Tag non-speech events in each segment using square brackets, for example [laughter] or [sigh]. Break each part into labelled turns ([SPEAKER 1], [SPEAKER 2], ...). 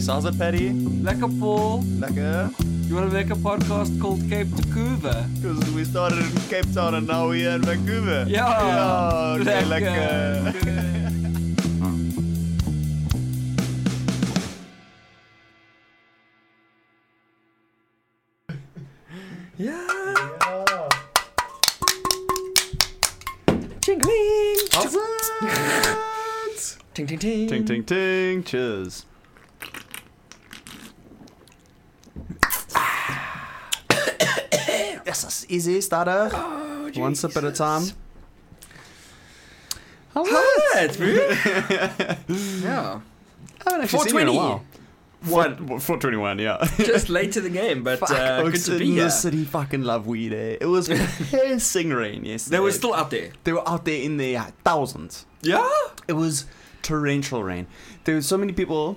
[SPEAKER 1] Sans het, Paddy?
[SPEAKER 2] Lekker Paul.
[SPEAKER 1] Lekker.
[SPEAKER 2] You want to make a podcast called Cape Tacuba?
[SPEAKER 1] Because we started in Cape Town and now we're in Vancouver.
[SPEAKER 2] Ja,
[SPEAKER 1] Ja, oké, lekker.
[SPEAKER 2] Ja. [laughs]
[SPEAKER 1] Hazard!
[SPEAKER 2] Ting, ting, ting.
[SPEAKER 1] ting, ting, ting.
[SPEAKER 2] [coughs]
[SPEAKER 1] Cheers. yes, that's easy starter.
[SPEAKER 2] Oh,
[SPEAKER 1] One sip at a time.
[SPEAKER 2] Hot, really?
[SPEAKER 1] [laughs]
[SPEAKER 2] yeah.
[SPEAKER 1] I haven't actually seen you in a while. What? 421, yeah.
[SPEAKER 2] Just late to the
[SPEAKER 1] [laughs]
[SPEAKER 2] game, but
[SPEAKER 1] Fuck,
[SPEAKER 2] uh, good
[SPEAKER 1] Oaks
[SPEAKER 2] to
[SPEAKER 1] Oh, in
[SPEAKER 2] be
[SPEAKER 1] the
[SPEAKER 2] here.
[SPEAKER 1] city fucking love weed, eh? It
[SPEAKER 2] [laughs]
[SPEAKER 1] was pissing rain yesterday.
[SPEAKER 2] They were still out there.
[SPEAKER 1] They were out there in the uh, thousands.
[SPEAKER 2] Yeah.
[SPEAKER 1] It was torrential rain. There were so many people.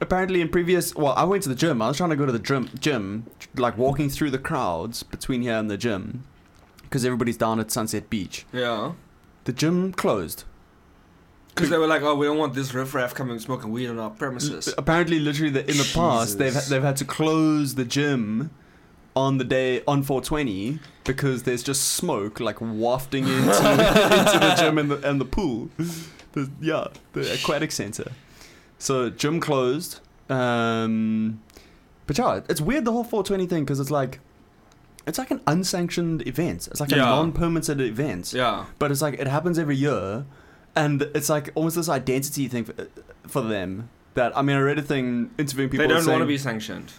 [SPEAKER 1] Apparently, in previous, well, I went to the gym. I was trying to go to the gym, gym, like walking through the crowds between here and the gym, because everybody's down at Sunset Beach.
[SPEAKER 2] Yeah.
[SPEAKER 1] The gym closed.
[SPEAKER 2] Because they were like, oh, we don't want this riffraff coming smoking weed on our premises.
[SPEAKER 1] Apparently, literally, the, in the past, they've
[SPEAKER 2] Jesus.
[SPEAKER 1] they've had to close the gym on the day on 420 because there's just smoke like wafting into, [laughs] into the gym and the and the pool. The, yeah, the aquatic center. So gym closed. Um, but yeah, it's weird the whole 420 thing because it's like it's like an unsanctioned event. It's like a
[SPEAKER 2] Yeah.
[SPEAKER 1] non-permitted event
[SPEAKER 2] Yeah.
[SPEAKER 1] but it's like it happens every year, and it's like almost this identity thing for, for them. That I mean, I read a thing interviewing people.
[SPEAKER 2] they don't
[SPEAKER 1] saying,
[SPEAKER 2] want to be sanctioned.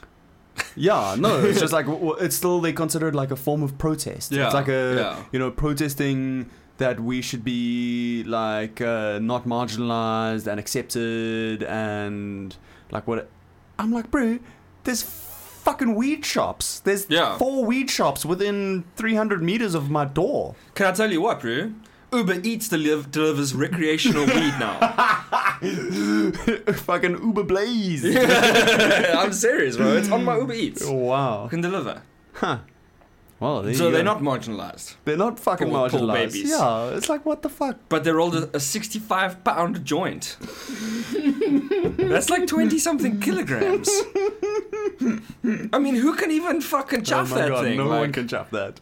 [SPEAKER 1] Yeah, no, it's
[SPEAKER 2] [laughs]
[SPEAKER 1] just like w- w- it's still they consider it like a form of protest.
[SPEAKER 2] Yeah,
[SPEAKER 1] it's like a
[SPEAKER 2] yeah.
[SPEAKER 1] you know protesting that we should be like uh, not marginalized and accepted and like what I'm like, bro, there's fucking weed shops. There's
[SPEAKER 2] Yeah.
[SPEAKER 1] four weed shops within 300 meters of my door.
[SPEAKER 2] Can I tell you what, bro? Uber Eats deli-
[SPEAKER 1] [laughs]
[SPEAKER 2] delivers recreational weed now.
[SPEAKER 1] fucking Uber Blaze.
[SPEAKER 2] I'm serious, bro. It's on my Uber Eats.
[SPEAKER 1] Oh, wow.
[SPEAKER 2] I can deliver.
[SPEAKER 1] Huh. Well, there
[SPEAKER 2] so
[SPEAKER 1] you
[SPEAKER 2] they're
[SPEAKER 1] go.
[SPEAKER 2] not marginalized,
[SPEAKER 1] They're not fucking
[SPEAKER 2] Poor- poor
[SPEAKER 1] marginalized.
[SPEAKER 2] babies.
[SPEAKER 1] Yeah, it's like what the fuck.
[SPEAKER 2] but they rolled a, a 65 pound joint. That's like 20 something kilograms. I mean, who can even fucking chuff
[SPEAKER 1] oh my
[SPEAKER 2] that
[SPEAKER 1] god,
[SPEAKER 2] thing?
[SPEAKER 1] no one
[SPEAKER 2] Like,
[SPEAKER 1] can chop that.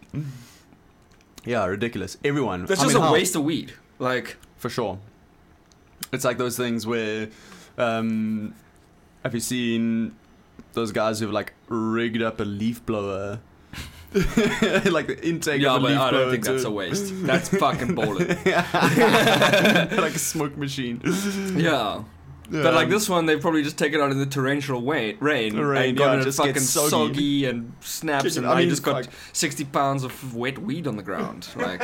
[SPEAKER 1] Yeah, ridiculous. Everyone.
[SPEAKER 2] That's
[SPEAKER 1] I
[SPEAKER 2] just
[SPEAKER 1] mean,
[SPEAKER 2] a
[SPEAKER 1] how?
[SPEAKER 2] waste of weed. Like,
[SPEAKER 1] for sure. It's like those things where, um, have you seen those guys who've like rigged up a leaf blower, [laughs] like the intake
[SPEAKER 2] yeah,
[SPEAKER 1] of a
[SPEAKER 2] but
[SPEAKER 1] leaf
[SPEAKER 2] I
[SPEAKER 1] blower?
[SPEAKER 2] don't think that's a
[SPEAKER 1] to-
[SPEAKER 2] waste.
[SPEAKER 1] [laughs]
[SPEAKER 2] That's fucking bowling.
[SPEAKER 1] like a smoke machine.
[SPEAKER 2] Yeah. But like this one, they've probably just taken out in the torrential rain, rain,
[SPEAKER 1] Rain,
[SPEAKER 2] and
[SPEAKER 1] yeah,
[SPEAKER 2] gotten
[SPEAKER 1] it
[SPEAKER 2] it
[SPEAKER 1] just
[SPEAKER 2] fucking
[SPEAKER 1] gets soggy.
[SPEAKER 2] soggy. and snaps,
[SPEAKER 1] Chicken-
[SPEAKER 2] and
[SPEAKER 1] I
[SPEAKER 2] I,
[SPEAKER 1] mean,
[SPEAKER 2] just got
[SPEAKER 1] fuck.
[SPEAKER 2] sixty pounds of wet weed on
[SPEAKER 1] [laughs]
[SPEAKER 2] the ground. Like,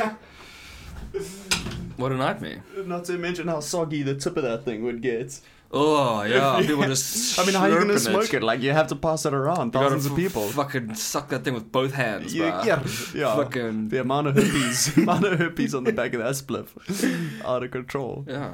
[SPEAKER 2] what a nightmare!
[SPEAKER 1] Not to mention how soggy the tip of that thing would get.
[SPEAKER 2] Oh
[SPEAKER 1] [laughs]
[SPEAKER 2] yeah, people just.
[SPEAKER 1] I mean, how are you
[SPEAKER 2] slurping
[SPEAKER 1] gonna smoke it? Like, you have to pass it around,
[SPEAKER 2] You gotta
[SPEAKER 1] thousands of
[SPEAKER 2] f-
[SPEAKER 1] people.
[SPEAKER 2] Fucking suck that thing with both hands,
[SPEAKER 1] You-
[SPEAKER 2] bruh.
[SPEAKER 1] yeah, yeah.
[SPEAKER 2] Fucking
[SPEAKER 1] The amount of herpes, [laughs] amount of herpes on the back of that spliff, out of control.
[SPEAKER 2] yeah.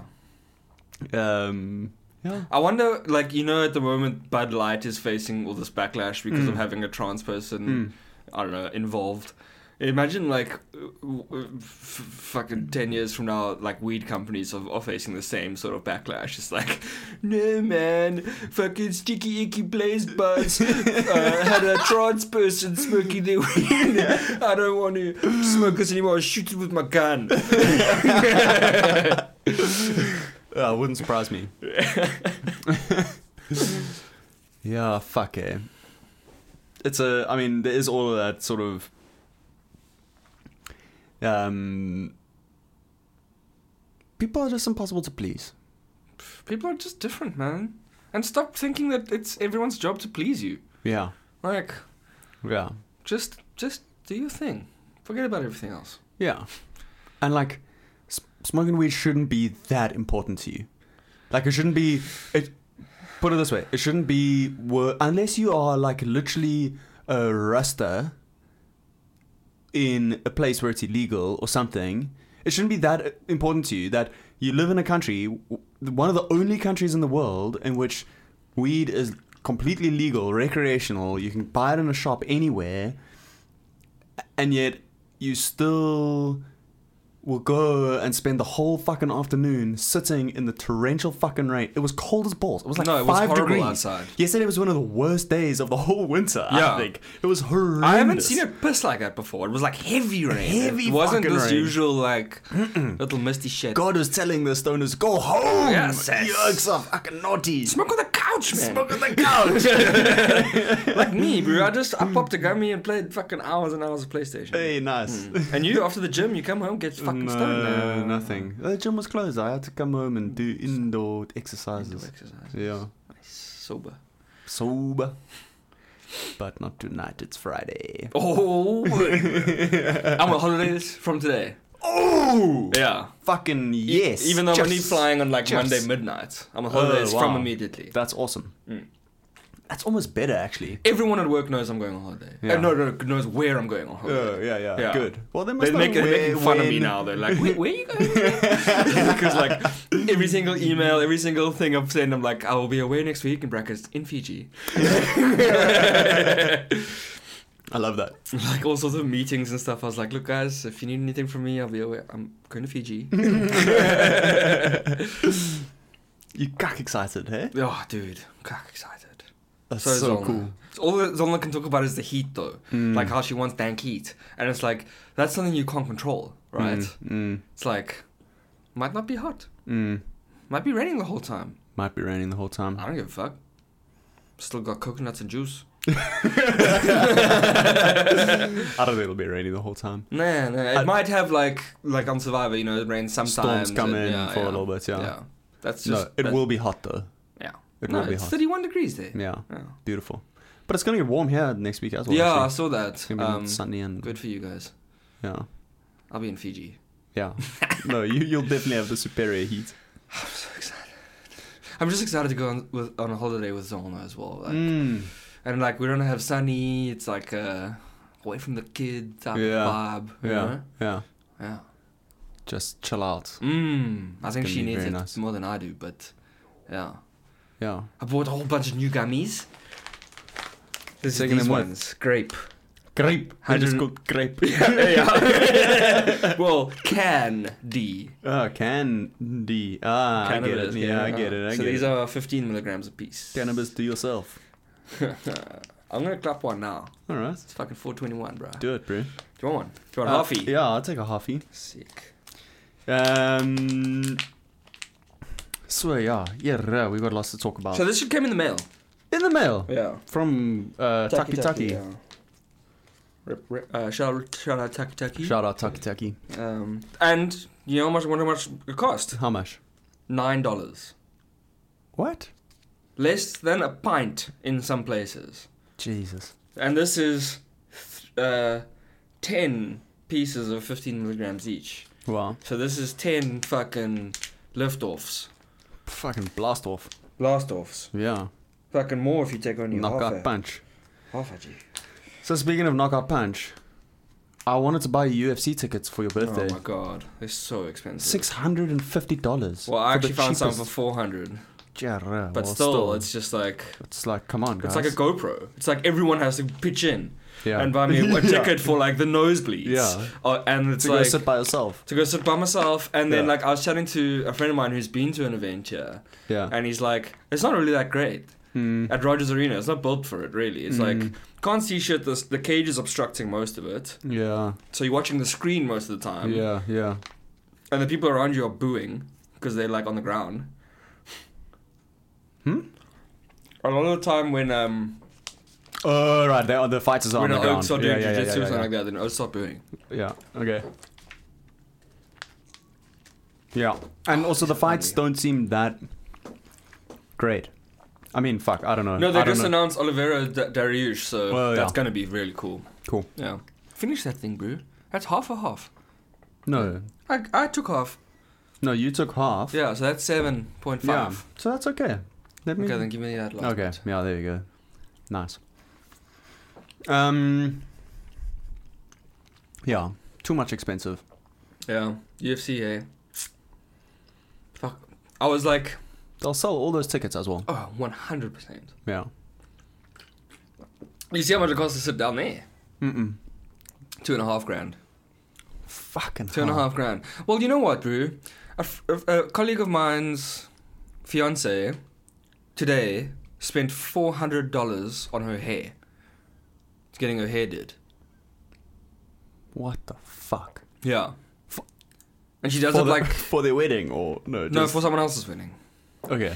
[SPEAKER 1] Um, yeah.
[SPEAKER 2] I wonder, like, you know, at the moment, Bud Light is facing all this backlash because
[SPEAKER 1] Mm.
[SPEAKER 2] of having a trans person, I don't know, involved. Imagine, like, w- w- f- fucking 10 years from now, like, weed companies are, are facing the same sort of backlash. It's like, [laughs] no, man, fucking sticky, icky blaze buds uh, had a trans person smoking their weed. I don't want to smoke this anymore. I shoot it with my gun.
[SPEAKER 1] [laughs] Uh, wouldn't surprise me. yeah, fuck it. It's a. I mean, there is all of that sort of. Um. People are just impossible to please.
[SPEAKER 2] People are just different, man. And stop thinking that it's everyone's job to please you.
[SPEAKER 1] Yeah.
[SPEAKER 2] Like,
[SPEAKER 1] Yeah.
[SPEAKER 2] just just do your thing. Forget about everything else.
[SPEAKER 1] Yeah. And like, s- smoking weed shouldn't be that important to you. Like, it shouldn't be. It. Put it this way: it shouldn't be wor- unless you are like literally a rasta in a place where it's illegal or something. It shouldn't be that important to you that you live in a country, w- one of the only countries in the world in which weed is completely legal, recreational. You can buy it in a shop anywhere and yet you still will go and spend the whole fucking afternoon sitting in the torrential fucking rain. It was cold as balls. It was like
[SPEAKER 2] no, it was
[SPEAKER 1] five
[SPEAKER 2] horrible
[SPEAKER 1] degrees.
[SPEAKER 2] outside.
[SPEAKER 1] Yesterday was one of the worst days of the whole winter.
[SPEAKER 2] Yeah.
[SPEAKER 1] I think it was horrendous.
[SPEAKER 2] I haven't seen it piss like that before. It was like heavy rain.
[SPEAKER 1] Heavy
[SPEAKER 2] it wasn't
[SPEAKER 1] fucking
[SPEAKER 2] this
[SPEAKER 1] rain.
[SPEAKER 2] usual
[SPEAKER 1] [clears throat]
[SPEAKER 2] like little misty shit.
[SPEAKER 1] God was telling the stoners, "Go home.
[SPEAKER 2] Yes, yes.
[SPEAKER 1] Yucks are fucking naughty.
[SPEAKER 2] Smoke on the couch, man.
[SPEAKER 1] Smoke [laughs] on the
[SPEAKER 2] [laughs]
[SPEAKER 1] couch."
[SPEAKER 2] like me, bro. I just I popped a
[SPEAKER 1] [laughs]
[SPEAKER 2] gummy and played fucking hours and hours of PlayStation.
[SPEAKER 1] hey, nice. [laughs]
[SPEAKER 2] And you, after the gym, you come home, get Hmm. fucking
[SPEAKER 1] no,
[SPEAKER 2] stoned. man.
[SPEAKER 1] nothing. The gym was closed. I had to come home and do indoor exercises.
[SPEAKER 2] Indoor exercise.
[SPEAKER 1] Yeah.
[SPEAKER 2] Nice. Sober.
[SPEAKER 1] Sober. But not tonight, it's Friday. [laughs]
[SPEAKER 2] Oh, I'm on holidays from today.
[SPEAKER 1] Oh!
[SPEAKER 2] Yeah.
[SPEAKER 1] Fucking
[SPEAKER 2] E-
[SPEAKER 1] yes.
[SPEAKER 2] even though I'm only
[SPEAKER 1] Cheers.
[SPEAKER 2] flying on like
[SPEAKER 1] Cheers.
[SPEAKER 2] Monday midnight, I'm on holidays
[SPEAKER 1] wow.
[SPEAKER 2] from immediately.
[SPEAKER 1] That's awesome.
[SPEAKER 2] Mm.
[SPEAKER 1] That's almost better, actually.
[SPEAKER 2] Everyone at work knows I'm going on holiday.
[SPEAKER 1] Yeah.
[SPEAKER 2] Uh, no, no, knows where I'm going on holiday.
[SPEAKER 1] Oh, yeah, yeah,
[SPEAKER 2] Oh, Yeah.
[SPEAKER 1] Good. Well, they must
[SPEAKER 2] They're
[SPEAKER 1] know
[SPEAKER 2] making, they're
[SPEAKER 1] where,
[SPEAKER 2] making fun of me
[SPEAKER 1] when-
[SPEAKER 2] now. They're like, Wait, where are
[SPEAKER 1] [laughs]
[SPEAKER 2] you going? Because like every single email, every single thing I've sent, I'm like, I will be away next week in brackets in Fiji. [laughs]
[SPEAKER 1] [laughs]
[SPEAKER 2] [laughs]
[SPEAKER 1] I love that.
[SPEAKER 2] like all sorts of meetings and stuff. I was like, look, guys, if you need anything from me, I'll be away. I'm going to Fiji.
[SPEAKER 1] [laughs] You cack excited, hey?
[SPEAKER 2] oh, dude, I'm excited.
[SPEAKER 1] That's
[SPEAKER 2] So
[SPEAKER 1] so,
[SPEAKER 2] is Zolna.
[SPEAKER 1] cool. Mm.
[SPEAKER 2] It's All that Zonla can talk about is the heat, though. Like how she wants dank heat, and it's like that's something you can't control, right?
[SPEAKER 1] Mm,
[SPEAKER 2] It's like might not be hot,
[SPEAKER 1] mm, mm.
[SPEAKER 2] might be raining the whole time.
[SPEAKER 1] Might be raining the whole
[SPEAKER 2] [laughs]
[SPEAKER 1] time.
[SPEAKER 2] I don't give a fuck. Still got coconuts and juice.
[SPEAKER 1] I don't think it'll be raining the whole time.
[SPEAKER 2] Nah, nah. It
[SPEAKER 1] I-
[SPEAKER 2] might have like like on Survivor, you know, it rains sometimes.
[SPEAKER 1] Uh, Storms come
[SPEAKER 2] and-
[SPEAKER 1] in
[SPEAKER 2] yeah,
[SPEAKER 1] for
[SPEAKER 2] yeah.
[SPEAKER 1] a little bit, yeah.
[SPEAKER 2] Yeah. That's
[SPEAKER 1] no,
[SPEAKER 2] just
[SPEAKER 1] it
[SPEAKER 2] that-
[SPEAKER 1] will be hot, though.
[SPEAKER 2] Yeah.
[SPEAKER 1] It
[SPEAKER 2] no,
[SPEAKER 1] will be
[SPEAKER 2] it's
[SPEAKER 1] hot.
[SPEAKER 2] 31 degrees there. Yeah.
[SPEAKER 1] Yeah,
[SPEAKER 2] Yeah,
[SPEAKER 1] beautiful. But it's going to get warm here next week as well. actually.
[SPEAKER 2] I saw that.
[SPEAKER 1] It's going to be
[SPEAKER 2] Um,
[SPEAKER 1] sunny and
[SPEAKER 2] good for you guys.
[SPEAKER 1] Yeah.
[SPEAKER 2] I'll be in Fiji. [laughs]
[SPEAKER 1] Yeah. no, you, you'll definitely have the superior heat.
[SPEAKER 2] I'm so excited. I'm just excited to go on, with, on a holiday with Zona as well. Like,
[SPEAKER 1] Mm.
[SPEAKER 2] And like we don't have sunny. It's like uh, away from the kid type
[SPEAKER 1] Yeah.
[SPEAKER 2] vibe. you
[SPEAKER 1] Yeah.
[SPEAKER 2] know?
[SPEAKER 1] Yeah.
[SPEAKER 2] Yeah.
[SPEAKER 1] Just chill out.
[SPEAKER 2] Mm. I think
[SPEAKER 1] gonna
[SPEAKER 2] she
[SPEAKER 1] be
[SPEAKER 2] needs
[SPEAKER 1] very
[SPEAKER 2] it
[SPEAKER 1] nice.
[SPEAKER 2] more than I do, but yeah.
[SPEAKER 1] Yeah.
[SPEAKER 2] I bought a whole bunch of new gummies. This is
[SPEAKER 1] Taking
[SPEAKER 2] these
[SPEAKER 1] them with.
[SPEAKER 2] ones. Grape.
[SPEAKER 1] Grape. I just
[SPEAKER 2] Hundred-
[SPEAKER 1] called
[SPEAKER 2] [laughs]
[SPEAKER 1] grape. [laughs]
[SPEAKER 2] yeah. well, can D.
[SPEAKER 1] oh, candy. Ah, I get it. Yeah, I get it. I
[SPEAKER 2] so
[SPEAKER 1] get
[SPEAKER 2] these
[SPEAKER 1] it.
[SPEAKER 2] are 15 milligrams a piece.
[SPEAKER 1] cannabis to yourself.
[SPEAKER 2] [laughs] I'm gonna clap one now.
[SPEAKER 1] All right.
[SPEAKER 2] It's fucking 421, bro. Do
[SPEAKER 1] Do it, bro.
[SPEAKER 2] you want one? Do you want
[SPEAKER 1] Uh,
[SPEAKER 2] halfie?
[SPEAKER 1] Yeah, I'll take a halfie.
[SPEAKER 2] Sick.
[SPEAKER 1] Um. So yeah, yeah, we got lots to talk about.
[SPEAKER 2] So this shit came in the mail.
[SPEAKER 1] In the mail
[SPEAKER 2] Yeah.
[SPEAKER 1] from uh, Taki Taki.
[SPEAKER 2] yeah. Rip, rip, uh, shout, out- shout out Taki Taki.
[SPEAKER 1] Shout out Taki Taki.
[SPEAKER 2] Um, and you know how much? Wonder how much it cost?
[SPEAKER 1] How much?
[SPEAKER 2] Nine dollars.
[SPEAKER 1] What?
[SPEAKER 2] Less than a pint in some places.
[SPEAKER 1] Jesus.
[SPEAKER 2] And this is th- uh, ten pieces of 15 milligrams each.
[SPEAKER 1] Wow.
[SPEAKER 2] So this is 10 fucking liftoffs.
[SPEAKER 1] Fucking blast off.
[SPEAKER 2] Blast offs.
[SPEAKER 1] Yeah.
[SPEAKER 2] Fucking more if you take on your half
[SPEAKER 1] Knockout
[SPEAKER 2] a-
[SPEAKER 1] punch.
[SPEAKER 2] half a G.
[SPEAKER 1] So speaking of knockout punch, I wanted to buy you UFC tickets for your birthday.
[SPEAKER 2] Oh my god, they're so expensive.
[SPEAKER 1] Six hundred and fifty dollars.
[SPEAKER 2] Well, I actually found some for 400,
[SPEAKER 1] Jarrah,
[SPEAKER 2] but
[SPEAKER 1] Uh, well,
[SPEAKER 2] still, it's just like
[SPEAKER 1] it's like come on, guys.
[SPEAKER 2] it's like a GoPro. It's like everyone has to pitch in
[SPEAKER 1] yeah.
[SPEAKER 2] and buy me
[SPEAKER 1] [laughs]
[SPEAKER 2] a,
[SPEAKER 1] Yeah.
[SPEAKER 2] a ticket for like the nosebleeds.
[SPEAKER 1] Yeah.
[SPEAKER 2] Uh, and it's
[SPEAKER 1] to
[SPEAKER 2] like
[SPEAKER 1] go sit by yourself.
[SPEAKER 2] to go sit by myself, and then
[SPEAKER 1] Yeah.
[SPEAKER 2] like I was chatting to a friend of mine who's been to an event here,
[SPEAKER 1] Yeah.
[SPEAKER 2] and he's like, it's not really that great.
[SPEAKER 1] Mm.
[SPEAKER 2] hmm. at Rogers Arena. It's not built for it, really. It's like
[SPEAKER 1] Mm.
[SPEAKER 2] can't see shit. The, the cage is obstructing most of it,
[SPEAKER 1] Yeah.
[SPEAKER 2] so you're watching the screen most of the time.
[SPEAKER 1] yeah. Yeah.
[SPEAKER 2] And the people around you are booing because they're like on the ground.
[SPEAKER 1] Hmm?
[SPEAKER 2] A lot of the time when um
[SPEAKER 1] Oh right, the, the fighters are
[SPEAKER 2] when
[SPEAKER 1] on
[SPEAKER 2] an
[SPEAKER 1] the ground.
[SPEAKER 2] Oaks start doing
[SPEAKER 1] yeah, yeah,
[SPEAKER 2] jiu-jitsu
[SPEAKER 1] yeah, yeah,
[SPEAKER 2] or something
[SPEAKER 1] yeah.
[SPEAKER 2] like that, then Oaks start booing.
[SPEAKER 1] Yeah. Okay. Yeah, and also the fights don't seem that great. I mean, fuck, I don't know.
[SPEAKER 2] No, they
[SPEAKER 1] I don't
[SPEAKER 2] just
[SPEAKER 1] know.
[SPEAKER 2] announced Oliveira D- Dariush, so
[SPEAKER 1] Well,
[SPEAKER 2] that's
[SPEAKER 1] yeah.
[SPEAKER 2] gonna be really cool.
[SPEAKER 1] Cool.
[SPEAKER 2] Yeah. Finish that thing, bro. That's half a half.
[SPEAKER 1] No,
[SPEAKER 2] I, I took half.
[SPEAKER 1] no, you took half.
[SPEAKER 2] Yeah, so that's seven point
[SPEAKER 1] Yeah,
[SPEAKER 2] five.
[SPEAKER 1] so that's okay. Let me.
[SPEAKER 2] Okay, then give me that last
[SPEAKER 1] Okay.
[SPEAKER 2] bit.
[SPEAKER 1] Yeah, there you go. Nice. Um. Yeah, too much expensive.
[SPEAKER 2] Yeah, UFC, eh? Fuck. I was like,
[SPEAKER 1] They'll sell all those tickets as well.
[SPEAKER 2] oh, 100%.
[SPEAKER 1] Yeah.
[SPEAKER 2] You see how much it costs to sit down there?
[SPEAKER 1] Mm mm.
[SPEAKER 2] Two and a half grand.
[SPEAKER 1] Fucking
[SPEAKER 2] Two and a
[SPEAKER 1] hell.
[SPEAKER 2] half grand. Well, you know what, Brew? A, f- a- a colleague of mine's fiance today spent four hundred dollars on her hair. Getting her hair did.
[SPEAKER 1] What the fuck?
[SPEAKER 2] Yeah. And she does
[SPEAKER 1] for
[SPEAKER 2] it
[SPEAKER 1] the- [laughs]
[SPEAKER 2] like
[SPEAKER 1] for their wedding or no?
[SPEAKER 2] no
[SPEAKER 1] Just,
[SPEAKER 2] for someone else's wedding.
[SPEAKER 1] okay,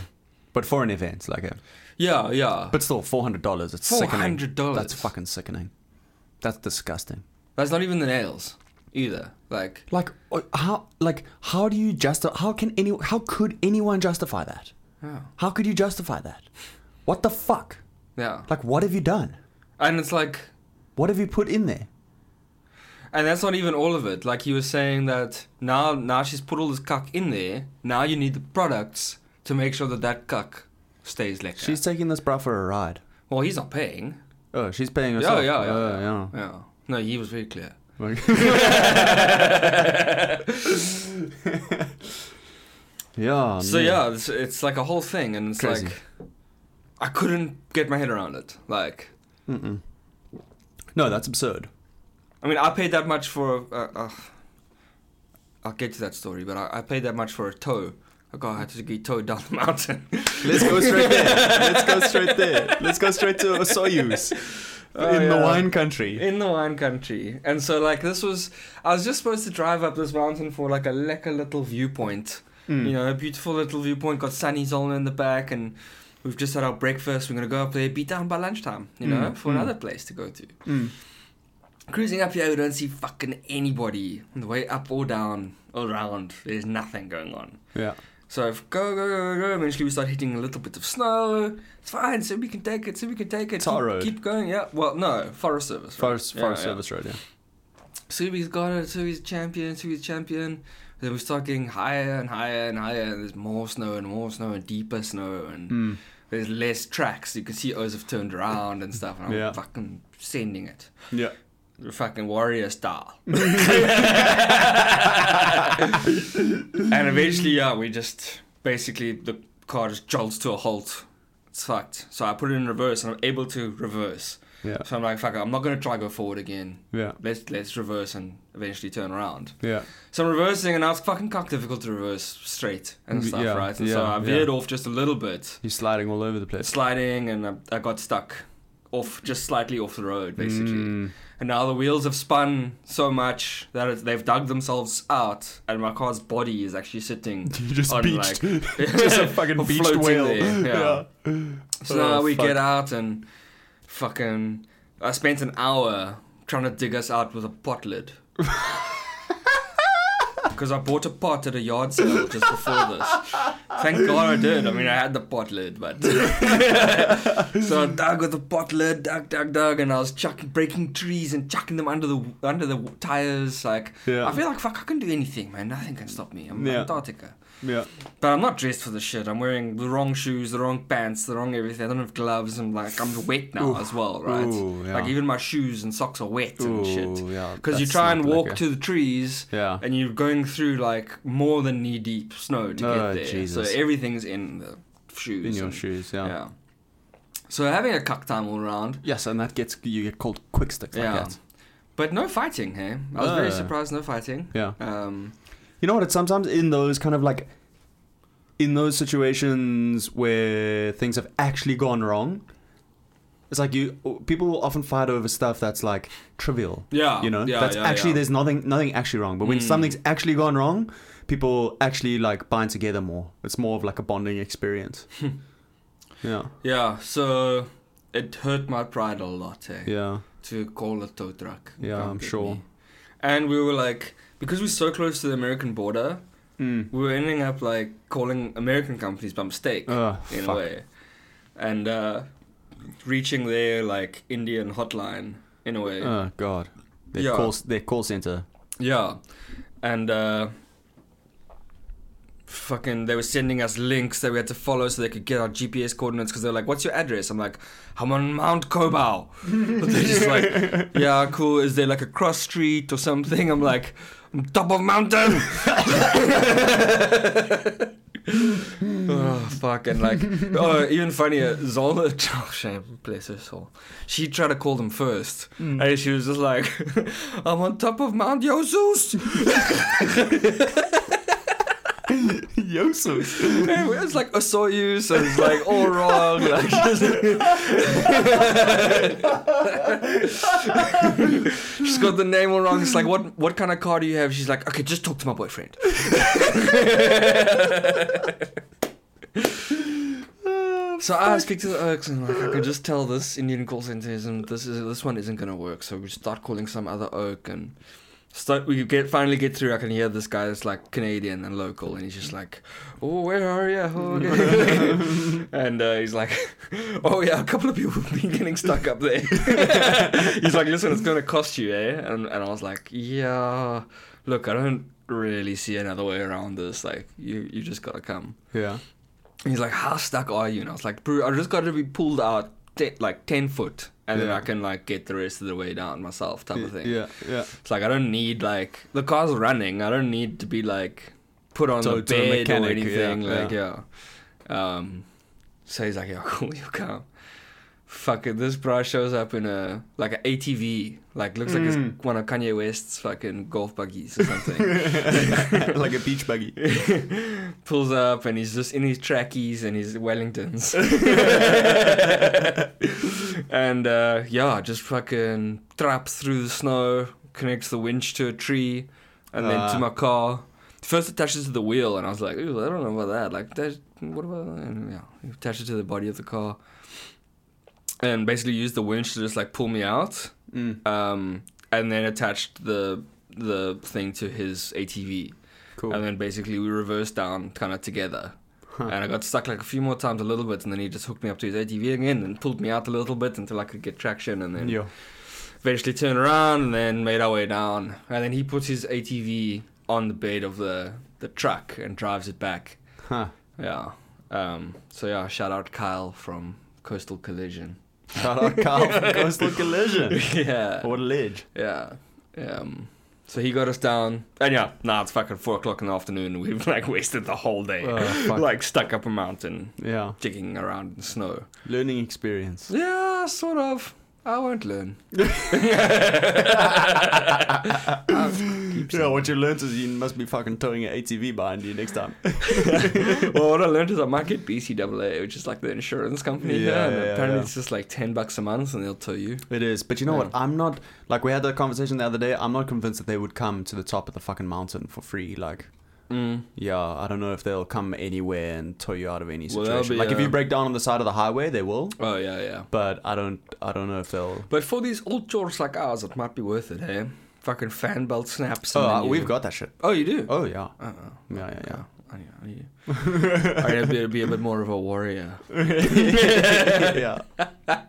[SPEAKER 1] but for an event like that.
[SPEAKER 2] Yeah, yeah.
[SPEAKER 1] But still, four hundred dollars. It's
[SPEAKER 2] four
[SPEAKER 1] sickening.
[SPEAKER 2] hundred dollars.
[SPEAKER 1] That's fucking sickening. That's disgusting.
[SPEAKER 2] That's not even the nails either. Like
[SPEAKER 1] Like uh, how? Like how do you justify? How can any? How could anyone justify that?
[SPEAKER 2] yeah,
[SPEAKER 1] How could you justify that? What the fuck?
[SPEAKER 2] yeah.
[SPEAKER 1] Like what have you done?
[SPEAKER 2] And it's like,
[SPEAKER 1] What have you put in there?
[SPEAKER 2] and that's not even all of it. Like you were saying that now, now she's put all this cuck in there. Now you need the products to make sure that that cuck stays lekker.
[SPEAKER 1] She's taking this bruh for a ride.
[SPEAKER 2] well, he's not paying.
[SPEAKER 1] Oh, she's paying
[SPEAKER 2] Yeah,
[SPEAKER 1] herself. Oh,
[SPEAKER 2] yeah, yeah,
[SPEAKER 1] Uh, yeah.
[SPEAKER 2] Yeah. No, he was very
[SPEAKER 1] [laughs]
[SPEAKER 2] clear. [laughs]
[SPEAKER 1] yeah.
[SPEAKER 2] so
[SPEAKER 1] no.
[SPEAKER 2] yeah, it's, it's like a whole thing, and it's
[SPEAKER 1] Crazy.
[SPEAKER 2] like, I couldn't get my head around it. Like,
[SPEAKER 1] Mm-mm. No, that's absurd.
[SPEAKER 2] I mean, I paid that much for. Uh, uh, I'll get to that story, but I, I paid that much for a tow. I got I had to get towed down the mountain.
[SPEAKER 1] Let's go straight there. Let's go straight there. Let's go straight to Soyuz
[SPEAKER 2] Oh,
[SPEAKER 1] in the
[SPEAKER 2] yeah.
[SPEAKER 1] wine country.
[SPEAKER 2] in the wine country. And so, like, this was. I was just supposed to drive up this mountain for, like, a lekker little viewpoint.
[SPEAKER 1] Mm.
[SPEAKER 2] You know, a beautiful little viewpoint, got sunny all in the back, and we've just had our breakfast. We're going to go up there, be down by lunchtime, you know,
[SPEAKER 1] Mm,
[SPEAKER 2] for
[SPEAKER 1] mm.
[SPEAKER 2] another place to go to.
[SPEAKER 1] Mm.
[SPEAKER 2] Cruising up here, we don't see fucking anybody. On the way up or down, all around, there's nothing going on.
[SPEAKER 1] Yeah.
[SPEAKER 2] So if go, go, go, go, go, eventually we start hitting a little bit of snow. It's fine, so we can take it, so we can take it.
[SPEAKER 1] Tar
[SPEAKER 2] keep,
[SPEAKER 1] road.
[SPEAKER 2] keep going, yeah. Well, no, Forest Service. right?
[SPEAKER 1] Forest,
[SPEAKER 2] Yeah,
[SPEAKER 1] forest
[SPEAKER 2] yeah.
[SPEAKER 1] Service Road, yeah.
[SPEAKER 2] Subi's got it, Subi's champion, Subi's champion. Then we start getting higher and higher and higher, and there's more snow and more snow and deeper snow, and
[SPEAKER 1] Mm.
[SPEAKER 2] there's less tracks. You can see O's have turned around and stuff, and I'm
[SPEAKER 1] Yeah.
[SPEAKER 2] fucking sending it.
[SPEAKER 1] Yeah.
[SPEAKER 2] Fucking
[SPEAKER 1] [laughs]
[SPEAKER 2] warrior style. and eventually, yeah, we just basically the car just jolts to a halt. It's fucked. So I put it in reverse and I'm able to reverse.
[SPEAKER 1] Yeah.
[SPEAKER 2] So I'm like, fuck it, I'm not gonna try go forward again.
[SPEAKER 1] Yeah.
[SPEAKER 2] Let's let's reverse and eventually turn around.
[SPEAKER 1] Yeah.
[SPEAKER 2] So I'm reversing and now it's fucking cock difficult to reverse straight and
[SPEAKER 1] Mm,
[SPEAKER 2] stuff,
[SPEAKER 1] yeah,
[SPEAKER 2] right? And so
[SPEAKER 1] yeah,
[SPEAKER 2] I veered off just a little bit,
[SPEAKER 1] He's sliding all over the place.
[SPEAKER 2] sliding and I, I got stuck off just slightly off the road basically.
[SPEAKER 1] Mm.
[SPEAKER 2] And now the wheels have spun so much that it's, they've dug themselves out, and my car's body is
[SPEAKER 1] [laughs]
[SPEAKER 2] actually sitting.
[SPEAKER 1] You just
[SPEAKER 2] on,
[SPEAKER 1] beached.
[SPEAKER 2] like-
[SPEAKER 1] [laughs]
[SPEAKER 2] [laughs]
[SPEAKER 1] just a fucking beached
[SPEAKER 2] floating
[SPEAKER 1] whale.
[SPEAKER 2] there, yeah. So now
[SPEAKER 1] Oh,
[SPEAKER 2] we
[SPEAKER 1] fuck.
[SPEAKER 2] get out and fucking. I spent an hour trying to dig us out with a
[SPEAKER 1] [laughs]
[SPEAKER 2] pot lid. Because I bought a pot at a yard sale just before this. Thank God I did. I mean, I had the pot lid, but. [laughs] so I dug with the pot lid, dug, dug, dug, and I was chucking, breaking trees and chucking them under the under the tires. Like,
[SPEAKER 1] Yeah.
[SPEAKER 2] I feel like fuck, I can do anything, man. Nothing can stop me. I'm
[SPEAKER 1] Yeah.
[SPEAKER 2] Antarctica.
[SPEAKER 1] Yeah.
[SPEAKER 2] But I'm not dressed for the shit. I'm wearing the wrong shoes, the wrong pants, the wrong everything. I don't have gloves, and like I'm wet now
[SPEAKER 1] Ooh.
[SPEAKER 2] as well, right?
[SPEAKER 1] Ooh, yeah.
[SPEAKER 2] Like even my shoes and socks are wet and shit.
[SPEAKER 1] Ooh, yeah.
[SPEAKER 2] Because you
[SPEAKER 1] that's
[SPEAKER 2] try and
[SPEAKER 1] not
[SPEAKER 2] walk
[SPEAKER 1] like a-
[SPEAKER 2] to the trees,
[SPEAKER 1] Yeah.
[SPEAKER 2] and you're going through like more than knee deep snow to
[SPEAKER 1] Oh,
[SPEAKER 2] get there.
[SPEAKER 1] Jesus.
[SPEAKER 2] So everything's in the shoes.
[SPEAKER 1] In your
[SPEAKER 2] and-
[SPEAKER 1] shoes, yeah.
[SPEAKER 2] Yeah. So having a cuck time all around,
[SPEAKER 1] Yes, and that gets you get called quick stick like
[SPEAKER 2] Yeah.
[SPEAKER 1] that.
[SPEAKER 2] but no fighting. Hey, I was very
[SPEAKER 1] No.
[SPEAKER 2] surprised. No fighting.
[SPEAKER 1] Yeah.
[SPEAKER 2] Um,
[SPEAKER 1] You know what? It's sometimes in those kind of like, in those situations where things have actually gone wrong. It's like you people will often fight over stuff that's like trivial.
[SPEAKER 2] Yeah,
[SPEAKER 1] you know
[SPEAKER 2] yeah,
[SPEAKER 1] that's
[SPEAKER 2] yeah,
[SPEAKER 1] actually
[SPEAKER 2] yeah.
[SPEAKER 1] there's nothing nothing actually wrong. But when
[SPEAKER 2] Mm.
[SPEAKER 1] something's actually gone wrong, people actually like bind together more. It's more of like a bonding
[SPEAKER 2] [laughs]
[SPEAKER 1] experience. yeah,
[SPEAKER 2] yeah. So it hurt my pride a lot. Hey.
[SPEAKER 1] yeah,
[SPEAKER 2] to call a tow truck.
[SPEAKER 1] Yeah,
[SPEAKER 2] Come
[SPEAKER 1] I'm
[SPEAKER 2] get
[SPEAKER 1] sure.
[SPEAKER 2] me. And we were like, because we're so close to the American border,
[SPEAKER 1] mm.
[SPEAKER 2] we were ending up like calling American companies by mistake
[SPEAKER 1] Ugh,
[SPEAKER 2] in a
[SPEAKER 1] Uh, fuck.
[SPEAKER 2] way, and uh, reaching their like Indian hotline in a way.
[SPEAKER 1] Oh god, their
[SPEAKER 2] Yeah.
[SPEAKER 1] call their call
[SPEAKER 2] [laughs]
[SPEAKER 1] center.
[SPEAKER 2] Yeah, and uh, fucking, they were sending us links that we had to follow so they could get our GPS coordinates because they were like, "What's your address?" I'm like, "I'm on Mount Kobau." but they're just like, "Yeah, cool. Is there like a cross street or something?" I'm like, "I'm top of mountain." [laughs] oh, fuck. And like, oh, even funnier, Zola, [laughs] oh, shame, bless her soul. She tried to call them first. And she was just like, [laughs] I'm on top of Mount Yosus.
[SPEAKER 1] Yosos.
[SPEAKER 2] And it was like, I saw you, so it's like all wrong. Like, [laughs] she's got the name all wrong. It's like, what what kind of car do you have? She's like, okay, just talk to my boyfriend. so I speak to the irks and like I could just tell this Indian call center isn't this is this one isn't gonna work. So we start calling some other irk and Start, we get finally get through. I can hear this guy that's like Canadian and local, and he's just like, "Oh, where are you?"
[SPEAKER 1] [laughs]
[SPEAKER 2] Oh, yeah." and uh, he's like, [laughs] "Oh yeah, a couple of people have been getting stuck
[SPEAKER 1] [laughs]
[SPEAKER 2] up there." he's like, "Listen, it's going to cost you, eh?" And and I was like, "Yeah, look, I don't really see another way around this. Like, you you just gotta come."
[SPEAKER 1] Yeah.
[SPEAKER 2] And he's like, "How stuck are you?" And I was like, "Bro, I just got to be pulled out te- like ten foot, and then
[SPEAKER 1] Yeah.
[SPEAKER 2] I can like get the rest of the way down myself, type of thing."
[SPEAKER 1] Yeah, yeah.
[SPEAKER 2] It's like I don't need like the car's running. I don't need to be like put on
[SPEAKER 1] So
[SPEAKER 2] the
[SPEAKER 1] it's a
[SPEAKER 2] bed or
[SPEAKER 1] mechanic, yeah,
[SPEAKER 2] anything. like yeah. Um, so he's like, "Yeah, [laughs] cool, you come." Fuck it, this bra shows up in a like an ATV, like looks like
[SPEAKER 1] Mm.
[SPEAKER 2] it's one of Kanye West's fucking golf buggies or something.
[SPEAKER 1] [laughs]
[SPEAKER 2] [laughs]
[SPEAKER 1] like a beach buggy.
[SPEAKER 2] Pulls up and he's just in his trackies and his Wellingtons. [laughs] and uh, yeah, just fucking traps through the snow, connects the winch to a tree, and then
[SPEAKER 1] Ah.
[SPEAKER 2] to my car. First attaches to the wheel, and I was like, ooh, I don't know about that. Like, that, what about that? And, yeah, attach it to the body of the car. And basically used the winch to just like pull me out,
[SPEAKER 1] Mm.
[SPEAKER 2] um, and then attached the the thing to his ATV.
[SPEAKER 1] Cool.
[SPEAKER 2] And then basically we reversed down kind of together.
[SPEAKER 1] Huh.
[SPEAKER 2] And I got stuck like a few more times, a little bit, and then he just hooked me up to his ATV again and pulled me out a little bit until I could get traction, and then
[SPEAKER 1] yeah.
[SPEAKER 2] eventually turned around and then made our way down. And then he puts his ATV on the bed of the the truck and drives it back.
[SPEAKER 1] Huh.
[SPEAKER 2] Yeah. Um, so yeah, shout out Kyle from Coastal
[SPEAKER 1] [laughs]
[SPEAKER 2] Collision.
[SPEAKER 1] [laughs]
[SPEAKER 2] [laughs]
[SPEAKER 1] Shout out Carl from Coastal Collision.
[SPEAKER 2] yeah.
[SPEAKER 1] [laughs] What a ledge.
[SPEAKER 2] Yeah. Um, so he got us down, and yeah, now it's fucking four o'clock in the afternoon. [laughs] We've like wasted the whole day,
[SPEAKER 1] Oh, fuck.
[SPEAKER 2] like stuck up a mountain,
[SPEAKER 1] Yeah.
[SPEAKER 2] jigging around in the snow.
[SPEAKER 1] Learning [laughs] experience.
[SPEAKER 2] Yeah, sort of. I won't
[SPEAKER 1] [laughs]
[SPEAKER 2] learn. I'll keep
[SPEAKER 1] Yeah, what you learned is you must be fucking towing an ATV behind you next time.
[SPEAKER 2] well, what I learned is I might get BCAA, which is like the insurance company
[SPEAKER 1] Yeah,
[SPEAKER 2] here. And
[SPEAKER 1] yeah, yeah,
[SPEAKER 2] apparently,
[SPEAKER 1] yeah.
[SPEAKER 2] it's just like ten bucks a month, and they'll tow you.
[SPEAKER 1] It is, but you know what? I'm not like we had that conversation the other day. I'm not convinced that they would come to the top of the fucking mountain for free. Like,
[SPEAKER 2] Mm.
[SPEAKER 1] yeah, I don't know if they'll come anywhere and tow you out of any
[SPEAKER 2] Well,
[SPEAKER 1] situation.
[SPEAKER 2] that'll be,
[SPEAKER 1] like, if you
[SPEAKER 2] uh,
[SPEAKER 1] break down on the side of the highway, they will.
[SPEAKER 2] Oh yeah, yeah.
[SPEAKER 1] But I don't, I don't know if they'll.
[SPEAKER 2] But for these old chores like ours, it might be worth it, eh? Fucking fan belt snaps. and
[SPEAKER 1] Oh,
[SPEAKER 2] then
[SPEAKER 1] uh,
[SPEAKER 2] you-
[SPEAKER 1] we've got that shit.
[SPEAKER 2] Oh, you do.
[SPEAKER 1] Oh
[SPEAKER 2] [laughs]
[SPEAKER 1] yeah,
[SPEAKER 2] Uh-uh. Oh,
[SPEAKER 1] yeah, yeah, yeah.
[SPEAKER 2] I need, I need, [laughs] I need to be, be a bit more of a warrior.
[SPEAKER 1] [laughs] yeah,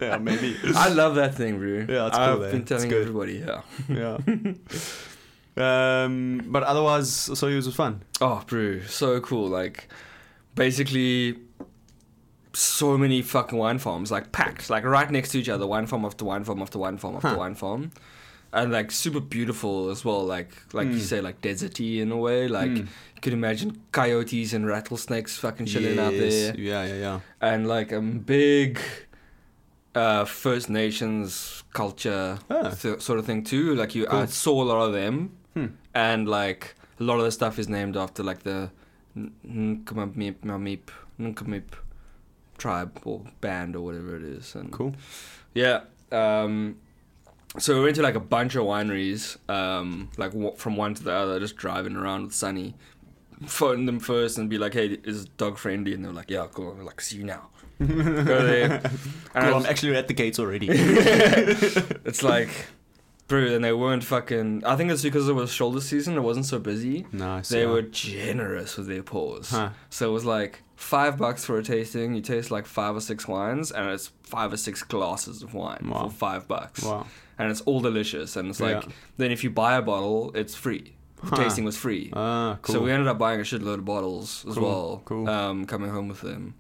[SPEAKER 1] yeah, maybe. [laughs]
[SPEAKER 2] I love that thing, bro.
[SPEAKER 1] Yeah, it's cool,
[SPEAKER 2] I've
[SPEAKER 1] eh?
[SPEAKER 2] been
[SPEAKER 1] It's
[SPEAKER 2] telling
[SPEAKER 1] good.
[SPEAKER 2] everybody. Yeah.
[SPEAKER 1] Yeah. [laughs] Um, but otherwise, so yours was fun.
[SPEAKER 2] Oh, bro, so cool. Like, basically, so many fucking wine farms, like packed, like right next to each other, wine farm after wine farm after wine farm after
[SPEAKER 1] Huh.
[SPEAKER 2] wine farm, and like super beautiful as well. Like, like you
[SPEAKER 1] Mm.
[SPEAKER 2] say, like deserty in a way. Like,
[SPEAKER 1] Mm.
[SPEAKER 2] you could imagine coyotes and rattlesnakes fucking chilling out
[SPEAKER 1] Yes.
[SPEAKER 2] there,
[SPEAKER 1] Yeah, yeah, yeah.
[SPEAKER 2] and like a big. Uh, First Nations culture
[SPEAKER 1] Ah.
[SPEAKER 2] th- sort of thing too. Like you, I
[SPEAKER 1] Cool.
[SPEAKER 2] saw a lot of them
[SPEAKER 1] Hmm.
[SPEAKER 2] and like a lot of the stuff is named after like the N- Nkamamip Mamip- Nkamip tribe or band or whatever it is. And
[SPEAKER 1] Cool.
[SPEAKER 2] yeah, um, so we went to like a bunch of wineries, um, like w- from one to the other, just driving around with Sunny. Phone them first and be like, "Hey, is dog friendly?" And they're like, "Yeah, cool." I'm like, "See you now." [laughs] Go there. And
[SPEAKER 1] [laughs]
[SPEAKER 2] I
[SPEAKER 1] Cool,
[SPEAKER 2] was-
[SPEAKER 1] I'm actually at the gates already.
[SPEAKER 2] [laughs] it's like, bro, and they weren't fucking. I think it's because it was shoulder season; it wasn't so busy.
[SPEAKER 1] nice.
[SPEAKER 2] They
[SPEAKER 1] yeah.
[SPEAKER 2] were generous with their pours.
[SPEAKER 1] Huh.
[SPEAKER 2] So it was like five bucks for a tasting. You taste like five or six wines, and it's five or six glasses of wine
[SPEAKER 1] Wow.
[SPEAKER 2] for five bucks. [laughs]
[SPEAKER 1] Wow.
[SPEAKER 2] And it's all delicious. And it's
[SPEAKER 1] Yeah.
[SPEAKER 2] like, then if you buy a bottle, it's free. The
[SPEAKER 1] Huh.
[SPEAKER 2] tasting was free.
[SPEAKER 1] Ah, cool.
[SPEAKER 2] So we ended up buying a shitload of bottles as
[SPEAKER 1] Cool,
[SPEAKER 2] well,
[SPEAKER 1] cool.
[SPEAKER 2] Um, coming home with them.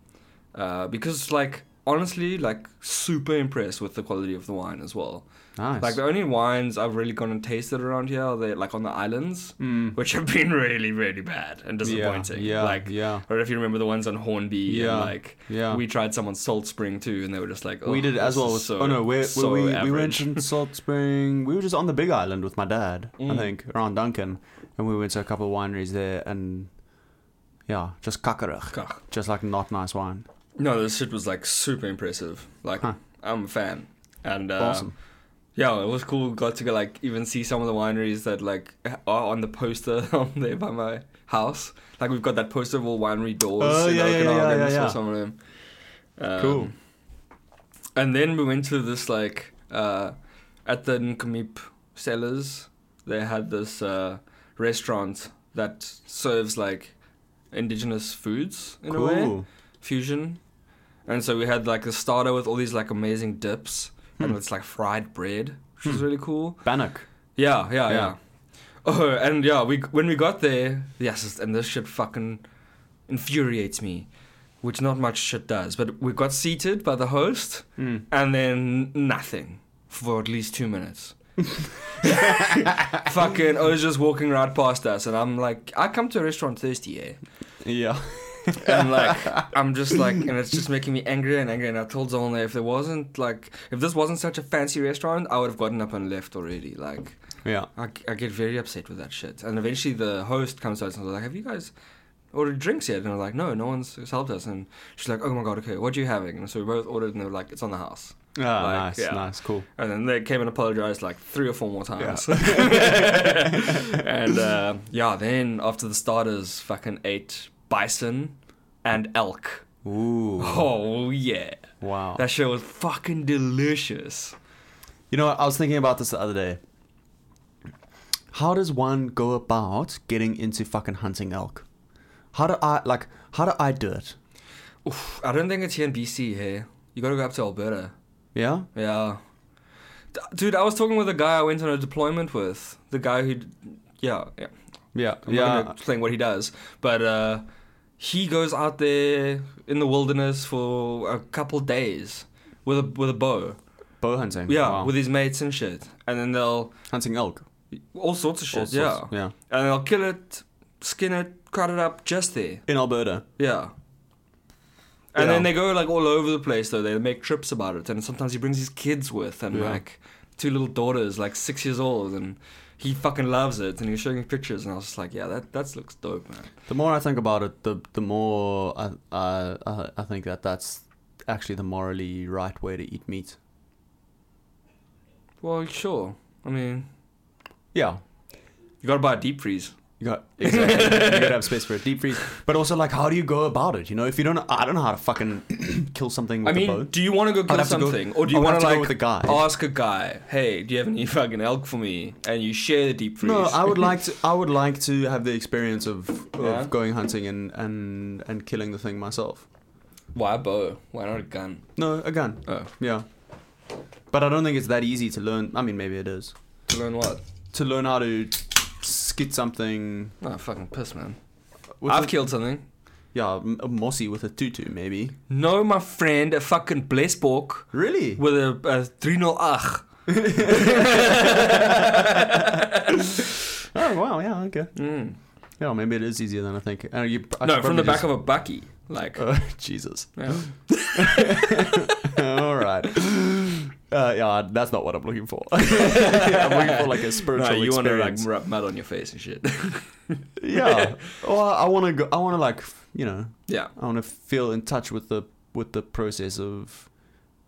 [SPEAKER 2] Uh, because, like, honestly like super impressed with the quality of the wine as well.
[SPEAKER 1] Nice.
[SPEAKER 2] Like the only wines I've really gone and tasted around here are they like on the islands,
[SPEAKER 1] Mm.
[SPEAKER 2] which have been [laughs] really really bad and disappointing.
[SPEAKER 1] Yeah, yeah,
[SPEAKER 2] like
[SPEAKER 1] yeah,
[SPEAKER 2] or if you remember the ones on Hornby,
[SPEAKER 1] Yeah.
[SPEAKER 2] and like
[SPEAKER 1] yeah.
[SPEAKER 2] we tried someone's Salt Spring too, and they were just like, oh,
[SPEAKER 1] we did as
[SPEAKER 2] this
[SPEAKER 1] well.
[SPEAKER 2] is
[SPEAKER 1] With,
[SPEAKER 2] so,
[SPEAKER 1] oh no, we're,
[SPEAKER 2] so
[SPEAKER 1] we we went
[SPEAKER 2] average. [laughs]
[SPEAKER 1] in Salt Spring. We were just on the Big Island with my dad, I
[SPEAKER 2] Mm.
[SPEAKER 1] think, around Duncan, and we went to a couple of wineries there, and yeah, just kakkerich,
[SPEAKER 2] Kach.
[SPEAKER 1] just like not nice wine.
[SPEAKER 2] No, this shit was like super impressive. Like
[SPEAKER 1] Huh.
[SPEAKER 2] I'm a fan, and uh,
[SPEAKER 1] awesome.
[SPEAKER 2] Yeah, it was cool. Got to go, like even see some of the wineries that like are on the poster [laughs] on there by my house. Like we've got that poster of all winery doors.
[SPEAKER 1] Oh,
[SPEAKER 2] in
[SPEAKER 1] yeah, yeah,
[SPEAKER 2] Okinawa,
[SPEAKER 1] yeah,
[SPEAKER 2] and
[SPEAKER 1] yeah,
[SPEAKER 2] I saw
[SPEAKER 1] yeah.
[SPEAKER 2] some of them. Um,
[SPEAKER 1] Cool.
[SPEAKER 2] And then we went to this like uh, at the Nkumip cellars. They had this uh, restaurant that serves like indigenous foods in a way
[SPEAKER 1] Cool.
[SPEAKER 2] fusion. And so we had like a starter with all these like amazing dips
[SPEAKER 1] Hmm.
[SPEAKER 2] and it's like fried bread, which was really cool.
[SPEAKER 1] Bannock.
[SPEAKER 2] Yeah, yeah, yeah.
[SPEAKER 1] Yeah.
[SPEAKER 2] Oh, and yeah, we when we got there, yes, and this shit fucking infuriates me, which not much shit does. But we got seated by the host
[SPEAKER 1] Mm.
[SPEAKER 2] and then nothing for at least two minutes. fucking, I was just walking right past us, and I'm like, I come to a restaurant thirsty, eh?
[SPEAKER 1] Yeah.
[SPEAKER 2] and like I'm just like, and it's just making me angrier and angrier. And I told Zola if there wasn't like, if this wasn't such a fancy restaurant, I would have gotten up and left already. Like,
[SPEAKER 1] Yeah.
[SPEAKER 2] I, I get very upset with that shit. And eventually the host comes to us and was like, "Have you guys ordered drinks yet?" And I'm like, "No, no one's has helped us." And she's like, "Oh my god, okay, what are you having?" And so we both ordered, and they were like, "It's on the house."
[SPEAKER 1] Ah,
[SPEAKER 2] Like,
[SPEAKER 1] nice,
[SPEAKER 2] yeah.
[SPEAKER 1] nice, cool.
[SPEAKER 2] And then they came and apologized like three or four more times. [laughs] and uh, yeah, then after the starters, fucking ate bison and elk.
[SPEAKER 1] Ooh.
[SPEAKER 2] [sighs] Oh yeah,
[SPEAKER 1] Wow.
[SPEAKER 2] that shit was fucking delicious.
[SPEAKER 1] You know, what? I was thinking about this the other day. How does one go about getting into fucking hunting elk? How do I like? How do I do it?
[SPEAKER 2] Oof, I don't think it's here in BC. Hey, you gotta go up to Alberta.
[SPEAKER 1] Yeah.
[SPEAKER 2] Yeah, D- dude, I was talking with a guy I went on a deployment with. The guy who, d- yeah, yeah.
[SPEAKER 1] Yeah.
[SPEAKER 2] I'm not gonna explain what he does, but uh, he goes out there in the wilderness for a couple days with a with a bow.
[SPEAKER 1] Bow hunting.
[SPEAKER 2] Yeah,
[SPEAKER 1] Wow.
[SPEAKER 2] with his mates and shit, and then they'll
[SPEAKER 1] hunting elk.
[SPEAKER 2] all sorts of shit.
[SPEAKER 1] All sorts.
[SPEAKER 2] yeah,
[SPEAKER 1] Yeah.
[SPEAKER 2] and they'll kill it, skin it, cut it up just there.
[SPEAKER 1] In Alberta.
[SPEAKER 2] Yeah. And
[SPEAKER 1] Yeah.
[SPEAKER 2] then they go like all over the place though. They make trips about it, and sometimes he brings his kids with, and
[SPEAKER 1] Yeah.
[SPEAKER 2] like two little daughters, like six years old, and he fucking loves it. And he was showing me pictures, and I was just like, yeah, that that looks dope, man.
[SPEAKER 1] The more I think about it, the the more I I I- I think that that's actually the morally right way to eat meat.
[SPEAKER 2] Well, sure. I mean,
[SPEAKER 1] Yeah.
[SPEAKER 2] you gotta buy a deep freeze.
[SPEAKER 1] You got exactly. you
[SPEAKER 2] [laughs]
[SPEAKER 1] gotta have space for a deep freeze. But also, like, how do you go about it? You know, if you don't, I don't know how to fucking [coughs] kill something
[SPEAKER 2] I
[SPEAKER 1] with a bow.
[SPEAKER 2] mean, do you want to go kill
[SPEAKER 1] have to go-
[SPEAKER 2] something, or do
[SPEAKER 1] I
[SPEAKER 2] you
[SPEAKER 1] would
[SPEAKER 2] want
[SPEAKER 1] have
[SPEAKER 2] to
[SPEAKER 1] to go
[SPEAKER 2] like uh,
[SPEAKER 1] with a guy.
[SPEAKER 2] ask a guy, hey, do you have any fucking elk for me? And you share the deep freeze.
[SPEAKER 1] No, I
[SPEAKER 2] [laughs]
[SPEAKER 1] would like to. I would like to have the experience of, of
[SPEAKER 2] Yeah.
[SPEAKER 1] going hunting and, and and killing the thing myself.
[SPEAKER 2] Why a bow? Why not a gun?
[SPEAKER 1] No, a gun.
[SPEAKER 2] Oh,
[SPEAKER 1] Yeah, but I don't think it's that easy to learn. I mean, maybe it is
[SPEAKER 2] to learn what?
[SPEAKER 1] to learn how to skid something.
[SPEAKER 2] No, fucking piss, man.
[SPEAKER 1] With
[SPEAKER 2] I've
[SPEAKER 1] a,
[SPEAKER 2] killed something.
[SPEAKER 1] yeah, m- a mossy with a tutu, maybe.
[SPEAKER 2] No, my friend, a fucking blessbok [laughs]
[SPEAKER 1] Really? [laughs]
[SPEAKER 2] with a, a 308.
[SPEAKER 1] Oh wow, yeah, okay.
[SPEAKER 2] [laughs] Mm.
[SPEAKER 1] Yeah, maybe it is easier than I think. Uh, you, I
[SPEAKER 2] No,
[SPEAKER 1] should
[SPEAKER 2] from the
[SPEAKER 1] probably
[SPEAKER 2] back
[SPEAKER 1] just-
[SPEAKER 2] of a bucky. Like,
[SPEAKER 1] [laughs] Oh, Jesus.
[SPEAKER 2] yeah.
[SPEAKER 1] All right. Uh, yeah, that's not what [laughs] I'm looking for. [laughs] I'm looking for like a spiritual
[SPEAKER 2] [laughs] No, you want to like
[SPEAKER 1] experience.
[SPEAKER 2] rub mud on your face and shit. [laughs]
[SPEAKER 1] yeah. Well, I want to go. I want to like f- you know.
[SPEAKER 2] yeah.
[SPEAKER 1] I want to feel in touch with the with the process of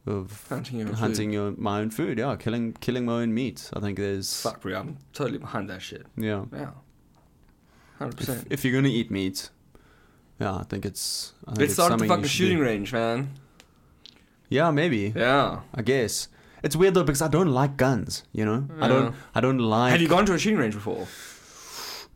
[SPEAKER 1] of
[SPEAKER 2] Hunting your own
[SPEAKER 1] hunting your my own food. Yeah, killing killing my own meat. I think there's
[SPEAKER 2] Fuck, bro. I'm totally behind that shit.
[SPEAKER 1] yeah.
[SPEAKER 2] Yeah.
[SPEAKER 1] If,
[SPEAKER 2] 100%.
[SPEAKER 1] if you're gonna eat meat, yeah, I think it's. I think
[SPEAKER 2] Let's
[SPEAKER 1] it's
[SPEAKER 2] start at the
[SPEAKER 1] something you
[SPEAKER 2] fucking
[SPEAKER 1] should do.
[SPEAKER 2] shooting range, man.
[SPEAKER 1] Yeah, maybe.
[SPEAKER 2] Yeah.
[SPEAKER 1] I guess it's weird though because I don't like guns. You know, I don't.
[SPEAKER 2] Yeah.
[SPEAKER 1] I don't like.
[SPEAKER 2] Have you gone to a shooting range before?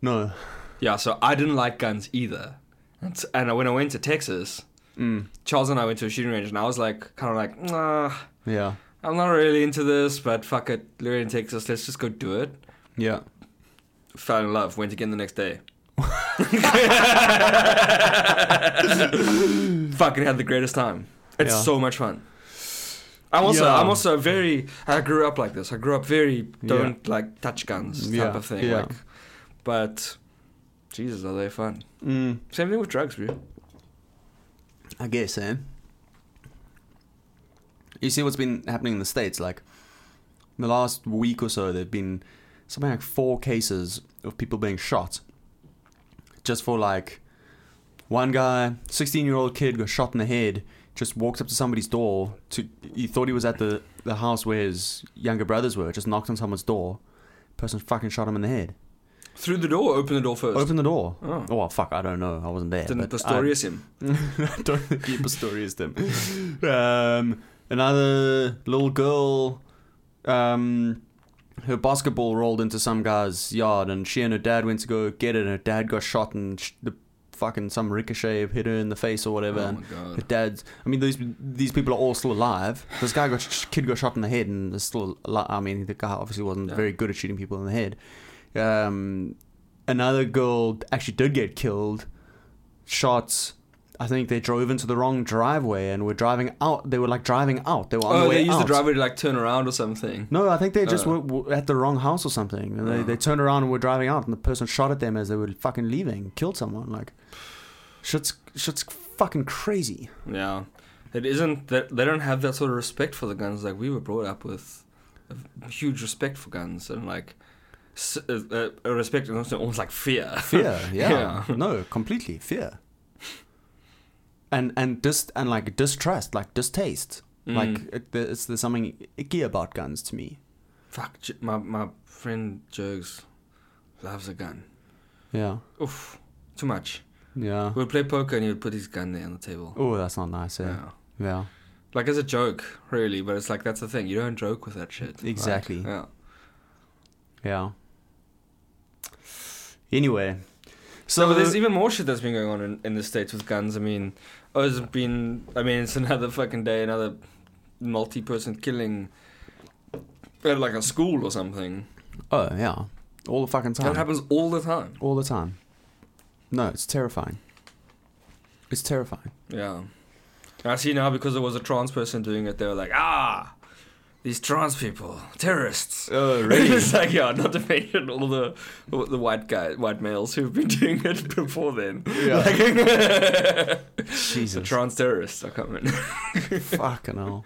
[SPEAKER 1] no.
[SPEAKER 2] Yeah, so I didn't like guns either. And, and when I went to Texas,
[SPEAKER 1] Mm.
[SPEAKER 2] Charles and I went to a shooting range, and I was like, kind of like, nah,
[SPEAKER 1] Yeah.
[SPEAKER 2] I'm not really into this, but fuck it. We're in Texas. Let's just go do it.
[SPEAKER 1] Yeah.
[SPEAKER 2] Fell in love. Went again the next day.
[SPEAKER 1] [laughs]
[SPEAKER 2] Fucking had the greatest time. It's
[SPEAKER 3] Yeah.
[SPEAKER 2] so much fun. I'm also
[SPEAKER 1] Yeah.
[SPEAKER 2] I'm also very I grew up like this. I grew up very don't like touch guns type
[SPEAKER 1] Yeah,
[SPEAKER 2] of thing.
[SPEAKER 1] yeah.
[SPEAKER 2] Like, but Jesus, are they fun?
[SPEAKER 1] Mm,
[SPEAKER 2] Same thing with drugs, bro.
[SPEAKER 1] I guess, eh? You see what's been happening in the States? Like, in the last week or so, there have been something like four cases of people being shot. Just for, like, one guy, 16 year old kid, got shot in the head, just walked up to somebody's door. To He thought he was at the, the house where his younger brothers were, just knocked on someone's door. Person fucking shot him in the head.
[SPEAKER 2] Through the door, open the door first.
[SPEAKER 1] Open the door.
[SPEAKER 2] Oh.
[SPEAKER 1] Oh, well, fuck, I don't know. I wasn't there.
[SPEAKER 2] Didn't
[SPEAKER 1] but I-
[SPEAKER 2] Pistorius him?
[SPEAKER 1] I [laughs] don't think he Pistorius them. Um, another little girl, um, her basketball rolled into some guy's yard, and she and her dad went to go get it, and her dad got shot, and sh- the fucking some ricochet hit her in the face or whatever.
[SPEAKER 2] Oh
[SPEAKER 1] and
[SPEAKER 2] my god.
[SPEAKER 1] her dad's. I mean, these these people are all still alive. This guy got sh- kid got shot in the head, and is still. Alive. I mean, the guy obviously wasn't
[SPEAKER 2] Yeah.
[SPEAKER 1] very good at shooting people in the head. Um, another girl actually did get killed. Shots. I think they drove into the wrong driveway and were driving out. They were like driving out. They were on the
[SPEAKER 2] Oh,
[SPEAKER 1] way
[SPEAKER 2] they used
[SPEAKER 1] out.
[SPEAKER 2] the driver to like turn around or something.
[SPEAKER 1] No, I think they just
[SPEAKER 2] Oh.
[SPEAKER 1] were, were at the wrong house or something, and they,
[SPEAKER 2] Oh.
[SPEAKER 1] they turned around and were driving out, and the person shot at them as they were fucking leaving, killed someone. Like, shit's shit's fucking crazy.
[SPEAKER 2] Yeah, it isn't that they don't have that sort of respect for the guns like we were brought up with. A huge respect for guns and like s- uh, uh, a respect and also almost like fear.
[SPEAKER 1] [laughs] fear yeah,
[SPEAKER 2] Yeah.
[SPEAKER 1] no completely fear and and dis and like distrust like distaste like
[SPEAKER 2] Mm.
[SPEAKER 1] it, there's, there's something icky about guns to me
[SPEAKER 2] [laughs] fuck. J- My my friend Jergs loves a gun.
[SPEAKER 1] yeah
[SPEAKER 2] Oof, too much.
[SPEAKER 1] yeah
[SPEAKER 2] We'd play poker and he would put his gun there on the table.
[SPEAKER 1] oh that's not nice eh? yeah
[SPEAKER 2] Yeah.
[SPEAKER 1] yeah
[SPEAKER 2] Like as a joke, really, but it's like that's the thing. You don't joke with that shit. Like,
[SPEAKER 1] Exactly.
[SPEAKER 2] yeah.
[SPEAKER 1] anyway
[SPEAKER 2] So
[SPEAKER 1] so
[SPEAKER 2] but there's even more shit that's been going on in, in the states with guns. I mean, oh, it's been. I mean, it's [laughs] another fucking day, another multi-person killing at like a school or something.
[SPEAKER 1] oh yeah all the fucking
[SPEAKER 2] That
[SPEAKER 1] time
[SPEAKER 2] happens all the time.
[SPEAKER 1] all the time no it's terrifying it's terrifying
[SPEAKER 2] Yeah, I see now because there was a trans person doing it. They were like, ah, these trans people, [laughs] terrorists.
[SPEAKER 1] oh
[SPEAKER 2] it's like yeah, not to mention all the all the white guy, white males who've been [laughs] doing it before then.
[SPEAKER 1] Yeah.
[SPEAKER 2] Like- [laughs] the
[SPEAKER 1] [laughs] jesus
[SPEAKER 2] trans terrorists are coming.
[SPEAKER 1] Fucking hell.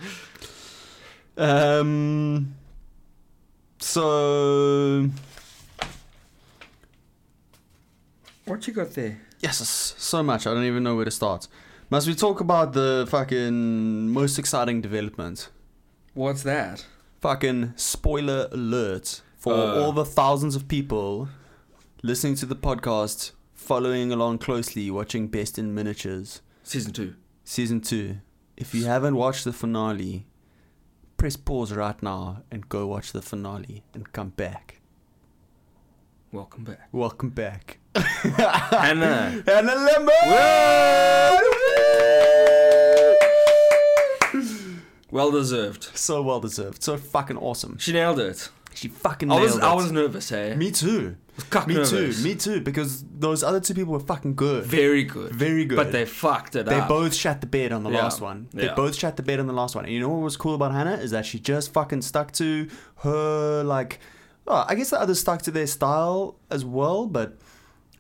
[SPEAKER 1] Um. So
[SPEAKER 2] What you got there?
[SPEAKER 1] yes, so much. I don't even know where to start. Must we talk about the fucking most exciting development?
[SPEAKER 2] What's that?
[SPEAKER 1] Fucking spoiler alert for
[SPEAKER 2] Uh.
[SPEAKER 1] all the thousands of people listening to the podcast, following along closely, watching Best in Miniatures
[SPEAKER 2] Season two.
[SPEAKER 1] season two. If you haven't watched the finale, press pause right now and go watch the finale and come back. [laughs]
[SPEAKER 2] Welcome back.
[SPEAKER 1] Welcome back.
[SPEAKER 2] Hannah.
[SPEAKER 1] Anna Lemon!
[SPEAKER 2] Well deserved.
[SPEAKER 1] So well deserved. So fucking awesome.
[SPEAKER 2] She nailed it.
[SPEAKER 1] She fucking
[SPEAKER 2] I
[SPEAKER 1] nailed
[SPEAKER 2] was
[SPEAKER 1] it.
[SPEAKER 2] I was nervous, eh?
[SPEAKER 1] Me too.
[SPEAKER 2] was cuck
[SPEAKER 1] Me
[SPEAKER 2] nervous.
[SPEAKER 1] too. Me too. Because those other two people were fucking good.
[SPEAKER 2] Very good.
[SPEAKER 1] Very good.
[SPEAKER 2] But they fucked it
[SPEAKER 1] They
[SPEAKER 2] up.
[SPEAKER 1] both shat the bed on the
[SPEAKER 2] Yeah.
[SPEAKER 1] last one. They
[SPEAKER 2] Yeah.
[SPEAKER 1] both shat the bed on the last one. And you know what was cool about Hannah is that she just fucking stuck to her like. Oh, I guess the others stuck to their style as well, but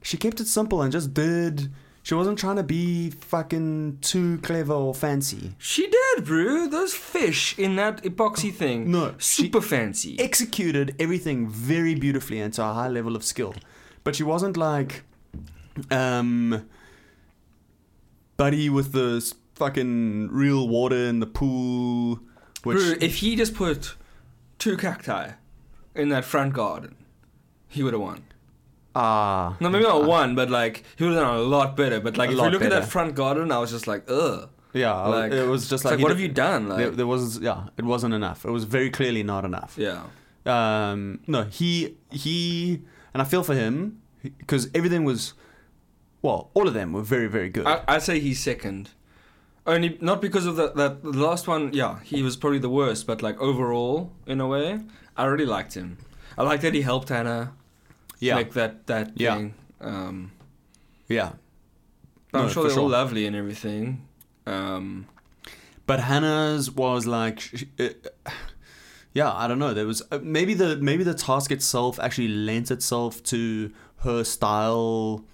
[SPEAKER 1] she kept it simple and just did. She wasn't trying to be fucking too clever or fancy.
[SPEAKER 2] she did, bro. Those fish in that epoxy thing.
[SPEAKER 1] No, she-
[SPEAKER 2] Super fancy.
[SPEAKER 1] Executed everything very beautifully and to a high level of skill, but she wasn't like, um, buddy with the s- fucking real water in the pool. Which
[SPEAKER 2] Bro, if he just put two cacti in that front garden, he would have won.
[SPEAKER 1] Ah.
[SPEAKER 2] No, maybe not one, but like he would have done a lot better. But like
[SPEAKER 1] A
[SPEAKER 2] if
[SPEAKER 1] lot
[SPEAKER 2] you look at
[SPEAKER 1] better.
[SPEAKER 2] that front garden, I was just like, ugh.
[SPEAKER 1] Yeah, I was-
[SPEAKER 2] Like,
[SPEAKER 1] it was just
[SPEAKER 2] It's
[SPEAKER 1] like,
[SPEAKER 2] like,
[SPEAKER 1] he
[SPEAKER 2] what
[SPEAKER 1] did-
[SPEAKER 2] have you done? Like,
[SPEAKER 1] There, there was yeah, it wasn't enough. It was very clearly not enough.
[SPEAKER 2] yeah.
[SPEAKER 1] Um, no, he he, and I feel for him because everything was, well, all of them were very very good.
[SPEAKER 2] I, I say he's second. Only not because of the, that the last one. Yeah, he was probably the worst, but like overall, in a way, I really liked him. I like that he helped Hannah.
[SPEAKER 1] yeah,
[SPEAKER 2] Like that that
[SPEAKER 1] Yeah.
[SPEAKER 2] thing. Um,
[SPEAKER 1] yeah.
[SPEAKER 2] but
[SPEAKER 1] No,
[SPEAKER 2] I'm sure
[SPEAKER 1] for
[SPEAKER 2] they're
[SPEAKER 1] sure.
[SPEAKER 2] all lovely and everything. Um,
[SPEAKER 1] But Hannah's was like, sh- it, yeah, I don't know. There was uh, maybe the maybe the task itself actually lent itself to her style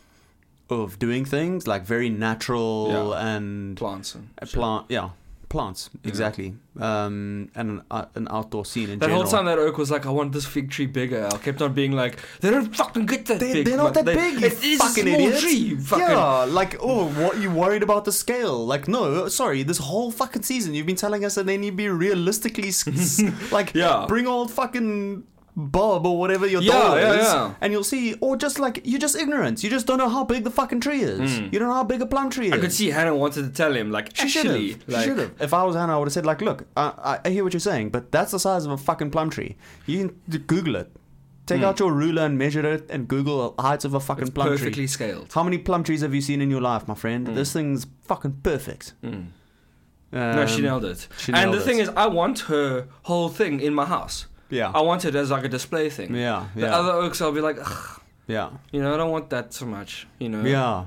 [SPEAKER 1] of doing things, like very natural and
[SPEAKER 2] plants and
[SPEAKER 1] a
[SPEAKER 2] shit.
[SPEAKER 1] plant, yeah, plants
[SPEAKER 2] Yeah.
[SPEAKER 1] exactly, um, and an, uh, an outdoor scene in
[SPEAKER 2] That
[SPEAKER 1] general.
[SPEAKER 2] whole time that oak was like, I want this fig tree bigger. I kept on being like, they don't fucking get that
[SPEAKER 1] They-
[SPEAKER 2] big.
[SPEAKER 1] they're not
[SPEAKER 2] but
[SPEAKER 1] that
[SPEAKER 2] they-
[SPEAKER 1] big, you
[SPEAKER 2] it is
[SPEAKER 1] fucking
[SPEAKER 2] a small
[SPEAKER 1] idiots.
[SPEAKER 2] tree. you Fucking
[SPEAKER 1] Yeah, like oh, what you worried about the scale? Like no, sorry, this whole fucking season you've been telling us that they need to be realistically s-
[SPEAKER 2] [laughs]
[SPEAKER 1] s- like
[SPEAKER 2] Yeah.
[SPEAKER 1] bring old fucking Bob or whatever your
[SPEAKER 2] Yeah,
[SPEAKER 1] doll
[SPEAKER 2] yeah,
[SPEAKER 1] is,
[SPEAKER 2] yeah.
[SPEAKER 1] and you'll see, or just like you're just ignorant, you just don't know how big the fucking tree is,
[SPEAKER 2] Mm.
[SPEAKER 1] you don't know how big a plum tree is.
[SPEAKER 2] I could see Hannah wanted to tell him like,
[SPEAKER 1] She should have.
[SPEAKER 2] actually, like,
[SPEAKER 1] she should have. If I was Hannah, I would have said, like, look, I, I, I hear what you're saying, but that's the size of a fucking plum tree. You can d- Google it. Take
[SPEAKER 2] Hmm.
[SPEAKER 1] out your ruler and measure it and Google the heights of a fucking
[SPEAKER 2] it's
[SPEAKER 1] plum
[SPEAKER 2] perfectly
[SPEAKER 1] tree.
[SPEAKER 2] scaled.
[SPEAKER 1] How many plum trees have you seen in your life, my friend?
[SPEAKER 2] Hmm.
[SPEAKER 1] This thing's fucking perfect.
[SPEAKER 2] Mm.
[SPEAKER 1] Um,
[SPEAKER 2] no, she nailed it.
[SPEAKER 1] she
[SPEAKER 2] and
[SPEAKER 1] nailed
[SPEAKER 2] the
[SPEAKER 1] it.
[SPEAKER 2] thing is, I want her whole thing in my house.
[SPEAKER 1] Yeah.
[SPEAKER 2] I want it as like a display thing.
[SPEAKER 1] yeah.
[SPEAKER 2] The
[SPEAKER 1] Yeah.
[SPEAKER 2] other oaks, I'll be like, "Ugh,
[SPEAKER 1] yeah.
[SPEAKER 2] you know, I don't want that so much. You know.
[SPEAKER 1] Yeah.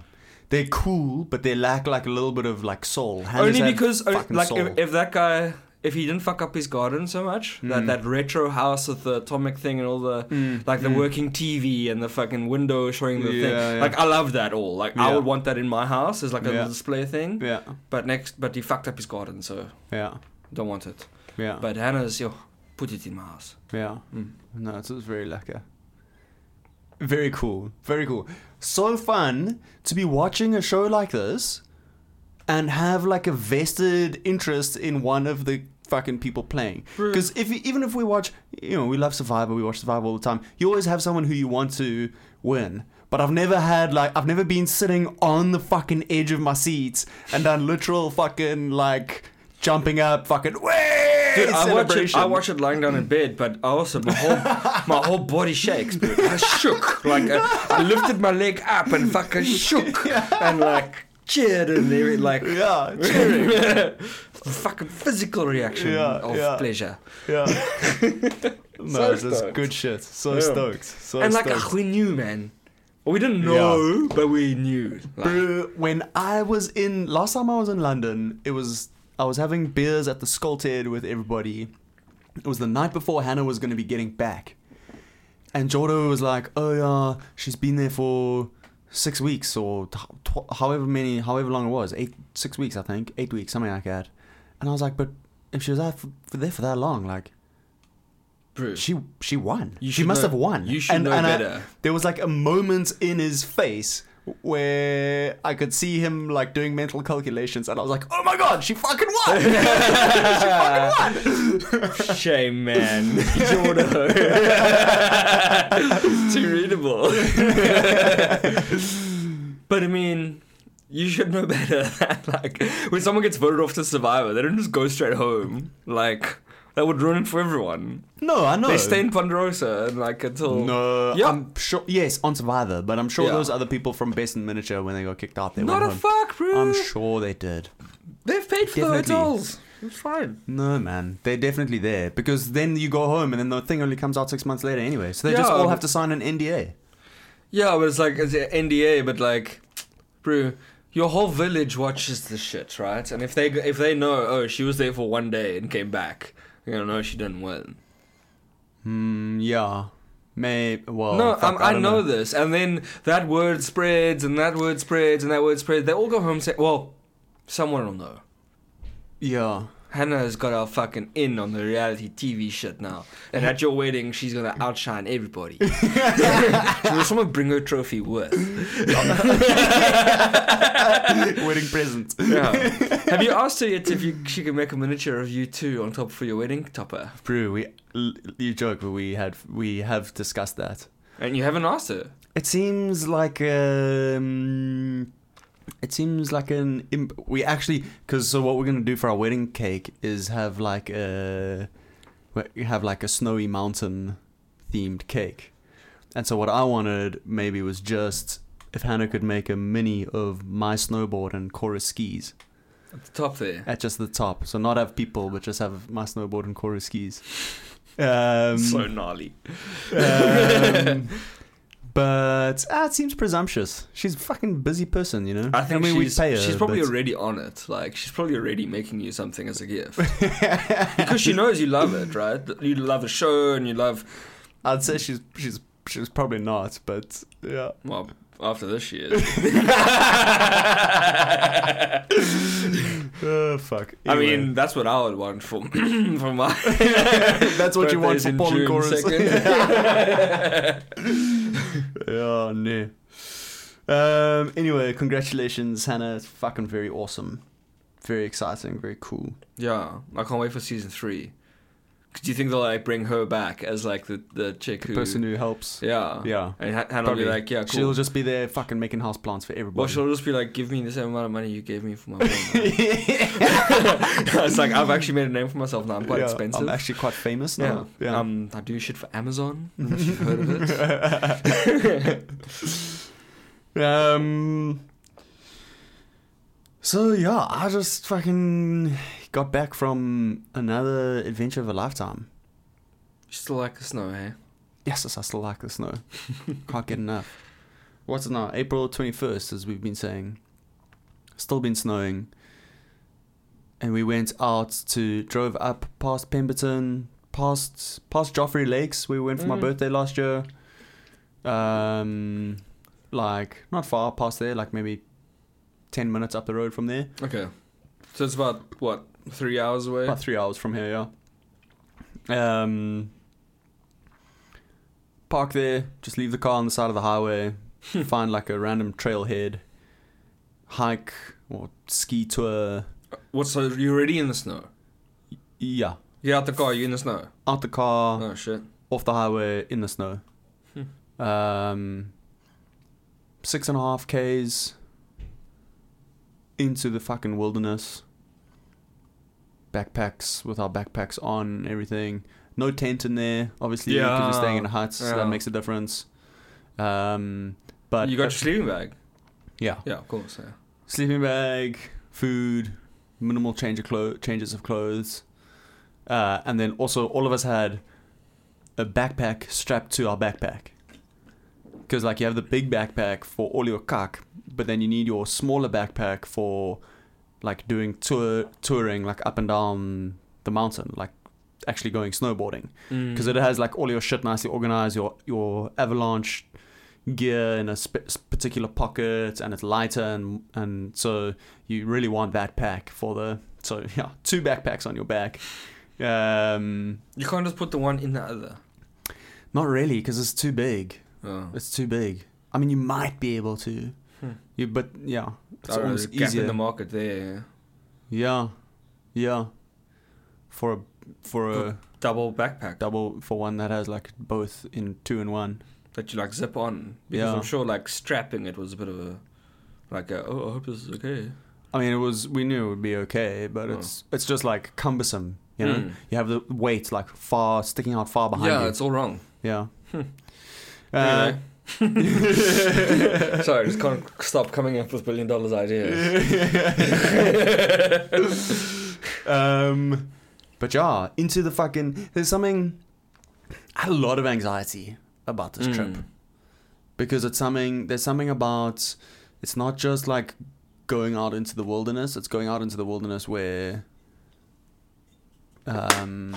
[SPEAKER 1] They're cool, but they lack, like, a little bit of, like, soul. Hannah's
[SPEAKER 2] Only
[SPEAKER 1] had
[SPEAKER 2] because, o-
[SPEAKER 1] fucking
[SPEAKER 2] like, e,
[SPEAKER 1] soul.
[SPEAKER 2] if, if that guy, if he didn't fuck up his garden so much, that
[SPEAKER 1] Mm.
[SPEAKER 2] that retro house with the atomic thing and all the.
[SPEAKER 1] Mm,
[SPEAKER 2] e, Like the
[SPEAKER 1] mm.
[SPEAKER 2] working TV and the fucking window showing the
[SPEAKER 1] Yeah,
[SPEAKER 2] thing.
[SPEAKER 1] yeah.
[SPEAKER 2] Like I love that all. Like I
[SPEAKER 1] Yeah.
[SPEAKER 2] would want that in my house as like a
[SPEAKER 1] Yeah.
[SPEAKER 2] display thing.
[SPEAKER 1] Yeah.
[SPEAKER 2] But next, but he fucked up his garden, so
[SPEAKER 1] Yeah.
[SPEAKER 2] don't want it.
[SPEAKER 1] Yeah.
[SPEAKER 2] But Hannah's, yo, put it in my house.
[SPEAKER 1] Yeah.
[SPEAKER 2] Mm.
[SPEAKER 1] No, it was very lekker. Very cool. Very cool. So fun to be watching a show like this and have like a vested interest in one of the fucking people playing.
[SPEAKER 2] Bruh.
[SPEAKER 1] Because if even if we watch, you know, we love Survivor, we watch Survivor all the time. You always have someone who you want to win. But I've never had like I've never been sitting on the fucking edge of my seat and done literal fucking like jumping up fucking way
[SPEAKER 2] Dude, I watch it.
[SPEAKER 1] celebration.
[SPEAKER 2] I watch it lying down in bed, but I also my whole my whole body shakes. Dude. I shook like I, I lifted my leg up and fucking shook and like cheered and every like [laughs]
[SPEAKER 1] yeah, cheering.
[SPEAKER 2] fucking physical reaction
[SPEAKER 1] Yeah,
[SPEAKER 2] of
[SPEAKER 1] yeah.
[SPEAKER 2] pleasure. [laughs]
[SPEAKER 1] Yeah. no,
[SPEAKER 2] So
[SPEAKER 1] it's just
[SPEAKER 2] stoked.
[SPEAKER 1] good shit. So
[SPEAKER 2] Yeah.
[SPEAKER 1] stoked. So
[SPEAKER 2] and like
[SPEAKER 1] stoked.
[SPEAKER 2] ugh, we knew, man. We didn't know, but we knew. Like,
[SPEAKER 1] Bro, when I was in last time I was in London, it was I was having beers at the Skolted with everybody. It was the night before Hannah was going to be getting back, and Jordo was like, "Oh yeah, she's been there for six weeks or t- tw- however many, however long it was, eight, six weeks, I think, eight weeks, something like that." And I was like, "But if she was out for, for there for that long, like,
[SPEAKER 2] bro,
[SPEAKER 1] she she won.
[SPEAKER 2] You
[SPEAKER 1] she
[SPEAKER 2] should
[SPEAKER 1] must
[SPEAKER 2] know-
[SPEAKER 1] have won.
[SPEAKER 2] you should know
[SPEAKER 1] I-
[SPEAKER 2] better.
[SPEAKER 1] there was like a moment in his face where I could see him like doing mental calculations, and I was like, "Oh my god, she fucking won!
[SPEAKER 2] [laughs]
[SPEAKER 1] [laughs] she fucking won!"
[SPEAKER 2] shame,
[SPEAKER 1] [laughs]
[SPEAKER 2] man. Jordan. Too readable. [laughs] but I mean, you should know better. [laughs] That, like, when someone gets voted off to Survivor, they don't just go straight home. Like, that would ruin it for everyone.
[SPEAKER 1] No, I know.
[SPEAKER 2] They stay in Ponderosa and like until.
[SPEAKER 1] No,
[SPEAKER 2] Yeah.
[SPEAKER 1] I'm sure. Yes, on Survivor, but I'm sure
[SPEAKER 2] Yeah.
[SPEAKER 1] those other people from Best in Miniature when they got kicked out, they
[SPEAKER 2] Not a
[SPEAKER 1] went home.
[SPEAKER 2] fuck, bro.
[SPEAKER 1] I'm sure they did.
[SPEAKER 2] They've paid for
[SPEAKER 1] Definitely.
[SPEAKER 2] the hotels. It's fine.
[SPEAKER 1] No, man, they're definitely there because then you go home and then the thing only comes out six months later anyway. So they just
[SPEAKER 2] Yeah,
[SPEAKER 1] all
[SPEAKER 2] but-
[SPEAKER 1] have to sign an NDA.
[SPEAKER 2] Yeah, but it's like it's an NDA, but like, bro, your whole village watches this shit, right? And if they if they know, oh, she was there for one day and came back, you know, no, she didn't win.
[SPEAKER 1] Hmm. Yeah. May well.
[SPEAKER 2] no,
[SPEAKER 1] Oh, fuck,
[SPEAKER 2] um, I,
[SPEAKER 1] don't
[SPEAKER 2] know this, and then that word spreads, and that word spreads, and that word spreads. They all go home and say, well, someone will know. [laughs]
[SPEAKER 1] Yeah. [laughs]
[SPEAKER 2] Hannah has got our fucking in on the reality TV shit now, and at your wedding, she's gonna outshine everybody. Will someone bring her trophy [laughs] with?
[SPEAKER 1] Wedding present.
[SPEAKER 2] [laughs] Yeah. Have you asked her yet if you, she can make a miniature of you two on top for your wedding topper?
[SPEAKER 1] Brew, we l- you joke, but we had we have discussed that.
[SPEAKER 2] And you haven't asked her.
[SPEAKER 1] It seems like um, it seems like an imp- we actually because so what we're gonna do for our wedding cake is have like a we have like a snowy mountain themed cake, and so what I wanted maybe was just if Hannah could make a mini of my snowboard and Cora's skis
[SPEAKER 2] At the top there.
[SPEAKER 1] at just the top, so not have people but just have my snowboard and Cora's skis. Um,
[SPEAKER 2] [laughs] so gnarly.
[SPEAKER 1] Um, But ah, it seems presumptuous. She's a fucking busy person, you know.
[SPEAKER 2] I think
[SPEAKER 1] mean, we'd
[SPEAKER 2] she's,
[SPEAKER 1] pay her,
[SPEAKER 2] she's probably
[SPEAKER 1] but-
[SPEAKER 2] already on it. Like she's probably already making you something as a [laughs] gift
[SPEAKER 1] [laughs]
[SPEAKER 2] because she knows you love it, right? You love the show and you love.
[SPEAKER 1] I'd say she's she's she's probably not, but yeah.
[SPEAKER 2] Well, after this, [laughs]
[SPEAKER 1] [laughs]
[SPEAKER 2] she is.
[SPEAKER 1] Oh fuck.
[SPEAKER 2] I
[SPEAKER 1] Anyway.
[SPEAKER 2] mean, that's what I would want from [clears throat] from my.
[SPEAKER 1] [laughs] that's what you want
[SPEAKER 2] birthday's
[SPEAKER 1] for
[SPEAKER 2] in
[SPEAKER 1] Paul and
[SPEAKER 2] June
[SPEAKER 1] Chorus.
[SPEAKER 2] [laughs] 2nd.
[SPEAKER 1] [laughs] yeah, no. Um. Anyway, congratulations, Hannah. It's fucking very awesome, very exciting, very cool.
[SPEAKER 2] yeah, I can't wait for season three. 'Cause Do you think they'll like bring her back as like the the chick
[SPEAKER 1] The
[SPEAKER 2] who?
[SPEAKER 1] person who helps.
[SPEAKER 2] yeah.
[SPEAKER 1] Yeah.
[SPEAKER 2] And Ha- Hannah'll
[SPEAKER 1] Probably.
[SPEAKER 2] be like, yeah, cool.
[SPEAKER 1] She'll just be there fucking making house plants for everybody.
[SPEAKER 2] Well, she'll just be like, give me the same amount of money you gave me
[SPEAKER 1] [laughs]
[SPEAKER 2] for my wedding." it's like, I've actually made a name for myself now. I'm quite
[SPEAKER 1] Yeah,
[SPEAKER 2] expensive.
[SPEAKER 1] I'm actually quite famous now.
[SPEAKER 2] yeah. Um, I do shit for Amazon. I don't know if You've heard of it?
[SPEAKER 1] [laughs] um. So yeah, I just fucking got back from another adventure of a lifetime.
[SPEAKER 2] Still like the snow, eh?
[SPEAKER 1] Yes, yes, I still like the snow. Can't get enough. What's it now? April twenty first, as we've been saying. Still been snowing. And we went out to drove up past Pemberton, past past Joffrey Lakes. where We went for my
[SPEAKER 2] Mm.
[SPEAKER 1] birthday last year. Um, like not far past there, like maybe ten minutes up the road from there.
[SPEAKER 2] Okay. So it's about what three hours away.
[SPEAKER 1] About three hours from here, yeah. Um, park there, just leave the car on the side of the highway, find like a random trailhead, hike or ski tour.
[SPEAKER 2] What? So you're already in the snow.
[SPEAKER 1] Yeah.
[SPEAKER 2] You're out the car. You're in the snow.
[SPEAKER 1] Out the car,
[SPEAKER 2] Oh shit.
[SPEAKER 1] off the highway, in the snow.
[SPEAKER 2] Hm.
[SPEAKER 1] Um, six and a half Ks into the fucking wilderness. Backpacks with our backpacks on, everything. No tent in there, obviously, because we're staying in a hut, so
[SPEAKER 2] Yeah.
[SPEAKER 1] that makes a difference. Um, but
[SPEAKER 2] you got your sleeping bag.
[SPEAKER 1] yeah,
[SPEAKER 2] Yeah, of course. Yeah.
[SPEAKER 1] sleeping bag, food, minimal change of clo- changes of clothes, uh, and then also all of us had a backpack strapped to our backpack. Because like you have the big backpack for all your kak, but then you need your smaller backpack for like doing tour touring like up and down the mountain, like actually going snowboarding
[SPEAKER 2] Mm.
[SPEAKER 1] because it has like all your shit nicely organized, your your avalanche gear in a sp- s- particular pocket, and it's lighter, and and so you really want that pack for the so [laughs] yeah, two backpacks on your back. Um,
[SPEAKER 2] you can't just put the one in the other.
[SPEAKER 1] not really, because it's too big.
[SPEAKER 2] Oh.
[SPEAKER 1] It's too big. I mean, you might be able to,
[SPEAKER 2] Hmm.
[SPEAKER 1] you but yeah, it's
[SPEAKER 2] I don't know,
[SPEAKER 1] almost
[SPEAKER 2] there's a gap in
[SPEAKER 1] easier.
[SPEAKER 2] the market there.
[SPEAKER 1] yeah, yeah, for a for a
[SPEAKER 2] Double backpack
[SPEAKER 1] double for one that has like both in two and one.
[SPEAKER 2] that you like zip on because
[SPEAKER 1] Yeah.
[SPEAKER 2] I'm sure like strapping it was a bit of a like a, oh I hope this is okay.
[SPEAKER 1] I mean, it was we knew it would be okay, but
[SPEAKER 2] Oh.
[SPEAKER 1] it's it's just like cumbersome, you know.
[SPEAKER 2] Mm.
[SPEAKER 1] You have the weight like far sticking out far behind
[SPEAKER 2] yeah,
[SPEAKER 1] you. Uh,
[SPEAKER 2] it's all wrong. [laughs]
[SPEAKER 1] yeah. [laughs]
[SPEAKER 2] Anyway. [laughs] Sorry, I just can't stop coming up with billion dollars ideas.
[SPEAKER 1] [laughs] um, but yeah, into the fucking. There's something. I had a lot of anxiety about this trip
[SPEAKER 2] Mm.
[SPEAKER 1] because it's something. There's something about. It's not just like going out into the wilderness. It's going out into the wilderness where. Um.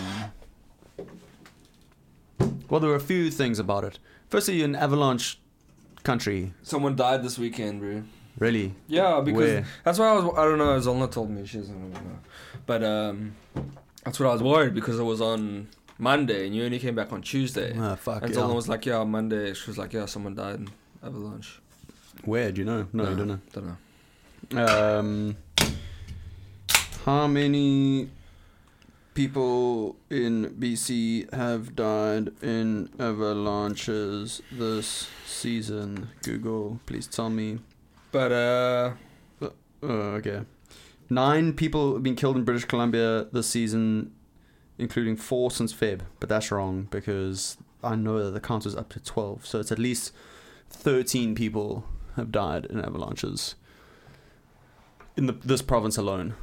[SPEAKER 1] Well, there were a few things about it. Firstly, you're in avalanche country,
[SPEAKER 2] Someone died this weekend, bro.
[SPEAKER 1] really.
[SPEAKER 2] Yeah, Oh, because
[SPEAKER 1] Where?
[SPEAKER 2] that's why I was. I don't know. Zolna told me she doesn't know, but um, that's what I was worried because it was on Monday and you only came back on Tuesday.
[SPEAKER 1] Ah, fuck.
[SPEAKER 2] and
[SPEAKER 1] yeah.
[SPEAKER 2] Zolna was like, "Yeah, Monday." She was like, "Yeah, someone died in avalanche."
[SPEAKER 1] Where do you know? No, you don't know.
[SPEAKER 2] Don't know.
[SPEAKER 1] Um, how many people in BC have died in avalanches this season? Google, please tell me.
[SPEAKER 2] But uh,
[SPEAKER 1] Uh, okay. Nine people have been killed in British Columbia this season, including four since Feb, but that's wrong because I know that the count is up to 12, so it's at least 13 people have died in avalanches in the, this province alone.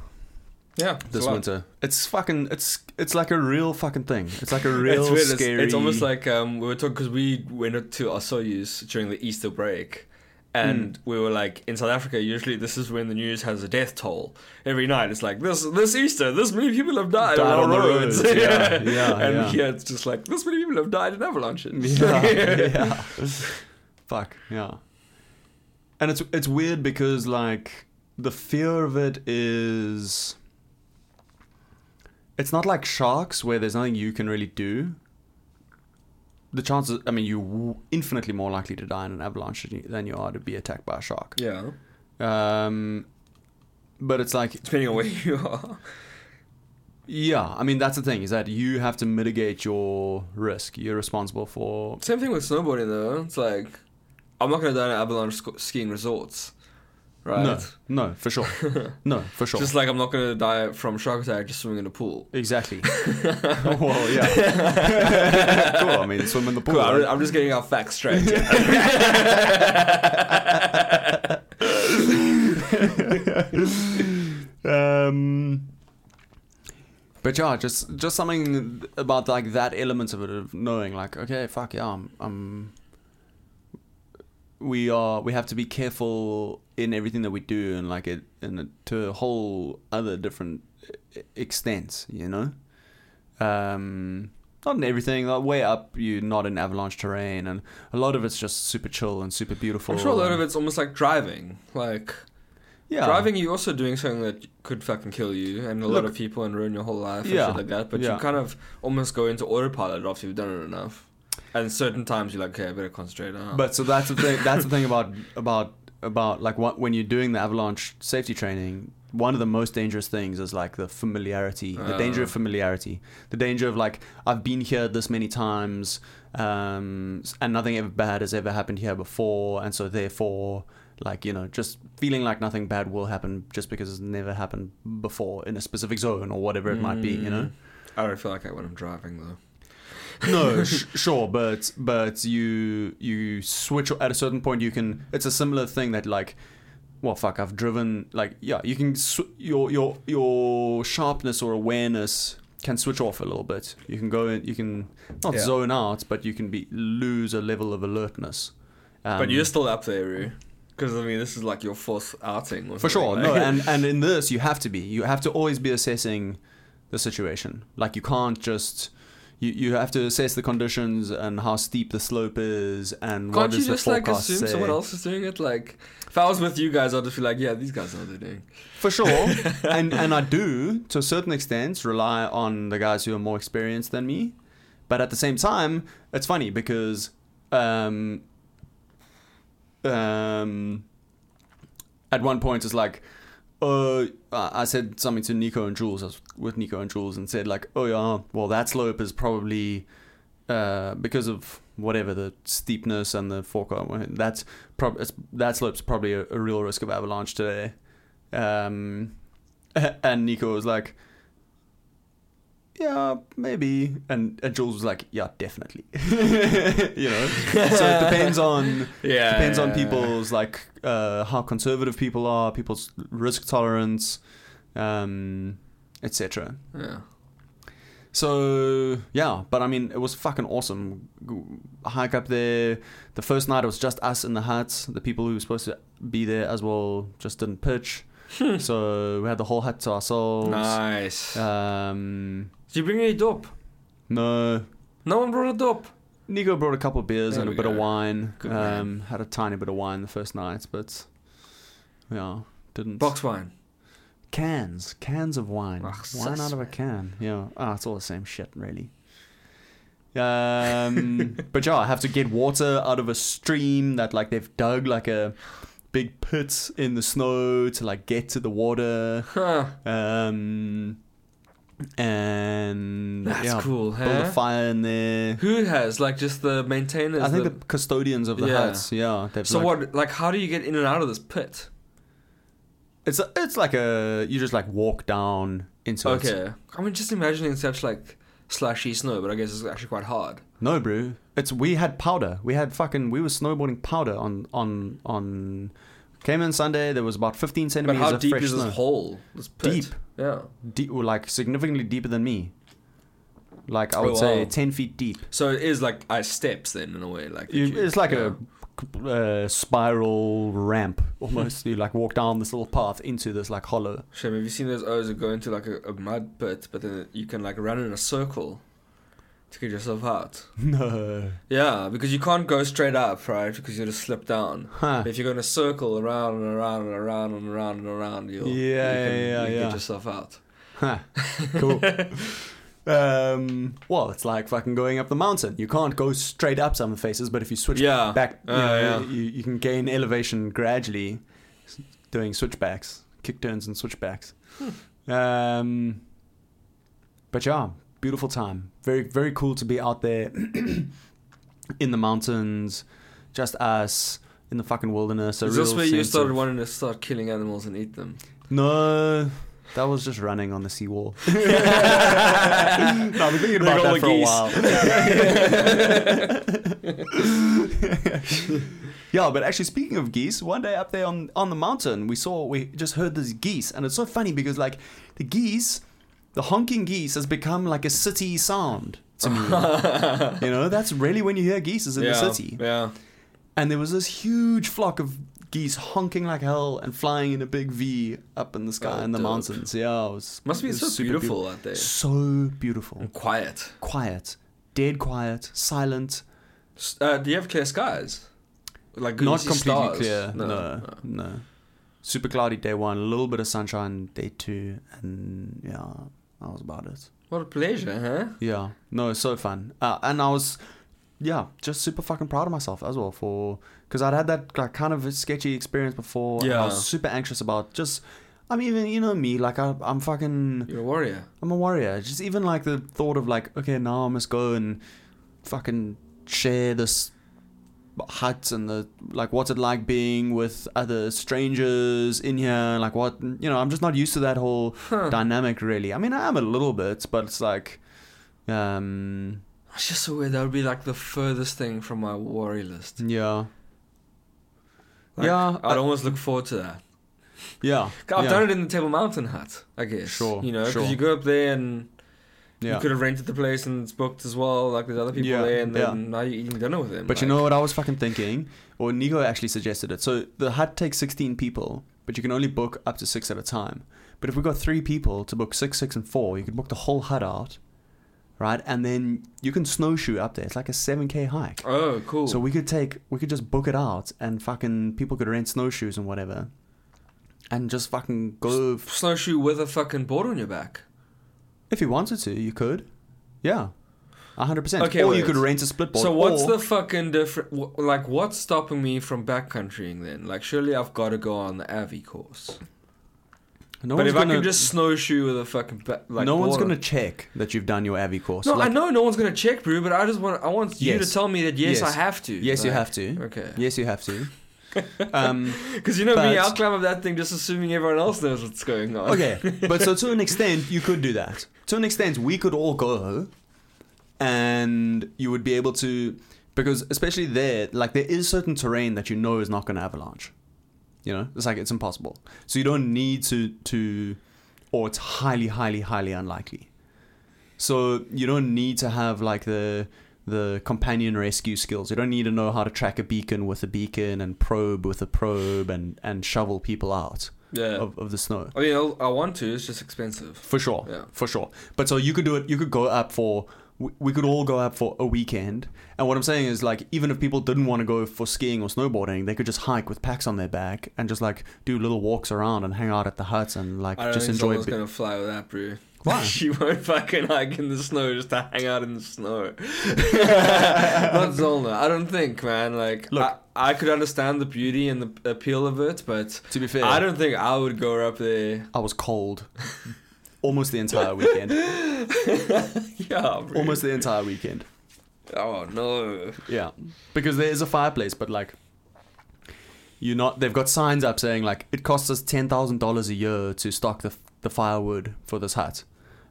[SPEAKER 2] Yeah, it's
[SPEAKER 1] this
[SPEAKER 2] a lot.
[SPEAKER 1] winter. It's fucking. It's it's like a real fucking thing. It's like a real
[SPEAKER 2] It's weird. It's,
[SPEAKER 1] scary.
[SPEAKER 2] it's almost like um, we were talking because we went to our Soyuz during the Easter break, and
[SPEAKER 1] Hmm.
[SPEAKER 2] we were like, in South Africa, usually this is when the news has a death toll every night. It's like this this Easter, this many people have died,
[SPEAKER 1] Died
[SPEAKER 2] on
[SPEAKER 1] on
[SPEAKER 2] our
[SPEAKER 1] the
[SPEAKER 2] roads. [laughs]
[SPEAKER 1] roads. Yeah, yeah,
[SPEAKER 2] and
[SPEAKER 1] yeah.
[SPEAKER 2] here it's just like this many people have died in
[SPEAKER 1] [laughs] [laughs]
[SPEAKER 2] avalanches. [laughs]
[SPEAKER 1] yeah, yeah. Fuck yeah. And it's it's weird because like the fear of it is. It's not like sharks where there's nothing you can really do. The chances, I mean, you infinitely more likely to die in an avalanche than you- than you are to be attacked by a shark.
[SPEAKER 2] yeah.
[SPEAKER 1] Um, but it's like
[SPEAKER 2] Depending on where [laughs] you are.
[SPEAKER 1] Yeah, I mean that's the thing is that you have to mitigate your risk. You're responsible for.
[SPEAKER 2] Same thing with snowboarding though. It's like I'm not gonna die in avalanche sc- skiing resorts, right?
[SPEAKER 1] No, no, for
[SPEAKER 2] [laughs]
[SPEAKER 1] sure. no, for sure.
[SPEAKER 2] Just like I'm not gonna die from shark attack just swimming in a pool. [laughs]
[SPEAKER 1] exactly. [laughs] well, yeah. cool. I mean, swim in the pool.
[SPEAKER 2] Cool. I'm,
[SPEAKER 1] right?
[SPEAKER 2] I'm just getting our
[SPEAKER 1] [laughs]
[SPEAKER 2] facts straight.
[SPEAKER 1] [laughs] um, but yeah, just just something about like that element of it of knowing, like, okay, fuck yeah, I'm, I'm. We are. We have to be careful in everything that we do, and like it, and it, to a whole other different e- extent, you know. Um, not in everything. Like way up, you're not in avalanche terrain, and a lot of it's just super chill and super beautiful.
[SPEAKER 2] I'm sure a lot
[SPEAKER 1] and-
[SPEAKER 2] of it's almost like driving. Like
[SPEAKER 1] yeah.
[SPEAKER 2] driving, you're also doing something that could fucking kill you and a lot
[SPEAKER 1] Look-
[SPEAKER 2] of people and ruin your whole life
[SPEAKER 1] Yeah,
[SPEAKER 2] and shit like that. But
[SPEAKER 1] yeah.
[SPEAKER 2] you kind of almost go into autopilot after you've done it enough. And certain times you're like, okay, I better concentrate now.
[SPEAKER 1] But so that's the thing. That's the thing about about about like what, when you're doing the avalanche safety training. One of the most dangerous things is like the familiarity, the danger of
[SPEAKER 2] Uh.
[SPEAKER 1] familiarity, the danger of like I've been here this many times, um, s- and nothing ever bad has ever happened here before, and so therefore, like you know, just feeling like nothing bad will happen just because it's never happened before in a specific zone or whatever it might be, you
[SPEAKER 2] Mm.
[SPEAKER 1] know.
[SPEAKER 2] I don't feel like that when I'm driving though.
[SPEAKER 1] No, sh- sure, but but you you switch at a certain point. You can. It's a similar thing that like, well, fuck. I've driven like yeah. You can sw- your your your sharpness or awareness can switch off a little bit. You can go in. You can not
[SPEAKER 2] Yeah.
[SPEAKER 1] zone out, but you can be lose a level of alertness. Um,
[SPEAKER 2] but you're still up there, Rue. Because I mean, this is like your fourth outing. Or
[SPEAKER 1] for sure.
[SPEAKER 2] something,
[SPEAKER 1] No,
[SPEAKER 2] like-
[SPEAKER 1] and and in this you have to be. You have to always be assessing the situation. Like you can't just. You, you have to assess the conditions and how steep the slope is and what
[SPEAKER 2] Can't you
[SPEAKER 1] does the
[SPEAKER 2] just like
[SPEAKER 1] forecast
[SPEAKER 2] assume
[SPEAKER 1] say.
[SPEAKER 2] someone else is doing it? Like, if I was with you guys, I'd just be like, yeah, these guys know what they're doing.
[SPEAKER 1] For
[SPEAKER 2] [laughs]
[SPEAKER 1] sure, and and I do to a certain extent rely on the guys who are more experienced than me, but at the same time, it's funny because, um, um, at one point it's like, uh, I I said something to Nico and Jules. I was with Nico and Jules and said like, oh yeah, well that slope is probably, uh, because of whatever the steepness and the forecast. That's prob- it's, that slope's probably a, a real risk of avalanche today. Um, [laughs] and Nico was like, yeah, maybe. And, and Jules was like, yeah, definitely. [laughs] you know? So it depends on
[SPEAKER 2] Yeah.
[SPEAKER 1] depends on
[SPEAKER 2] yeah,
[SPEAKER 1] people's like uh, how conservative people are, people's risk tolerance, um, etc.
[SPEAKER 2] Yeah.
[SPEAKER 1] So yeah, but I mean, it was fucking awesome. G- Hike up there. The first night it was just us in the hut. The people who were supposed to be there as well just didn't pitch, so we had the whole hut to ourselves.
[SPEAKER 2] Hmm. Nice.
[SPEAKER 1] Um,
[SPEAKER 2] Did you bring any dope?
[SPEAKER 1] no,
[SPEAKER 2] No one brought a dope.
[SPEAKER 1] Nico brought a couple of beers
[SPEAKER 2] There
[SPEAKER 1] and a
[SPEAKER 2] we
[SPEAKER 1] bit of
[SPEAKER 2] go.
[SPEAKER 1] wine.
[SPEAKER 2] Good man.
[SPEAKER 1] um, had a tiny bit of wine the first night, but yeah, didn't
[SPEAKER 2] Box wine.
[SPEAKER 1] cans, cans of wine,
[SPEAKER 2] Ugh,
[SPEAKER 1] wine
[SPEAKER 2] sus,
[SPEAKER 1] out of a can. Yeah, ah, it's all the same shit, really.
[SPEAKER 2] [laughs]
[SPEAKER 1] Um, but yeah, I have to get water out of a stream that like they've dug like a big pit in the snow to like get to the water.
[SPEAKER 2] Huh.
[SPEAKER 1] Um, and
[SPEAKER 2] That's
[SPEAKER 1] yeah,
[SPEAKER 2] cool,
[SPEAKER 1] build a
[SPEAKER 2] huh?
[SPEAKER 1] fire in there.
[SPEAKER 2] Who has like just the maintainers?
[SPEAKER 1] I think
[SPEAKER 2] the-
[SPEAKER 1] the, custodians of the
[SPEAKER 2] Yeah.
[SPEAKER 1] huts. Yeah, they've
[SPEAKER 2] so
[SPEAKER 1] like,
[SPEAKER 2] what? Like, how do you get in and out of this pit?
[SPEAKER 1] It's it's like a you just like walk down into it.
[SPEAKER 2] okay. I mean, just imagining such like slashy snow, but I guess it's actually quite hard.
[SPEAKER 1] No, bro. It's we had powder. We had fucking. We were snowboarding powder on on on Came in Sunday. There was about 15
[SPEAKER 2] But
[SPEAKER 1] centimeters
[SPEAKER 2] how
[SPEAKER 1] of
[SPEAKER 2] deep
[SPEAKER 1] fresh
[SPEAKER 2] is this
[SPEAKER 1] snow.
[SPEAKER 2] hole? This pit?
[SPEAKER 1] Deep.
[SPEAKER 2] Yeah.
[SPEAKER 1] Deep, well, like significantly deeper than me. Like I would
[SPEAKER 2] Oh,
[SPEAKER 1] say,
[SPEAKER 2] wow.
[SPEAKER 1] 10 feet deep.
[SPEAKER 2] So it is like ice steps then in a way. Like that
[SPEAKER 1] You-
[SPEAKER 2] you-
[SPEAKER 1] it's like
[SPEAKER 2] yeah.
[SPEAKER 1] a uh, spiral ramp almost. [laughs] you like walk down this little path into this like hollow. [laughs]
[SPEAKER 2] Shame. Have you seen those O's that go into like a, a mud pit, but then you can like run in a circle to get yourself out?
[SPEAKER 1] No.
[SPEAKER 2] Yeah, because you can't go straight up, right? Because you'll just slip down.
[SPEAKER 1] Huh.
[SPEAKER 2] But if you go in a circle around and around and around and around and around, you'll
[SPEAKER 1] Yeah,
[SPEAKER 2] you can,
[SPEAKER 1] yeah,
[SPEAKER 2] you can
[SPEAKER 1] yeah.
[SPEAKER 2] get yourself out. [laughs]
[SPEAKER 1] Huh. Cool. um, well, it's like fucking going up the mountain. You can't go straight up some faces, but if you switch
[SPEAKER 2] Yeah.
[SPEAKER 1] back, you,
[SPEAKER 2] Oh,
[SPEAKER 1] know,
[SPEAKER 2] yeah.
[SPEAKER 1] you, you can gain elevation gradually s- doing switchbacks, kick turns and switchbacks.
[SPEAKER 2] Hmm.
[SPEAKER 1] Um, but yeah, beautiful time. Very, very cool to be out there [clears throat] in the mountains, just us in the fucking wilderness. a
[SPEAKER 2] is this
[SPEAKER 1] real
[SPEAKER 2] where you
[SPEAKER 1] sense
[SPEAKER 2] started
[SPEAKER 1] of-
[SPEAKER 2] wanting to start killing animals and eat them?
[SPEAKER 1] no, that was just running on the seawall. [laughs] no, I've been thinking
[SPEAKER 2] Like
[SPEAKER 1] about
[SPEAKER 2] all
[SPEAKER 1] that for
[SPEAKER 2] the
[SPEAKER 1] a
[SPEAKER 2] geese.
[SPEAKER 1] while. [laughs] yeah, but actually, speaking of geese, one day up there on, on the mountain, we saw, we just heard these geese. And it's so funny because, like, the geese, the honking geese has become like a city sound to [laughs]
[SPEAKER 2] [laughs]
[SPEAKER 1] me. you know, that's really when you hear geese is in
[SPEAKER 2] yeah,
[SPEAKER 1] the city.
[SPEAKER 2] Yeah.
[SPEAKER 1] And there was this huge flock of geese honking like hell and flying in a big V up in the sky
[SPEAKER 2] Oh,
[SPEAKER 1] in the
[SPEAKER 2] dope.
[SPEAKER 1] mountains. Yeah, it was
[SPEAKER 2] Must be
[SPEAKER 1] it was
[SPEAKER 2] so
[SPEAKER 1] super
[SPEAKER 2] beautiful, out there. Mm.
[SPEAKER 1] So beautiful.
[SPEAKER 2] And quiet.
[SPEAKER 1] Quiet. Dead quiet. Silent.
[SPEAKER 2] S- Uh, do you have clear skies? Like
[SPEAKER 1] Not
[SPEAKER 2] see
[SPEAKER 1] completely
[SPEAKER 2] stars?
[SPEAKER 1] clear. No no, Super cloudy day one, a little bit of sunshine day two, and yeah, that was about it.
[SPEAKER 2] What a pleasure, huh?
[SPEAKER 1] Yeah, no, it's so fun. Uh, and I was, yeah, just super fucking proud of myself as well for because I'd had that like, kind of sketchy experience before. and I
[SPEAKER 2] Yeah.
[SPEAKER 1] was super anxious about just. I'm even, you know me, like I, I'm fucking,
[SPEAKER 2] You're a warrior.
[SPEAKER 1] I'm a warrior. Just even like the thought of like, okay, now I must go and fucking share this hut and the like, what's it like being with other strangers in here? Like, what you know, I'm just not used to that whole
[SPEAKER 2] Huh.
[SPEAKER 1] dynamic really i mean i am a little bit but it's like um
[SPEAKER 2] It's just so weird. That would be like the furthest thing from my worry list.
[SPEAKER 1] yeah
[SPEAKER 2] Like,
[SPEAKER 1] Yeah,
[SPEAKER 2] I'd
[SPEAKER 1] I-
[SPEAKER 2] almost look forward to that.
[SPEAKER 1] yeah
[SPEAKER 2] I've
[SPEAKER 1] yeah,
[SPEAKER 2] done it in the Table Mountain hut, I guess.
[SPEAKER 1] Sure,
[SPEAKER 2] You know, because
[SPEAKER 1] sure.
[SPEAKER 2] you go up there and
[SPEAKER 1] yeah
[SPEAKER 2] you could have rented the place and it's booked as well. Like there's other people
[SPEAKER 1] Yeah,
[SPEAKER 2] there, and then
[SPEAKER 1] yeah.
[SPEAKER 2] now you're eating dinner with them.
[SPEAKER 1] but you
[SPEAKER 2] like-
[SPEAKER 1] know what i was fucking thinking or nico actually suggested it so the hut takes 16 people but you can only book up to six at a time but if we got three people to book six six and four you could book the whole hut out right and then you can snowshoe up there it's like a 7k hike
[SPEAKER 2] Oh, cool.
[SPEAKER 1] So we could take, we could just book it out, and fucking people could rent snowshoes and whatever, and just fucking go
[SPEAKER 2] F- snowshoe with a fucking board on your back.
[SPEAKER 1] If you wanted to, you could. Yeah. a 100%.
[SPEAKER 2] Okay,
[SPEAKER 1] or you
[SPEAKER 2] wait.
[SPEAKER 1] could rent a split board.
[SPEAKER 2] so what's
[SPEAKER 1] or-
[SPEAKER 2] the fucking different? Wh- like, what's stopping me from backcountrying then? Like, surely I've got to go on the Avi course.
[SPEAKER 1] No
[SPEAKER 2] but
[SPEAKER 1] one's
[SPEAKER 2] if
[SPEAKER 1] gonna,
[SPEAKER 2] I can just snowshoe with a fucking ba- like
[SPEAKER 1] no one's
[SPEAKER 2] board on-
[SPEAKER 1] going to check that you've done your Avi course.
[SPEAKER 2] No,
[SPEAKER 1] Like,
[SPEAKER 2] I know no one's gonna check, Brew, but I just want I want you to
[SPEAKER 1] Yes.
[SPEAKER 2] tell me that yes, I
[SPEAKER 1] Yes.
[SPEAKER 2] have to.
[SPEAKER 1] Yes, you
[SPEAKER 2] Like,
[SPEAKER 1] have to.
[SPEAKER 2] [laughs] Okay.
[SPEAKER 1] Yes, you have to. um,
[SPEAKER 2] [laughs] Because you know me,
[SPEAKER 1] But-
[SPEAKER 2] I'll climb up that thing just assuming everyone else knows what's going on.
[SPEAKER 1] okay. But so to an extent, you could do that. To an extent, we could all go and you would be able to. Because especially there, like there is certain terrain that you know is not going to avalanche. You know, it's like it's impossible. So you don't need to to, or it's highly, highly, highly unlikely. So you don't need to have like the the companion rescue skills. You don't need to know how to track a beacon with a beacon and probe with a probe and and shovel people out
[SPEAKER 2] Yeah.
[SPEAKER 1] of, of the snow.
[SPEAKER 2] I mean, I'll, I want to. It's just expensive.
[SPEAKER 1] For sure.
[SPEAKER 2] Yeah.
[SPEAKER 1] For sure. But so you could do it. You could go up for. We we could all go up for a weekend. And what I'm saying is, like, even if people didn't want to go for skiing or snowboarding, they could just hike with packs on their back and just like do little walks around and hang out at the huts and like
[SPEAKER 2] I don't
[SPEAKER 1] just
[SPEAKER 2] think
[SPEAKER 1] enjoy.
[SPEAKER 2] someone's
[SPEAKER 1] bi-
[SPEAKER 2] gonna fly with that, Brew. [laughs]
[SPEAKER 1] Why?
[SPEAKER 2] she won't fucking hike in the snow just to hang out in
[SPEAKER 1] [laughs]
[SPEAKER 2] the snow. Not Zolna. I don't think, man. Like,
[SPEAKER 1] Look.
[SPEAKER 2] I, I could understand the beauty and the appeal of it, but
[SPEAKER 1] to be fair,
[SPEAKER 2] I
[SPEAKER 1] I,
[SPEAKER 2] don't think I would go up there. [laughs]
[SPEAKER 1] was cold [laughs] almost the entire weekend.
[SPEAKER 2] Yeah, Brew.
[SPEAKER 1] almost the entire weekend.
[SPEAKER 2] Oh no.
[SPEAKER 1] Yeah, because there is a fireplace, but like, you're not. They've got signs up saying like it costs us ten thousand dollars a year to stock the the firewood for this hut.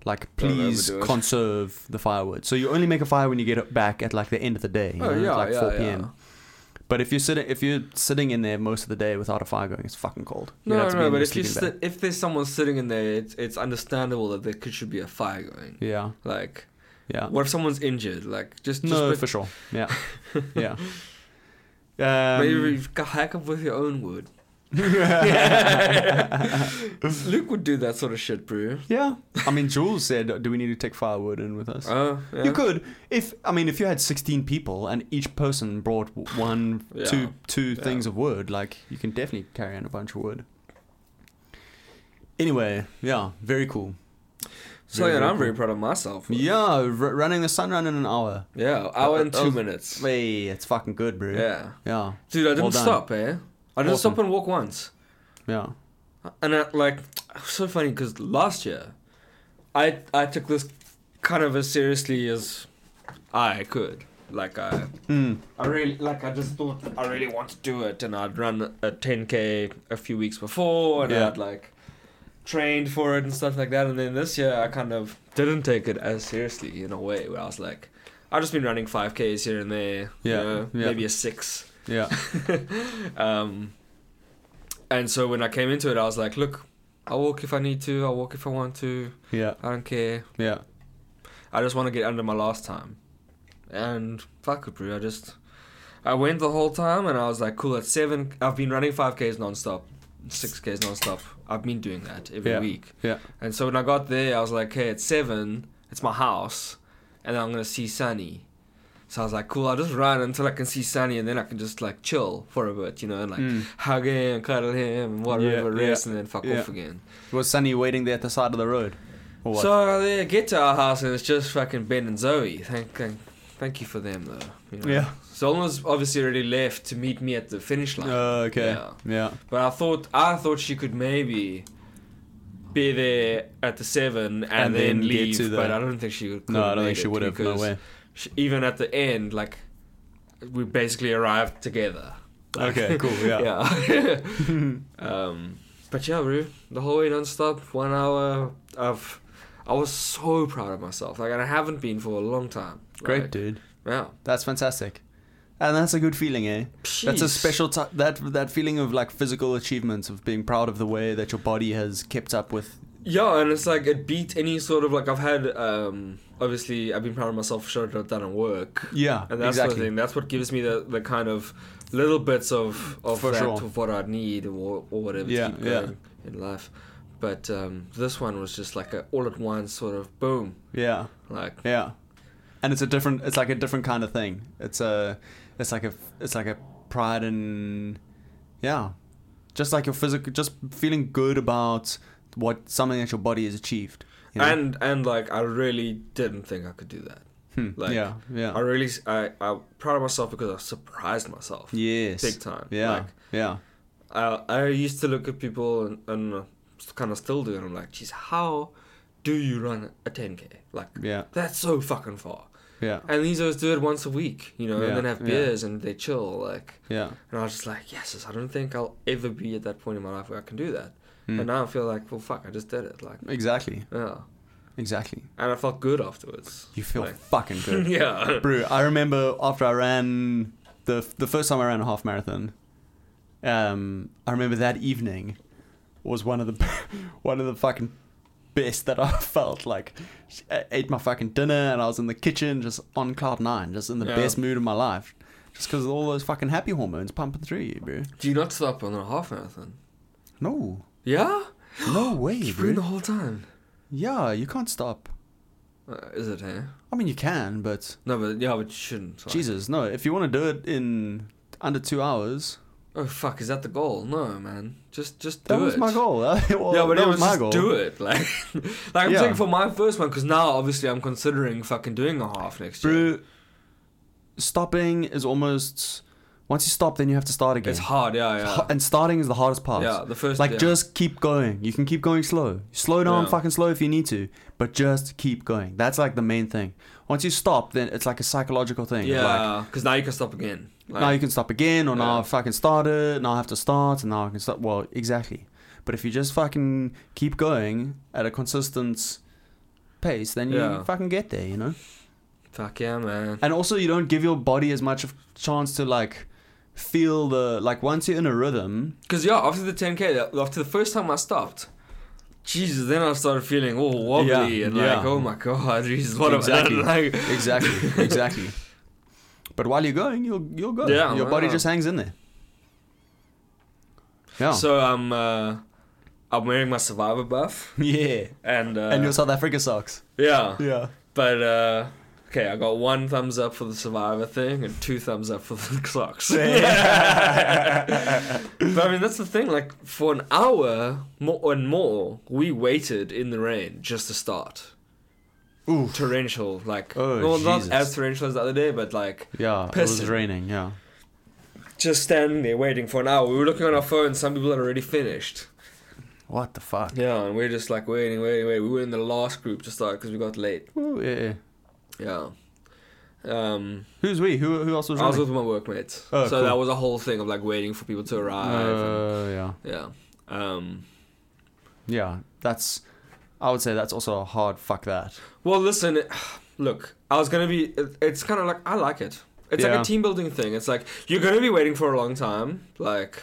[SPEAKER 1] Like,
[SPEAKER 2] Don't
[SPEAKER 1] please
[SPEAKER 2] overdo it.
[SPEAKER 1] conserve the firewood. So you only make a fire when you get it back at like the end of the day. you
[SPEAKER 2] Oh
[SPEAKER 1] know, at,
[SPEAKER 2] yeah,
[SPEAKER 1] like
[SPEAKER 2] yeah,
[SPEAKER 1] four
[SPEAKER 2] yeah.
[SPEAKER 1] p.m. But if you're sitting if you're sitting in there most of the day without a fire going, it's fucking cold. You'd
[SPEAKER 2] No,
[SPEAKER 1] have to be
[SPEAKER 2] no,
[SPEAKER 1] in
[SPEAKER 2] but
[SPEAKER 1] your
[SPEAKER 2] if you
[SPEAKER 1] sleeping
[SPEAKER 2] sit,
[SPEAKER 1] bag.
[SPEAKER 2] if there's someone sitting in there, it's, it's understandable that there could should be a fire going.
[SPEAKER 1] yeah,
[SPEAKER 2] Like,
[SPEAKER 1] yeah.
[SPEAKER 2] what if someone's injured? Like, just just
[SPEAKER 1] no,
[SPEAKER 2] put-
[SPEAKER 1] for sure. Yeah,
[SPEAKER 2] [laughs]
[SPEAKER 1] yeah. Um,
[SPEAKER 2] maybe ca- hack up with your
[SPEAKER 1] [laughs]
[SPEAKER 2] own wood.
[SPEAKER 1] Um,
[SPEAKER 2] [laughs] Luke would do that sort of shit, bro.
[SPEAKER 1] yeah. I mean, Jules said, "Do we need to take firewood in with us?"
[SPEAKER 2] Oh, yeah.
[SPEAKER 1] You could, if I mean, if you had sixteen people and each person brought w- one,
[SPEAKER 2] Yeah.
[SPEAKER 1] two, two
[SPEAKER 2] Yeah.
[SPEAKER 1] things of wood, like you can definitely carry in a bunch of wood. Anyway, yeah, very cool.
[SPEAKER 2] so
[SPEAKER 1] Very,
[SPEAKER 2] yeah,
[SPEAKER 1] very
[SPEAKER 2] I'm very proud of myself. bro.
[SPEAKER 1] Yeah, r- running the sun run in an hour.
[SPEAKER 2] yeah, hour and
[SPEAKER 1] that
[SPEAKER 2] two
[SPEAKER 1] was-
[SPEAKER 2] minutes.
[SPEAKER 1] Hey, it's fucking good, bro.
[SPEAKER 2] Yeah,
[SPEAKER 1] yeah,
[SPEAKER 2] dude, I didn't
[SPEAKER 1] Well done.
[SPEAKER 2] stop, eh? I didn't
[SPEAKER 1] Awesome.
[SPEAKER 2] stop and walk once.
[SPEAKER 1] yeah.
[SPEAKER 2] And I, like, so funny because last year, I I took this kind of as seriously as I could. Like I,
[SPEAKER 1] Mm.
[SPEAKER 2] I really like I just thought I really want to do it, and I'd run a 10k a few weeks before, and
[SPEAKER 1] Yeah.
[SPEAKER 2] I'd like trained for it and stuff like that. And then this year, I kind of didn't take it as seriously in a way where I was like, I've just been running 5ks here and there,
[SPEAKER 1] Yeah,
[SPEAKER 2] you know,
[SPEAKER 1] yeah.
[SPEAKER 2] maybe a six.
[SPEAKER 1] Yeah,
[SPEAKER 2] Um, and so when I came into it, I was like, look, I'll walk if I need to. I'll walk if I want to.
[SPEAKER 1] yeah,
[SPEAKER 2] I don't care.
[SPEAKER 1] yeah,
[SPEAKER 2] I just want to get under my last time. And fuck it, bro. I just, I went the whole time and I was like, cool, at seven, I've been running 5Ks nonstop, 6Ks nonstop. I've been doing that every
[SPEAKER 1] Yeah.
[SPEAKER 2] week.
[SPEAKER 1] yeah,
[SPEAKER 2] And so when I got there, I was like, hey, it's seven, it's my house, and I'm gonna see Sunny. So I was like, cool, I'll just run until I can see Sunny, and then I can just like chill for a bit, you know, and [laughs] like
[SPEAKER 1] Mm.
[SPEAKER 2] hug him, cuddle him, and whatever,
[SPEAKER 1] Yeah, yeah,
[SPEAKER 2] rest, and then fuck
[SPEAKER 1] yeah.
[SPEAKER 2] off again.
[SPEAKER 1] Was Sunny waiting there at the side of the road? Or what?
[SPEAKER 2] So they get to our house, and it's just fucking Ben and Zoe. Thank, thank, thank you for them though. You know?
[SPEAKER 1] Yeah.
[SPEAKER 2] Solon's obviously already left to meet me at the finish line.
[SPEAKER 1] Oh, okay. Yeah.
[SPEAKER 2] Yeah. But I thought I thought she could maybe be there at the seven and,
[SPEAKER 1] And
[SPEAKER 2] then,
[SPEAKER 1] then get
[SPEAKER 2] leave.
[SPEAKER 1] to the-
[SPEAKER 2] But I don't think she could.
[SPEAKER 1] No, I don't
[SPEAKER 2] made
[SPEAKER 1] think she
[SPEAKER 2] it
[SPEAKER 1] would have. No
[SPEAKER 2] because
[SPEAKER 1] way.
[SPEAKER 2] she- even at the end, like we basically arrived together. Like,
[SPEAKER 1] Okay, cool. Yeah.
[SPEAKER 2] [laughs] yeah. um, but yeah, bro, the whole way nonstop, one hour of. I was so proud of myself. Like, and I haven't been for a long time.
[SPEAKER 1] [laughs] Great,
[SPEAKER 2] Like,
[SPEAKER 1] dude.
[SPEAKER 2] Yeah.
[SPEAKER 1] That's fantastic. And that's a good feeling, eh? That's a
[SPEAKER 2] Jeez.
[SPEAKER 1] special t- that that feeling of like physical achievements of being proud of the way that your body has kept up with.
[SPEAKER 2] Yeah, and it's like it beat any sort of like I've had. um Obviously, I've been proud of myself for sure that I've done at work,
[SPEAKER 1] Yeah,
[SPEAKER 2] and that's
[SPEAKER 1] exactly.
[SPEAKER 2] the thing. That's what gives me the, the kind of little bits of of
[SPEAKER 1] For
[SPEAKER 2] that,
[SPEAKER 1] sure.
[SPEAKER 2] of what I need or or whatever
[SPEAKER 1] Yeah,
[SPEAKER 2] to keep
[SPEAKER 1] yeah.
[SPEAKER 2] going in life. But um, this one was just like a all at once sort of boom,
[SPEAKER 1] Yeah,
[SPEAKER 2] like
[SPEAKER 1] yeah. And it's a different. It's like a different kind of thing. It's a. It's like a. It's like a pride in. Yeah, just like your physical. Just feeling good about what something that your body has achieved. you know?
[SPEAKER 2] and and like I really didn't think I could do that.
[SPEAKER 1] Hmm,
[SPEAKER 2] like,
[SPEAKER 1] yeah, yeah.
[SPEAKER 2] I really I I'm proud of myself because I surprised myself
[SPEAKER 1] Yes.
[SPEAKER 2] big time.
[SPEAKER 1] Yeah.
[SPEAKER 2] Like,
[SPEAKER 1] yeah.
[SPEAKER 2] I I used to look at people and, and kind of still do, and I'm like, geez, how do you run a 10k? Like,
[SPEAKER 1] Yeah.
[SPEAKER 2] that's so fucking far.
[SPEAKER 1] Yeah.
[SPEAKER 2] And these guys do it once a week, you know,
[SPEAKER 1] Yeah,
[SPEAKER 2] and then have
[SPEAKER 1] yeah.
[SPEAKER 2] beers and they chill. Like,
[SPEAKER 1] Yeah.
[SPEAKER 2] and I was just like, yes, I don't think I'll ever be at that point in my life where I can do that.
[SPEAKER 1] Mm.
[SPEAKER 2] And now I feel like, well, fuck, I just did it. Like,
[SPEAKER 1] Exactly.
[SPEAKER 2] yeah.
[SPEAKER 1] Exactly.
[SPEAKER 2] And I felt good afterwards.
[SPEAKER 1] You feel
[SPEAKER 2] Like-
[SPEAKER 1] fucking
[SPEAKER 2] [laughs]
[SPEAKER 1] [laughs] good.
[SPEAKER 2] yeah.
[SPEAKER 1] Brew, I remember after I ran the the first time I ran a half marathon. Um, I remember that evening was one of the [laughs] one of the fucking best that I [laughs] felt. Like, I ate my fucking dinner and I was in the kitchen, just on cloud nine, just in the
[SPEAKER 2] Yeah.
[SPEAKER 1] best mood of my life, just because of all those fucking happy hormones pumping through you, bro.
[SPEAKER 2] Do you not stop on a half marathon?
[SPEAKER 1] No,
[SPEAKER 2] Yeah? [gasps]
[SPEAKER 1] no way,
[SPEAKER 2] You've been the
[SPEAKER 1] bro.
[SPEAKER 2] whole time.
[SPEAKER 1] Yeah, you can't stop.
[SPEAKER 2] Uh, is it, eh?
[SPEAKER 1] I mean, you can, but
[SPEAKER 2] No, but yeah, but you shouldn't. like-
[SPEAKER 1] Jesus, no. If you want to do it in under two hours,
[SPEAKER 2] Oh fuck! Is that the goal? No, man. Just just do
[SPEAKER 1] that was
[SPEAKER 2] it.
[SPEAKER 1] my goal. [laughs] Well,
[SPEAKER 2] yeah, but
[SPEAKER 1] that
[SPEAKER 2] it
[SPEAKER 1] was
[SPEAKER 2] was
[SPEAKER 1] my
[SPEAKER 2] just
[SPEAKER 1] goal.
[SPEAKER 2] do it. [laughs] Like, like I'm
[SPEAKER 1] Yeah.
[SPEAKER 2] saying for my first one, because now obviously I'm considering fucking doing a half next year.
[SPEAKER 1] Bro, stopping is almost once you stop, then you have to start again.
[SPEAKER 2] It's hard. Yeah,
[SPEAKER 1] It's
[SPEAKER 2] yeah.
[SPEAKER 1] ho- And starting is the hardest part.
[SPEAKER 2] Yeah, the first
[SPEAKER 1] Like
[SPEAKER 2] yeah.
[SPEAKER 1] just keep going. You can keep going slow. Slow down,
[SPEAKER 2] Yeah.
[SPEAKER 1] fucking slow if you need to, but just keep going. That's like the main thing. Once you stop, then it's like a psychological thing. of Like,
[SPEAKER 2] yeah, because now you can stop again. Like,
[SPEAKER 1] now you can stop again, or now
[SPEAKER 2] Yeah.
[SPEAKER 1] I fucking start it. Now I have to start, and now I can start. Well, exactly. But if you just fucking keep going at a consistent pace, then you
[SPEAKER 2] Yeah.
[SPEAKER 1] fucking get there, you know.
[SPEAKER 2] fuck yeah, man.
[SPEAKER 1] And also, you don't give your body as much of chance to like feel the like once you're in a
[SPEAKER 2] [laughs]
[SPEAKER 1] rhythm.
[SPEAKER 2] Because yeah, after the 10k, that- after the first time I stopped, Jesus, then I started feeling all wobbly
[SPEAKER 1] Yeah,
[SPEAKER 2] and
[SPEAKER 1] yeah.
[SPEAKER 2] like, oh my god, [laughs] Jesus, what
[SPEAKER 1] Exactly.
[SPEAKER 2] am I like?
[SPEAKER 1] Exactly, exactly. But while you're going, you'll you'll go.
[SPEAKER 2] Yeah,
[SPEAKER 1] your body
[SPEAKER 2] wow.
[SPEAKER 1] just hangs in there. Yeah.
[SPEAKER 2] So I'm uh, I'm wearing my Survivor buff
[SPEAKER 1] [laughs] yeah.
[SPEAKER 2] and uh,
[SPEAKER 1] and your South Africa socks.
[SPEAKER 2] yeah,
[SPEAKER 1] Yeah.
[SPEAKER 2] but uh, okay, I got one thumbs up for the Survivor thing and two thumbs up for the [laughs] clocks. [laughs] But I mean, that's the thing. Like for an hour more and more, we waited in the rain just to start.
[SPEAKER 1] Ooh.
[SPEAKER 2] Torrential, like
[SPEAKER 1] Oh,
[SPEAKER 2] well,
[SPEAKER 1] Jesus.
[SPEAKER 2] not as torrential as the other day, but like
[SPEAKER 1] Yeah. It was
[SPEAKER 2] Pissing.
[SPEAKER 1] raining. Yeah.
[SPEAKER 2] just standing there waiting for an hour. We were looking on our phones. Some people had already finished.
[SPEAKER 1] What the fuck?
[SPEAKER 2] Yeah, and we are just like waiting, waiting, waiting. We were in the last group to start because we got late.
[SPEAKER 1] Ooh, yeah, yeah.
[SPEAKER 2] Yeah. Um,
[SPEAKER 1] Who's we? Who who else was
[SPEAKER 2] I was
[SPEAKER 1] running?
[SPEAKER 2] with my workmates,
[SPEAKER 1] Oh,
[SPEAKER 2] so
[SPEAKER 1] cool.
[SPEAKER 2] that was a whole thing of like waiting for people to arrive. and-
[SPEAKER 1] Uh, yeah.
[SPEAKER 2] yeah. Um,
[SPEAKER 1] Yeah. That's. I would say that's also a hard fuck that.
[SPEAKER 2] Well, listen, look, I was gonna be. it- It's kind of like I like it. It's like
[SPEAKER 1] Yeah.
[SPEAKER 2] a team building thing. It's like you're gonna be waiting for a long time. Like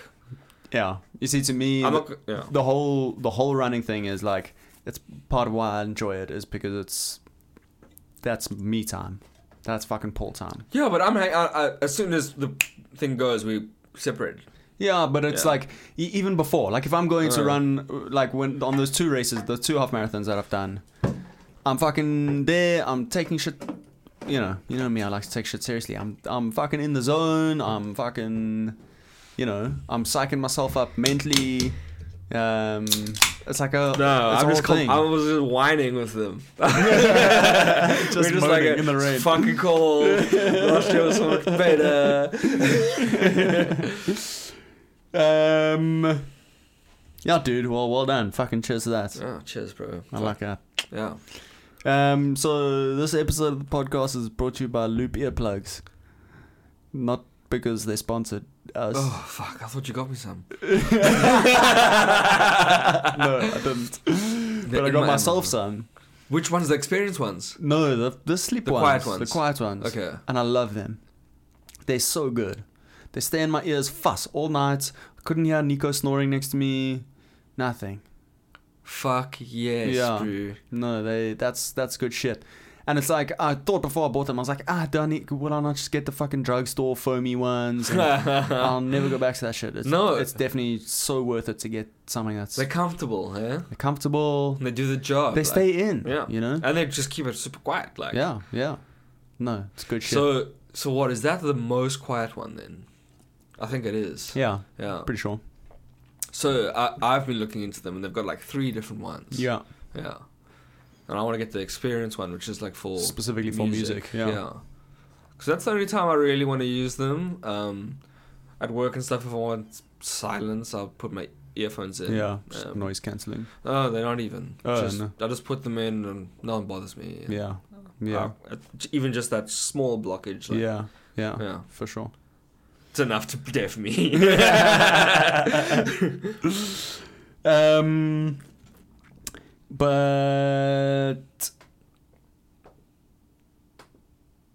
[SPEAKER 1] Yeah. You see, to me,
[SPEAKER 2] I'm
[SPEAKER 1] the-
[SPEAKER 2] not. g- Yeah.
[SPEAKER 1] the whole the whole running thing is like it's part of why I enjoy it is because it's that's me time. That's fucking Paul time.
[SPEAKER 2] Yeah, but I'm. hang- I, I, as soon as the thing goes, we separate.
[SPEAKER 1] Yeah, but it's
[SPEAKER 2] Yeah.
[SPEAKER 1] like e- even before, like if I'm going to
[SPEAKER 2] Uh.
[SPEAKER 1] run uh, like when on those two races, the two half marathons that I've done, I'm fucking there. I'm taking shit. You know, you know me. I like to take shit seriously. I'm I'm fucking in the zone. I'm fucking, you know, I'm psyching myself up mentally. Um, it's like a
[SPEAKER 2] No,
[SPEAKER 1] it's a
[SPEAKER 2] I'm just.
[SPEAKER 1] whole
[SPEAKER 2] com-
[SPEAKER 1] thing.
[SPEAKER 2] I was just whining with them.
[SPEAKER 1] [laughs]
[SPEAKER 2] [laughs]
[SPEAKER 1] Just
[SPEAKER 2] We're just like
[SPEAKER 1] moaning in the
[SPEAKER 2] "It's
[SPEAKER 1] rain."
[SPEAKER 2] Fucking cold. Last year was so much
[SPEAKER 1] [laughs]
[SPEAKER 2] better.
[SPEAKER 1] Um. Yeah, dude. Well, well done. Fucking cheers to that.
[SPEAKER 2] Oh, cheers, bro.
[SPEAKER 1] I like that.
[SPEAKER 2] Yeah.
[SPEAKER 1] Um. So this episode of the podcast is brought to you by Loop earplugs. Not because they sponsored us. [laughs]
[SPEAKER 2] Oh fuck! I thought you got me some.
[SPEAKER 1] no, I didn't. But I
[SPEAKER 2] in
[SPEAKER 1] got
[SPEAKER 2] my
[SPEAKER 1] myself some.
[SPEAKER 2] Amazon. Which ones? The experience ones.
[SPEAKER 1] No, the the sleep
[SPEAKER 2] The
[SPEAKER 1] ones,
[SPEAKER 2] quiet ones.
[SPEAKER 1] the quiet ones.
[SPEAKER 2] Okay.
[SPEAKER 1] And I love them. They're so good. They stay in my ears fuss all night. Couldn't hear Nico snoring next to me. Nothing.
[SPEAKER 2] Fuck yes,
[SPEAKER 1] Yeah.
[SPEAKER 2] bro.
[SPEAKER 1] No, they that's that's good shit. And it's like I thought before I bought them, I was like, ah, done it. Would I not just get the fucking drugstore foamy
[SPEAKER 2] [laughs]
[SPEAKER 1] ones? And I'll never go back to that shit. It's,
[SPEAKER 2] No.
[SPEAKER 1] it's definitely so worth it to get something that's
[SPEAKER 2] They're comfortable, eh?
[SPEAKER 1] comfortable.
[SPEAKER 2] And they do the job.
[SPEAKER 1] They
[SPEAKER 2] like-
[SPEAKER 1] stay in.
[SPEAKER 2] yeah.
[SPEAKER 1] you know.
[SPEAKER 2] and they just keep it super quiet, like.
[SPEAKER 1] yeah, yeah. No, it's good shit.
[SPEAKER 2] So, so what is that the most quiet one then? I think it is.
[SPEAKER 1] yeah,
[SPEAKER 2] Yeah.
[SPEAKER 1] pretty sure.
[SPEAKER 2] So I, I've been looking into them, and they've got like three different ones.
[SPEAKER 1] Yeah,
[SPEAKER 2] Yeah. And I want to get the experience one, which is like for
[SPEAKER 1] specifically for music. Yeah.
[SPEAKER 2] Because that's the only time I really want to use them. Um, at work and stuff, if I want silence, I'll put my earphones in.
[SPEAKER 1] Yeah, just
[SPEAKER 2] Um,
[SPEAKER 1] noise cancelling.
[SPEAKER 2] Oh, they're not even.
[SPEAKER 1] Oh,
[SPEAKER 2] just,
[SPEAKER 1] no.
[SPEAKER 2] I just put them in and no one bothers me.
[SPEAKER 1] Yeah, yeah,
[SPEAKER 2] Uh, it- even just that small blockage.
[SPEAKER 1] yeah,
[SPEAKER 2] Like,
[SPEAKER 1] yeah,
[SPEAKER 2] Yeah.
[SPEAKER 1] for sure.
[SPEAKER 2] It's enough to deaf [laughs] me.
[SPEAKER 1] Um, but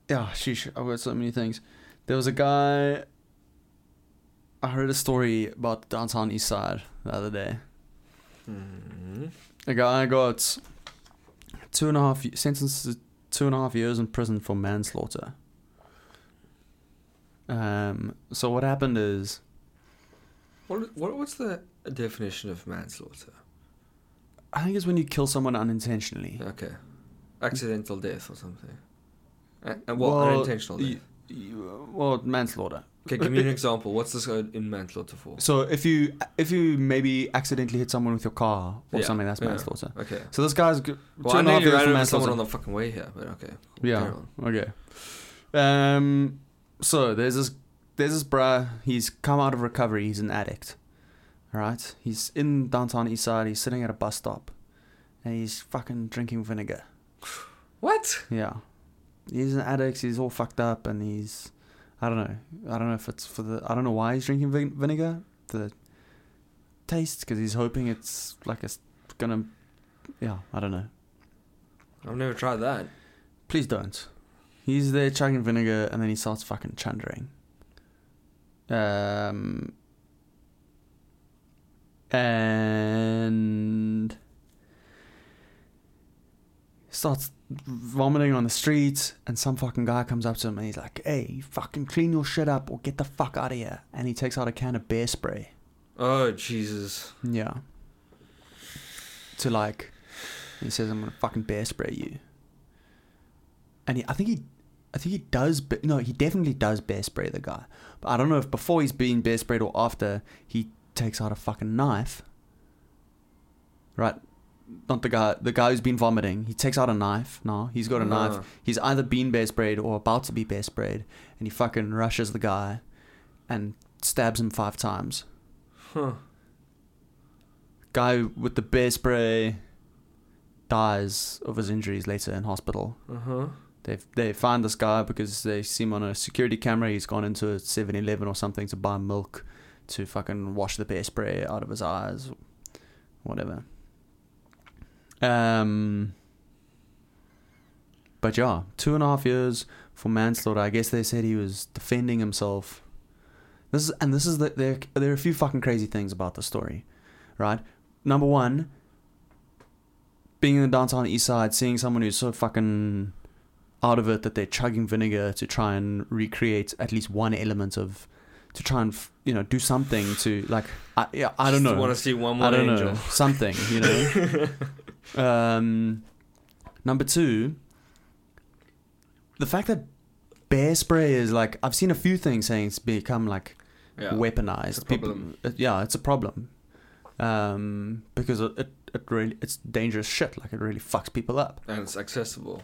[SPEAKER 1] yeah, sheesh, I've got so many things. There was a guy. I heard a story about downtown east side the other day.
[SPEAKER 2] Mhm.
[SPEAKER 1] A guy got two and a half sentenced to two and a half years in prison for manslaughter. Um. So what happened is
[SPEAKER 2] what, what, what's the definition of manslaughter?
[SPEAKER 1] I think it's when you kill someone unintentionally.
[SPEAKER 2] Okay. Accidental death or something. Uh, uh, well,
[SPEAKER 1] Well,
[SPEAKER 2] unintentional death.
[SPEAKER 1] y- you- well, manslaughter.
[SPEAKER 2] okay, give me an example. What's this uh, in manslaughter for?
[SPEAKER 1] So if you if you maybe accidentally hit someone with your car or
[SPEAKER 2] Yeah,
[SPEAKER 1] something, that's
[SPEAKER 2] yeah.
[SPEAKER 1] manslaughter.
[SPEAKER 2] Okay.
[SPEAKER 1] So this guy's g-
[SPEAKER 2] Well,
[SPEAKER 1] two
[SPEAKER 2] I
[SPEAKER 1] and a half
[SPEAKER 2] nearly
[SPEAKER 1] years
[SPEAKER 2] ran
[SPEAKER 1] for
[SPEAKER 2] over someone on
[SPEAKER 1] manslaughter.
[SPEAKER 2] the fucking way here, but okay. cool,
[SPEAKER 1] Yeah.
[SPEAKER 2] carry on.
[SPEAKER 1] Okay. Um. So there's this there's this bruh. He's come out of recovery. He's an addict. All right. He's in downtown East Side. He's sitting at a bus stop, and he's fucking drinking vinegar.
[SPEAKER 2] What?
[SPEAKER 1] Yeah. He's an addict. He's all fucked up, and he's I don't know. I don't know if it's for the I don't know why he's drinking vin- vinegar. The taste because he's hoping it's like it's gonna. Yeah, I don't know.
[SPEAKER 2] I've never tried that.
[SPEAKER 1] Please don't. He's there chugging vinegar, and then he starts fucking chundering. Um, and starts vomiting on the streets, and some fucking guy comes up to him and he's like, "Hey, you fucking clean your shit up or get the fuck out of here." And he takes out a can of bear spray.
[SPEAKER 2] Oh Jesus!
[SPEAKER 1] Yeah. To like, he says, "I'm gonna fucking bear spray you." And he, I think he, I think he does. be- No, he definitely does bear spray the guy. But I don't know if before he's being bear sprayed or after he takes out a fucking knife. Right, not the guy. The guy who's been vomiting. He takes out a knife. Now he's got a knife. He's either been bear sprayed or about to be bear sprayed, and he fucking rushes the guy, and stabs him five times
[SPEAKER 2] Huh.
[SPEAKER 1] guy with the bear spray dies of his injuries later in hospital.
[SPEAKER 2] Uh huh.
[SPEAKER 1] They they find this guy because they see him on a security camera. He's gone into a 7-Eleven or something to buy milk to fucking wash the bear spray out of his eyes, whatever. Um. But yeah, two and a half years for manslaughter. I guess they said he was defending himself. This is and this is the there. There are a few fucking crazy things about the story, right? Number one, being in the downtown east side, seeing someone who's so fucking out of it that they're chugging vinegar to try and recreate at least one element of, to try and f- you know do something to like I yeah I don't know
[SPEAKER 2] Want to see one more
[SPEAKER 1] I don't
[SPEAKER 2] angel?
[SPEAKER 1] know [laughs] something you know.
[SPEAKER 2] [laughs]
[SPEAKER 1] Um, number two, the fact that bear spray is like I've seen a few things saying it's become like
[SPEAKER 2] Yeah.
[SPEAKER 1] weaponized.
[SPEAKER 2] it's a problem.
[SPEAKER 1] People, it- yeah, it's a problem um, because it, it it really it's dangerous shit. Like it really fucks people up.
[SPEAKER 2] And it's accessible.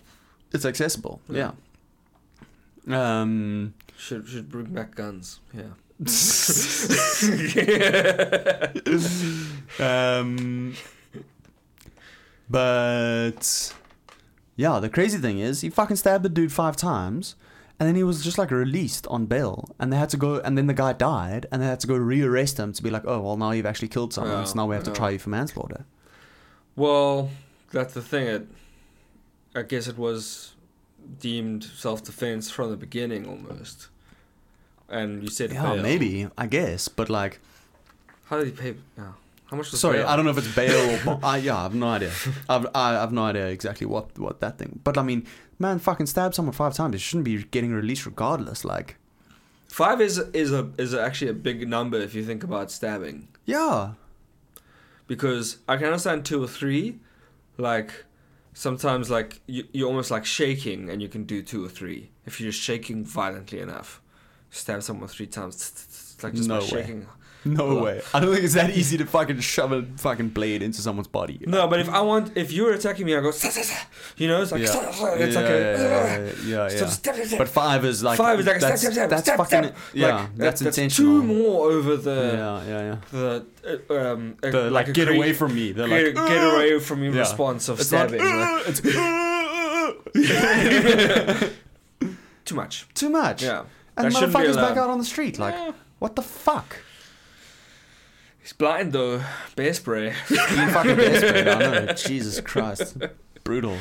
[SPEAKER 1] It's accessible.
[SPEAKER 2] Yeah.
[SPEAKER 1] Yeah. Um,
[SPEAKER 2] Should should bring back guns. Yeah.
[SPEAKER 1] um, but yeah, the crazy thing is he fucking stabbed the dude five times, and then he was just like released on bail, and they had to go, and then the guy died, and they had to go rearrest him to be like, oh well, now you've actually killed someone,
[SPEAKER 2] Yeah,
[SPEAKER 1] so now we have to
[SPEAKER 2] yeah.
[SPEAKER 1] try you for manslaughter.
[SPEAKER 2] Well, that's the thing. It, I guess it was deemed self-defense from the beginning almost. And you said
[SPEAKER 1] Yeah,
[SPEAKER 2] bail.
[SPEAKER 1] maybe I guess, but like,
[SPEAKER 2] How did he pay? Yeah. How much was
[SPEAKER 1] sorry,
[SPEAKER 2] bail?
[SPEAKER 1] I don't know if it's bail or
[SPEAKER 2] [laughs]
[SPEAKER 1] bo- I, yeah, I have no idea. I've I, I've no idea exactly what what that thing. But I mean, man, fucking stabbed someone five times. You shouldn't be getting released regardless. Like,
[SPEAKER 2] Five is is a is actually a big number if you think about stabbing.
[SPEAKER 1] yeah,
[SPEAKER 2] because I can understand two or three, like sometimes like you, you're almost like shaking and you can do two or three if you're just shaking violently enough. Stab someone three times, tsk, tsk, tsk, like just
[SPEAKER 1] No
[SPEAKER 2] by
[SPEAKER 1] way.
[SPEAKER 2] shaking.
[SPEAKER 1] No
[SPEAKER 2] Well-
[SPEAKER 1] way. I don't think it's that easy to fucking shove a fucking blade into someone's body.
[SPEAKER 2] No, but if I want, if you're attacking me, I go, "Tsk, tsk, tsk," you know, it's like,
[SPEAKER 1] Yeah.
[SPEAKER 2] "Tsk, tsk, tsk," [laughs] it's
[SPEAKER 1] yeah,
[SPEAKER 2] like [laughs] a.
[SPEAKER 1] yeah, yeah, yeah,
[SPEAKER 2] Stab,
[SPEAKER 1] yeah.
[SPEAKER 2] stab, stab.
[SPEAKER 1] But five is like
[SPEAKER 2] five is like a
[SPEAKER 1] that's,
[SPEAKER 2] stab, stab, stab,
[SPEAKER 1] that's
[SPEAKER 2] stab,
[SPEAKER 1] fucking
[SPEAKER 2] stab.
[SPEAKER 1] yeah,
[SPEAKER 2] Like,
[SPEAKER 1] that's,
[SPEAKER 2] two
[SPEAKER 1] intentional.
[SPEAKER 2] more uh, over the
[SPEAKER 1] yeah, yeah, yeah.
[SPEAKER 2] the uh, um uh,
[SPEAKER 1] The, like, get
[SPEAKER 2] agree-
[SPEAKER 1] away from me. They're
[SPEAKER 2] get,
[SPEAKER 1] like
[SPEAKER 2] get away from me
[SPEAKER 1] Yeah.
[SPEAKER 2] response of
[SPEAKER 1] it's not-
[SPEAKER 2] stabbing like, [laughs]
[SPEAKER 1] it's
[SPEAKER 2] too much.
[SPEAKER 1] too much.
[SPEAKER 2] Yeah,
[SPEAKER 1] And
[SPEAKER 2] That shouldn't be
[SPEAKER 1] motherfuckers back
[SPEAKER 2] allowed.
[SPEAKER 1] out on the street like what the fuck?
[SPEAKER 2] He's blind though. Bear spray.
[SPEAKER 1] Being fucking desperate. I know. Jesus Christ. Brutal.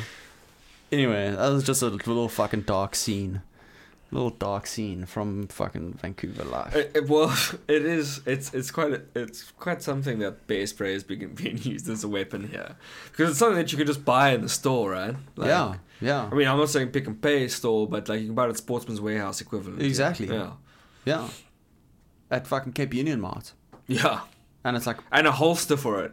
[SPEAKER 1] Anyway, that was just a little fucking dark scene. Little dark scene from fucking Vancouver life.
[SPEAKER 2] It, it- Uh, well, [laughs] it is. It's it's quite a, it's quite something that bear spray is being, [laughs] being used as a weapon here, because it's something that you can just buy in the store, right? Like,
[SPEAKER 1] yeah, yeah,
[SPEAKER 2] I mean, I'm not saying pick and pay store, but like you can buy it at Sportsman's Warehouse equivalent.
[SPEAKER 1] Exactly.
[SPEAKER 2] Yeah.
[SPEAKER 1] yeah. At fucking Cape Union Mart,
[SPEAKER 2] Yeah.
[SPEAKER 1] and it's like [laughs]
[SPEAKER 2] And a holster for it.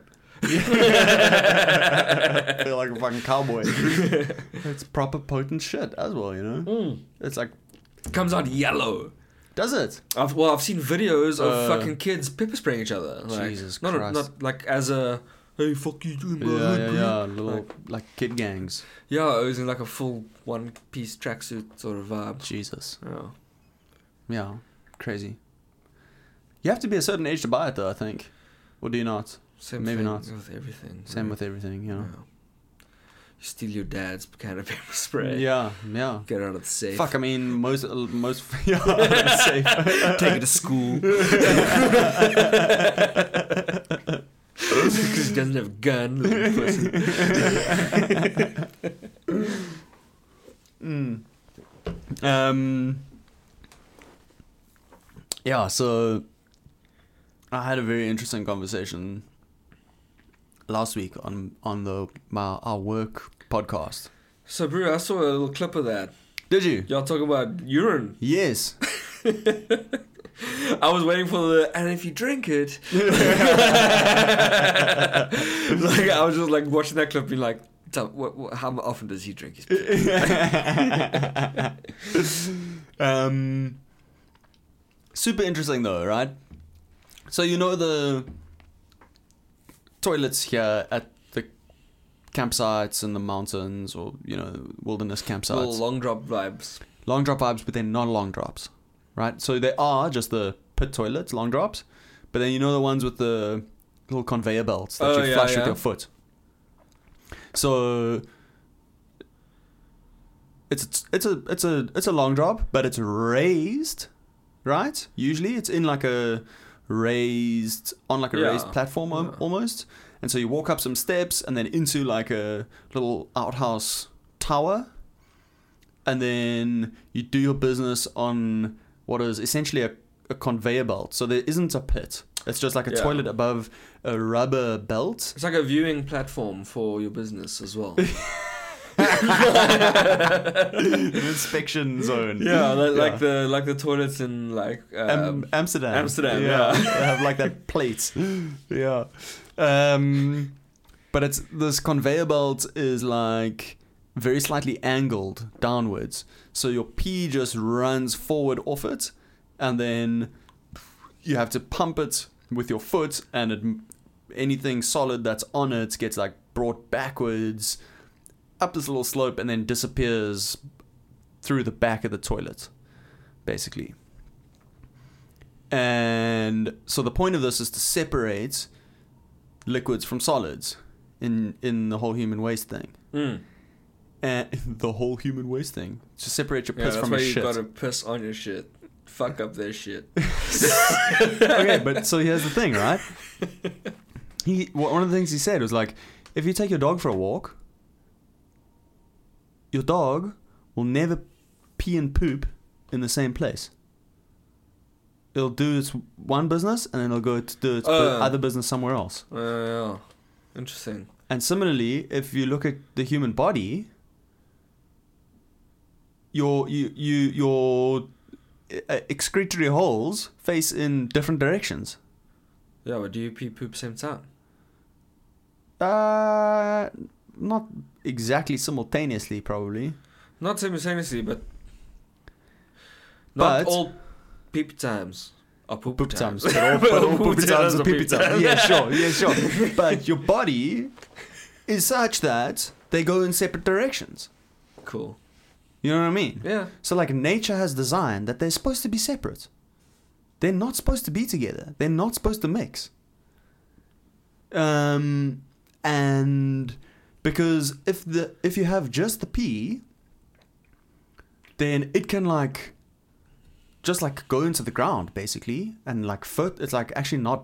[SPEAKER 1] feel like a fucking
[SPEAKER 2] [laughs]
[SPEAKER 1] cowboy. it's proper potent shit as well, you know. It's like,
[SPEAKER 2] Hmm. Comes out yellow.
[SPEAKER 1] does it?
[SPEAKER 2] I've, well, I've seen videos of
[SPEAKER 1] Uh,
[SPEAKER 2] fucking kids pepper spraying each other. Like,
[SPEAKER 1] Jesus
[SPEAKER 2] not a-
[SPEAKER 1] Christ.
[SPEAKER 2] not like as a hey fuck you doing, bro.
[SPEAKER 1] Yeah, yeah,
[SPEAKER 2] bro."
[SPEAKER 1] yeah. Little like kid gangs.
[SPEAKER 2] Yeah, it was in like a full one piece tracksuit sort of vibe.
[SPEAKER 1] Jesus.
[SPEAKER 2] Yeah.
[SPEAKER 1] Yeah, crazy. You have to be a certain age to buy it, though. I think, or do you not?
[SPEAKER 2] Same
[SPEAKER 1] Maybe
[SPEAKER 2] thing
[SPEAKER 1] not.
[SPEAKER 2] with everything.
[SPEAKER 1] Same
[SPEAKER 2] right?
[SPEAKER 1] with everything, you
[SPEAKER 2] Yeah.
[SPEAKER 1] know.
[SPEAKER 2] You steal your dad's can of pepper spray.
[SPEAKER 1] Yeah, yeah.
[SPEAKER 2] Get out of the safe.
[SPEAKER 1] Fuck, I mean, most uh, most [laughs] yeah, it's safe.
[SPEAKER 2] Take it to school. Because he doesn't have a gun. little pussy.
[SPEAKER 1] Hmm. Mm. Um. yeah, so I had a very interesting conversation last week on on the my our work podcast.
[SPEAKER 2] So, Brew, I saw a little clip of that.
[SPEAKER 1] Did you?
[SPEAKER 2] Y'all talking about urine.
[SPEAKER 1] Yes.
[SPEAKER 2] I was waiting for the and if you drink it [laughs] like I was just like watching that clip being like "Tom, wha- wha- how often does he drink his [laughs] piss?"
[SPEAKER 1] [laughs] um, super interesting though, right? So you know the toilets here at the campsites in the mountains or you know wilderness
[SPEAKER 2] little
[SPEAKER 1] campsites.
[SPEAKER 2] long drop vibes
[SPEAKER 1] long drop vibes, but they're not long drops, right? So they are just the pit toilets, long drops, but then you know the ones with the little conveyor belts that
[SPEAKER 2] Oh,
[SPEAKER 1] you
[SPEAKER 2] yeah,
[SPEAKER 1] flush
[SPEAKER 2] yeah.
[SPEAKER 1] with your foot. So it's it's a it's a it's a long drop, but it's raised, right? Usually it's in like a raised on like a
[SPEAKER 2] Yeah.
[SPEAKER 1] raised platform al-
[SPEAKER 2] Yeah.
[SPEAKER 1] almost. And so you walk up some steps and then into like a little outhouse tower. And then you do your business on what is essentially a, a conveyor belt. So there isn't a pit. It's just like a
[SPEAKER 2] Yeah.
[SPEAKER 1] toilet above a rubber
[SPEAKER 2] [laughs]
[SPEAKER 1] belt. [laughs]
[SPEAKER 2] it's like a viewing platform for your business as [laughs] well
[SPEAKER 1] An inspection zone.
[SPEAKER 2] yeah like, like the like the toilets in like um,
[SPEAKER 1] Am- Amsterdam.
[SPEAKER 2] Amsterdam, yeah.
[SPEAKER 1] They have like
[SPEAKER 2] [laughs]
[SPEAKER 1] that plate. yeah. Um, but it's this conveyor belt is like very slightly angled downwards, so your pee just runs forward off it, and then you have to pump it with your foot, and it, anything solid that's on it gets like brought backwards up this little slope and then disappears through the back of the toilet, basically. And so the point of this is to separate liquids from solids in in the whole human waste thing.
[SPEAKER 2] mm.
[SPEAKER 1] And [laughs] the whole human waste thing. To separate your
[SPEAKER 2] yeah
[SPEAKER 1] piss
[SPEAKER 2] that's
[SPEAKER 1] from
[SPEAKER 2] why
[SPEAKER 1] your
[SPEAKER 2] you
[SPEAKER 1] shit.
[SPEAKER 2] gotta piss on your shit fuck up their shit
[SPEAKER 1] [laughs] okay, but so here's the
[SPEAKER 2] [laughs]
[SPEAKER 1] thing, right? He wha- one of the things he said was like, if you take your dog for a walk, your dog will never pee and poop in the same place. It'll do its one business and then it'll go to do its bu-
[SPEAKER 2] Oh.
[SPEAKER 1] other business somewhere else.
[SPEAKER 2] uh, yeah. interesting
[SPEAKER 1] And similarly, if you look at the human body, your you, you your uh, excretory holes face in different directions.
[SPEAKER 2] yeah but do you pee poop same time
[SPEAKER 1] Uh, not exactly simultaneously, probably.
[SPEAKER 2] Not simultaneously, but
[SPEAKER 1] But-
[SPEAKER 2] not all peep times are poop,
[SPEAKER 1] Poop
[SPEAKER 2] times.
[SPEAKER 1] times, but
[SPEAKER 2] [laughs]
[SPEAKER 1] all, but all [laughs] poop times are
[SPEAKER 2] are
[SPEAKER 1] pee times. Yeah, sure, [laughs] yeah, sure. But your body is such that they go in separate directions.
[SPEAKER 2] [laughs] Cool.
[SPEAKER 1] You know what I mean?
[SPEAKER 2] Yeah.
[SPEAKER 1] So, like, nature has designed that they're supposed to be separate. They're not supposed to be together. They're not supposed to mix. Um, and because if the if you have just the pee, then it can like just like go into the ground basically, and like foot. It's like actually not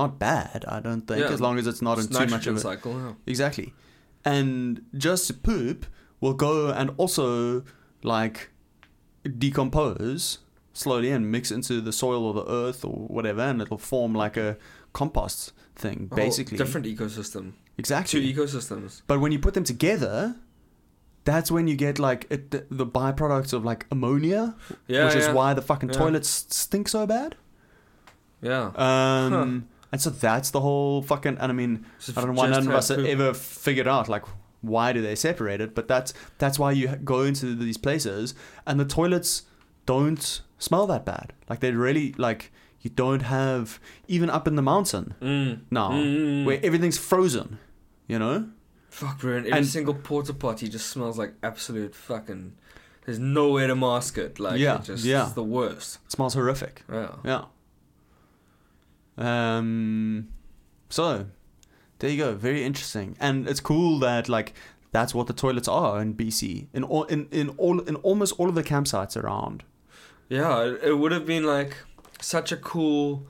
[SPEAKER 1] not bad. I don't think
[SPEAKER 2] Yeah.
[SPEAKER 1] as long as it's not
[SPEAKER 2] It's
[SPEAKER 1] in too much
[SPEAKER 2] nitrogen
[SPEAKER 1] of it.
[SPEAKER 2] cycle. Yeah.
[SPEAKER 1] Exactly. And just poop will go and also like decompose slowly and mix into the soil or the earth or whatever and it'll form like a compost thing
[SPEAKER 2] A whole
[SPEAKER 1] basically.
[SPEAKER 2] Oh, different ecosystem. Two
[SPEAKER 1] Exactly.
[SPEAKER 2] ecosystems.
[SPEAKER 1] but when you put them together that's when you get like it, the, the byproducts of like ammonia,
[SPEAKER 2] Yeah.
[SPEAKER 1] which
[SPEAKER 2] yeah.
[SPEAKER 1] is why the fucking
[SPEAKER 2] Yeah.
[SPEAKER 1] toilets stink so bad.
[SPEAKER 2] Yeah.
[SPEAKER 1] Um, And so that's the whole fucking. And I mean,
[SPEAKER 2] So
[SPEAKER 1] I don't know why
[SPEAKER 2] just
[SPEAKER 1] none of
[SPEAKER 2] have
[SPEAKER 1] us
[SPEAKER 2] poop.
[SPEAKER 1] ever figured out like why do they separate it, but that's that's why you go into these places and the toilets don't smell that bad. Like they really like you don't have even up in the mountain
[SPEAKER 2] Mm.
[SPEAKER 1] now
[SPEAKER 2] Mm, mm, mm.
[SPEAKER 1] where everything's frozen, you know.
[SPEAKER 2] Fuck, bro. and Every
[SPEAKER 1] and-
[SPEAKER 2] single porta potty just smells like absolute fucking. There's no way to mask it. Like,
[SPEAKER 1] Yeah,
[SPEAKER 2] it just,
[SPEAKER 1] yeah.
[SPEAKER 2] It's the worst.
[SPEAKER 1] It smells horrific.
[SPEAKER 2] Yeah.
[SPEAKER 1] Yeah. Um. So, there you go. Very interesting, and it's cool that like that's what the toilets are in BC in all in, in all in almost all of the campsites around.
[SPEAKER 2] Yeah, it, it would have been like such a cool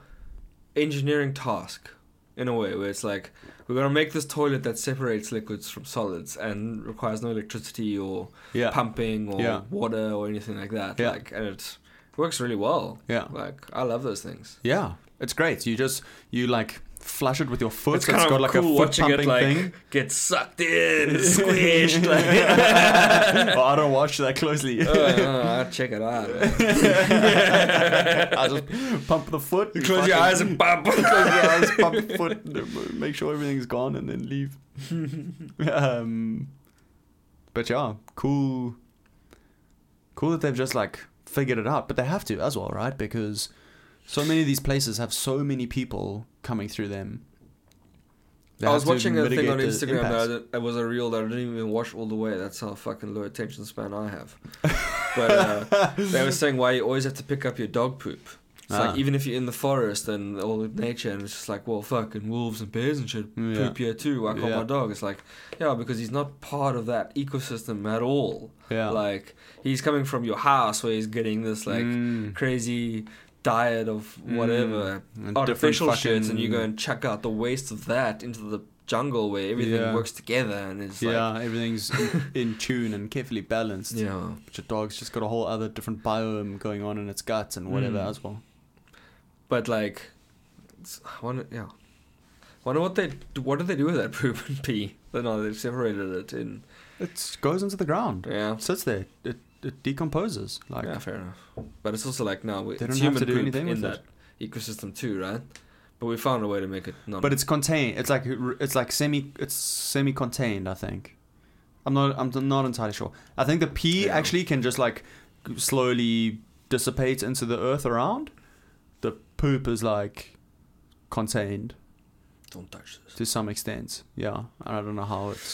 [SPEAKER 2] engineering task in a way where it's like we're gonna make this toilet that separates liquids from solids and requires no electricity or
[SPEAKER 1] Yeah.
[SPEAKER 2] pumping or
[SPEAKER 1] Yeah.
[SPEAKER 2] water or anything like that.
[SPEAKER 1] Yeah.
[SPEAKER 2] Like and it's works really well.
[SPEAKER 1] Yeah.
[SPEAKER 2] Like I love those things.
[SPEAKER 1] Yeah, it's great. You just you like flush it with your foot.
[SPEAKER 2] It's kind
[SPEAKER 1] got
[SPEAKER 2] of
[SPEAKER 1] like
[SPEAKER 2] cool
[SPEAKER 1] a foot
[SPEAKER 2] watching
[SPEAKER 1] pumping
[SPEAKER 2] it like
[SPEAKER 1] thing.
[SPEAKER 2] get
[SPEAKER 1] [laughs]
[SPEAKER 2] sucked in, squished. Like.
[SPEAKER 1] Well, I don't watch that
[SPEAKER 2] [laughs]
[SPEAKER 1] closely. [laughs]
[SPEAKER 2] Oh, no, I'll check it out. man. [laughs]
[SPEAKER 1] I just pump the foot.
[SPEAKER 2] You close your
[SPEAKER 1] fucking-
[SPEAKER 2] eyes and bump.
[SPEAKER 1] close your eyes, pump the foot, make sure everything's gone, and then leave. um, but yeah, cool. Cool that they've just like figured it out, but they have to as well, right? Because so many of these places have so many people coming through them. They
[SPEAKER 2] I was
[SPEAKER 1] have to
[SPEAKER 2] watching a thing
[SPEAKER 1] mitigate
[SPEAKER 2] on
[SPEAKER 1] the
[SPEAKER 2] Instagram
[SPEAKER 1] impacts.
[SPEAKER 2] that I- it was a reel that I didn't even watch all the way. That's how fucking low attention span I
[SPEAKER 1] [laughs]
[SPEAKER 2] have. but uh, they were saying why you always have to pick up your dog poop. It's
[SPEAKER 1] Ah.
[SPEAKER 2] like even if you're in the forest and all of nature, and it's just like, well, fucking wolves and bears and shit
[SPEAKER 1] Mm, yeah.
[SPEAKER 2] poop here too. Why can't
[SPEAKER 1] Yeah.
[SPEAKER 2] my dog? It's like, yeah, because he's not part of that ecosystem at all.
[SPEAKER 1] Yeah.
[SPEAKER 2] Like he's coming from your house where he's getting this like
[SPEAKER 1] Mm.
[SPEAKER 2] crazy diet of whatever
[SPEAKER 1] And
[SPEAKER 2] artificial
[SPEAKER 1] different
[SPEAKER 2] shits and you go
[SPEAKER 1] fucking-
[SPEAKER 2] and chuck out the waste of that into the jungle where everything
[SPEAKER 1] Yeah.
[SPEAKER 2] works together and it's
[SPEAKER 1] yeah,
[SPEAKER 2] like
[SPEAKER 1] everything's
[SPEAKER 2] [laughs]
[SPEAKER 1] in, in tune and carefully balanced.
[SPEAKER 2] yeah
[SPEAKER 1] But your dog's just got a whole other different biome going on in its guts and whatever
[SPEAKER 2] Mm.
[SPEAKER 1] as well.
[SPEAKER 2] but like it's- I wonder yeah wonder what they what do they do with that [laughs] poop and pee They no they've separated it in
[SPEAKER 1] It goes into the ground.
[SPEAKER 2] yeah
[SPEAKER 1] It sits there. It, it decomposes. Like
[SPEAKER 2] yeah fair enough but it's also like now we
[SPEAKER 1] They
[SPEAKER 2] it's
[SPEAKER 1] don't have
[SPEAKER 2] human
[SPEAKER 1] to do
[SPEAKER 2] poop
[SPEAKER 1] anything
[SPEAKER 2] in
[SPEAKER 1] with
[SPEAKER 2] that
[SPEAKER 1] it.
[SPEAKER 2] ecosystem too right but we found a way to make it non
[SPEAKER 1] But it's contained. It's like it's like semi. It's semi-contained. I think. I'm not. I'm not entirely sure. I think the pee
[SPEAKER 2] Yeah.
[SPEAKER 1] actually can just like slowly dissipate into the earth around. The poop is like contained
[SPEAKER 2] don't touch this
[SPEAKER 1] to some extent. Yeah, and I don't know how it's.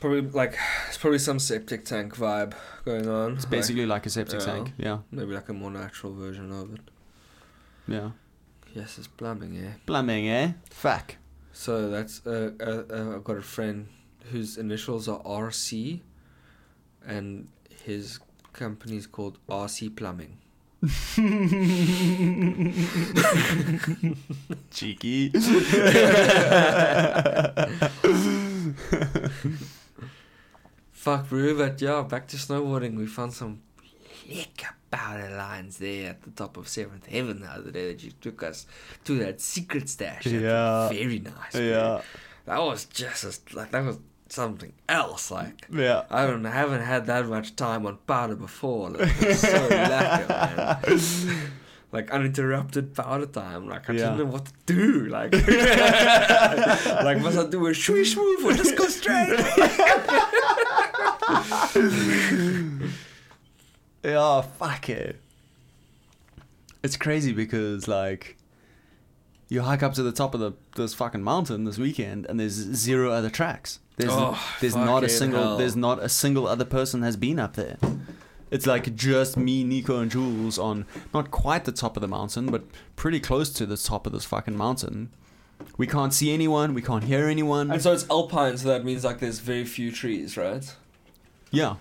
[SPEAKER 2] probably like it's probably some septic tank vibe going on
[SPEAKER 1] It's
[SPEAKER 2] like,
[SPEAKER 1] basically like a septic
[SPEAKER 2] Yeah.
[SPEAKER 1] tank. Yeah,
[SPEAKER 2] maybe like a more natural version of it
[SPEAKER 1] yeah.
[SPEAKER 2] yes it's plumbing yeah
[SPEAKER 1] Blaming, eh? Fuck. [laughs]
[SPEAKER 2] So that's uh, uh, uh, I've got a friend whose initials are RC, and his company's called RC
[SPEAKER 1] [laughs]
[SPEAKER 2] Plumbing.
[SPEAKER 1] Cheeky.
[SPEAKER 2] Fuck, bro, but yeah, back to snowboarding. We found some liquor powder lines there at the top of Seventh Heaven the other day that you took us to that secret stash. That was
[SPEAKER 1] Yeah.
[SPEAKER 2] very nice. bro.
[SPEAKER 1] yeah,
[SPEAKER 2] that was just as, like that was something else. Like
[SPEAKER 1] yeah.
[SPEAKER 2] I don't haven't had that much time on powder before. Like, it's so lacking, man. [laughs] Like uninterrupted powder time. Like I
[SPEAKER 1] Yeah.
[SPEAKER 2] didn't know what to do. [laughs] Like, like must I do a swish move or just go straight?
[SPEAKER 1] Yeah, fuck it. It's crazy because like you hike up to the top of the this fucking mountain this weekend and there's zero other tracks. There's
[SPEAKER 2] Oh,
[SPEAKER 1] there's not a
[SPEAKER 2] fucking
[SPEAKER 1] single
[SPEAKER 2] hell.
[SPEAKER 1] there's not a single other person has been up there. It's like just me, Nico, and Jules on not quite the top of the mountain, but pretty close to the top of this fucking mountain. We can't see anyone. We can't hear anyone.
[SPEAKER 2] [laughs] and so it's alpine, so that means like there's very few trees, right?
[SPEAKER 1] Yeah,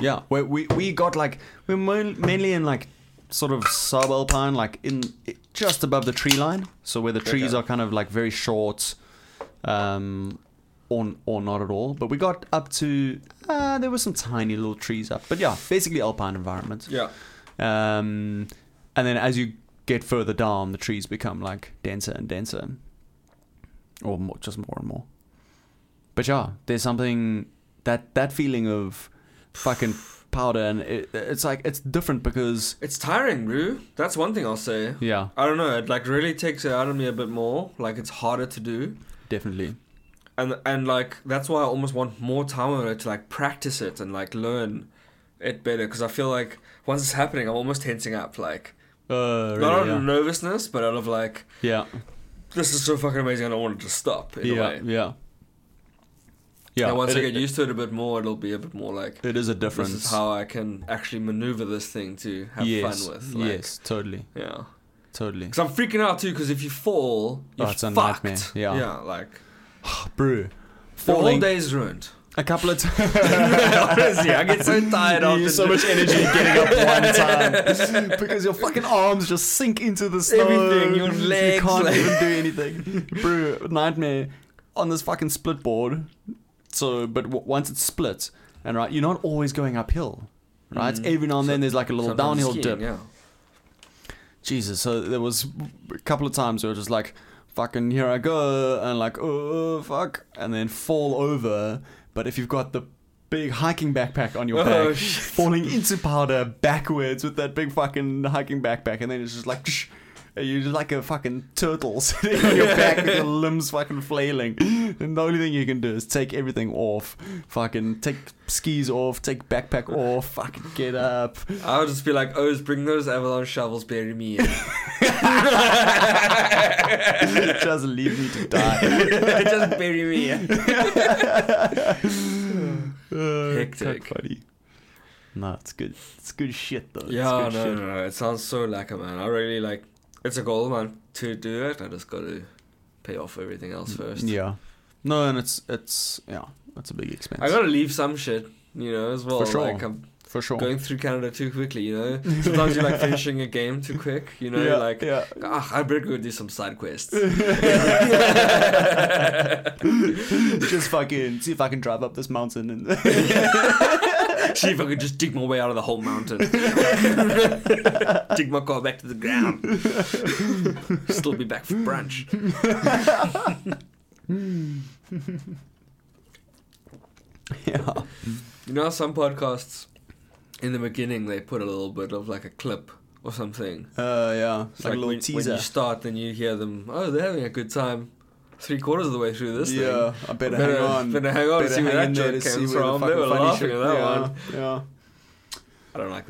[SPEAKER 1] yeah. We we, we got like we're mo- mainly in like sort of subalpine, like in just above the tree line. So where the trees
[SPEAKER 2] Okay.
[SPEAKER 1] are kind of like very short, um, or or not at all. But we got up to uh, there were some tiny little trees up. But yeah, basically alpine environment.
[SPEAKER 2] Yeah.
[SPEAKER 1] Um, and then as you get further down, the trees become like denser and denser, or more, just more and more. But yeah, there's something that that feeling of fucking powder, and it, it's like it's different because
[SPEAKER 2] It's tiring, Rue. That's one thing I'll say.
[SPEAKER 1] yeah,
[SPEAKER 2] I don't know. It like really takes it out of me a bit more. Like it's harder to do.
[SPEAKER 1] definitely.
[SPEAKER 2] and and like that's why I almost want more time on it to like practice it and like learn it better because I feel like once it's happening I'm almost tensing up like
[SPEAKER 1] Uh,
[SPEAKER 2] not out
[SPEAKER 1] really,
[SPEAKER 2] of nervousness but out of like
[SPEAKER 1] yeah,
[SPEAKER 2] this is so fucking amazing I don't want it to stop in
[SPEAKER 1] yeah,
[SPEAKER 2] a
[SPEAKER 1] yeah,
[SPEAKER 2] way.
[SPEAKER 1] yeah. Yeah,
[SPEAKER 2] and once
[SPEAKER 1] it,
[SPEAKER 2] I get
[SPEAKER 1] it-
[SPEAKER 2] used to it a bit more it'll be a bit more like
[SPEAKER 1] it is a
[SPEAKER 2] this
[SPEAKER 1] difference.
[SPEAKER 2] is how I can actually maneuver this thing to have
[SPEAKER 1] yes,
[SPEAKER 2] fun with like,
[SPEAKER 1] yes, totally,
[SPEAKER 2] yeah [sighs]
[SPEAKER 1] totally.
[SPEAKER 2] because I'm freaking out too because if you fall you're
[SPEAKER 1] Oh, it's a
[SPEAKER 2] fucked
[SPEAKER 1] nightmare, yeah.
[SPEAKER 2] yeah like
[SPEAKER 1] Brew,
[SPEAKER 2] the whole
[SPEAKER 1] falling
[SPEAKER 2] day is ruined
[SPEAKER 1] a couple [laughs] of times.
[SPEAKER 2] honestly I get so tired
[SPEAKER 1] You
[SPEAKER 2] after
[SPEAKER 1] use so much energy getting up
[SPEAKER 2] [laughs]
[SPEAKER 1] one time because your fucking arms just sink into the snow.
[SPEAKER 2] Everything, your legs,
[SPEAKER 1] You can't
[SPEAKER 2] like-
[SPEAKER 1] even do anything. Bro, nightmare on this fucking split board. So, but w- once it's split, and right, you're not always going uphill, right?
[SPEAKER 2] Mm.
[SPEAKER 1] Every now and then there's like a little
[SPEAKER 2] Sometimes
[SPEAKER 1] downhill
[SPEAKER 2] skiing,
[SPEAKER 1] dip.
[SPEAKER 2] yeah
[SPEAKER 1] Jesus. So there was a couple of times where it was like, fucking here I go, and like, oh fuck, and then fall over. But if you've got the big hiking backpack on your
[SPEAKER 2] Oh,
[SPEAKER 1] back,
[SPEAKER 2] shit.
[SPEAKER 1] falling into powder backwards with that big fucking hiking backpack, and then it's just like. and You're just like a fucking turtle [laughs] sitting on your back
[SPEAKER 2] [laughs]
[SPEAKER 1] with your limbs fucking flailing. And the only thing you can do is take everything off. Fucking take skis off, take backpack off, fucking get up.
[SPEAKER 2] I would just be like, "Oh, bring those avalanche shovels, bury
[SPEAKER 1] [laughs]
[SPEAKER 2] me." in."
[SPEAKER 1] just leave me to die.
[SPEAKER 2] just bury me. in.
[SPEAKER 1] Quite
[SPEAKER 2] Hectic.
[SPEAKER 1] funny. No, it's good. It's good shit though. It's
[SPEAKER 2] Yeah,
[SPEAKER 1] good
[SPEAKER 2] no, no,
[SPEAKER 1] shit.
[SPEAKER 2] no. It sounds so lacquer, man. I really like. It's a goal, man. To do it, I just got to pay off everything else first.
[SPEAKER 1] Mm, Yeah. No, and it's it's yeah, that's a big expense
[SPEAKER 2] I gotta leave some shit, you know, as well.
[SPEAKER 1] For sure.
[SPEAKER 2] Like I'm
[SPEAKER 1] for sure.
[SPEAKER 2] going through Canada too quickly, you
[SPEAKER 1] [laughs]
[SPEAKER 2] know. Sometimes you're like finishing a game too quick, you know.
[SPEAKER 1] yeah,
[SPEAKER 2] like, [laughs]
[SPEAKER 1] yeah.
[SPEAKER 2] ah, I better go do some side
[SPEAKER 1] [laughs]
[SPEAKER 2] quests.
[SPEAKER 1] just fucking see if I can drive up this mountain and [laughs]
[SPEAKER 2] See if I could just dig my way out of the whole
[SPEAKER 1] [laughs]
[SPEAKER 2] mountain. [laughs] dig my car back to
[SPEAKER 1] [laughs]
[SPEAKER 2] the ground. Still be back for brunch.
[SPEAKER 1] yeah.
[SPEAKER 2] You know, how some podcasts in the beginning they put a little bit of like a clip or something.
[SPEAKER 1] Uh, yeah, it's
[SPEAKER 2] It's
[SPEAKER 1] like, a little
[SPEAKER 2] when,
[SPEAKER 1] teaser.
[SPEAKER 2] When you start, then you hear them. Oh, they're having a good time. Three quarters of the way through this thing.
[SPEAKER 1] yeah, I better,
[SPEAKER 2] Better-
[SPEAKER 1] hang on.
[SPEAKER 2] better hang on to see where
[SPEAKER 1] hang in there
[SPEAKER 2] that joke
[SPEAKER 1] to see
[SPEAKER 2] came
[SPEAKER 1] where
[SPEAKER 2] from. They
[SPEAKER 1] fucking
[SPEAKER 2] were
[SPEAKER 1] funny
[SPEAKER 2] laughing
[SPEAKER 1] shit-
[SPEAKER 2] at that
[SPEAKER 1] yeah,
[SPEAKER 2] one.
[SPEAKER 1] Yeah.
[SPEAKER 2] I don't like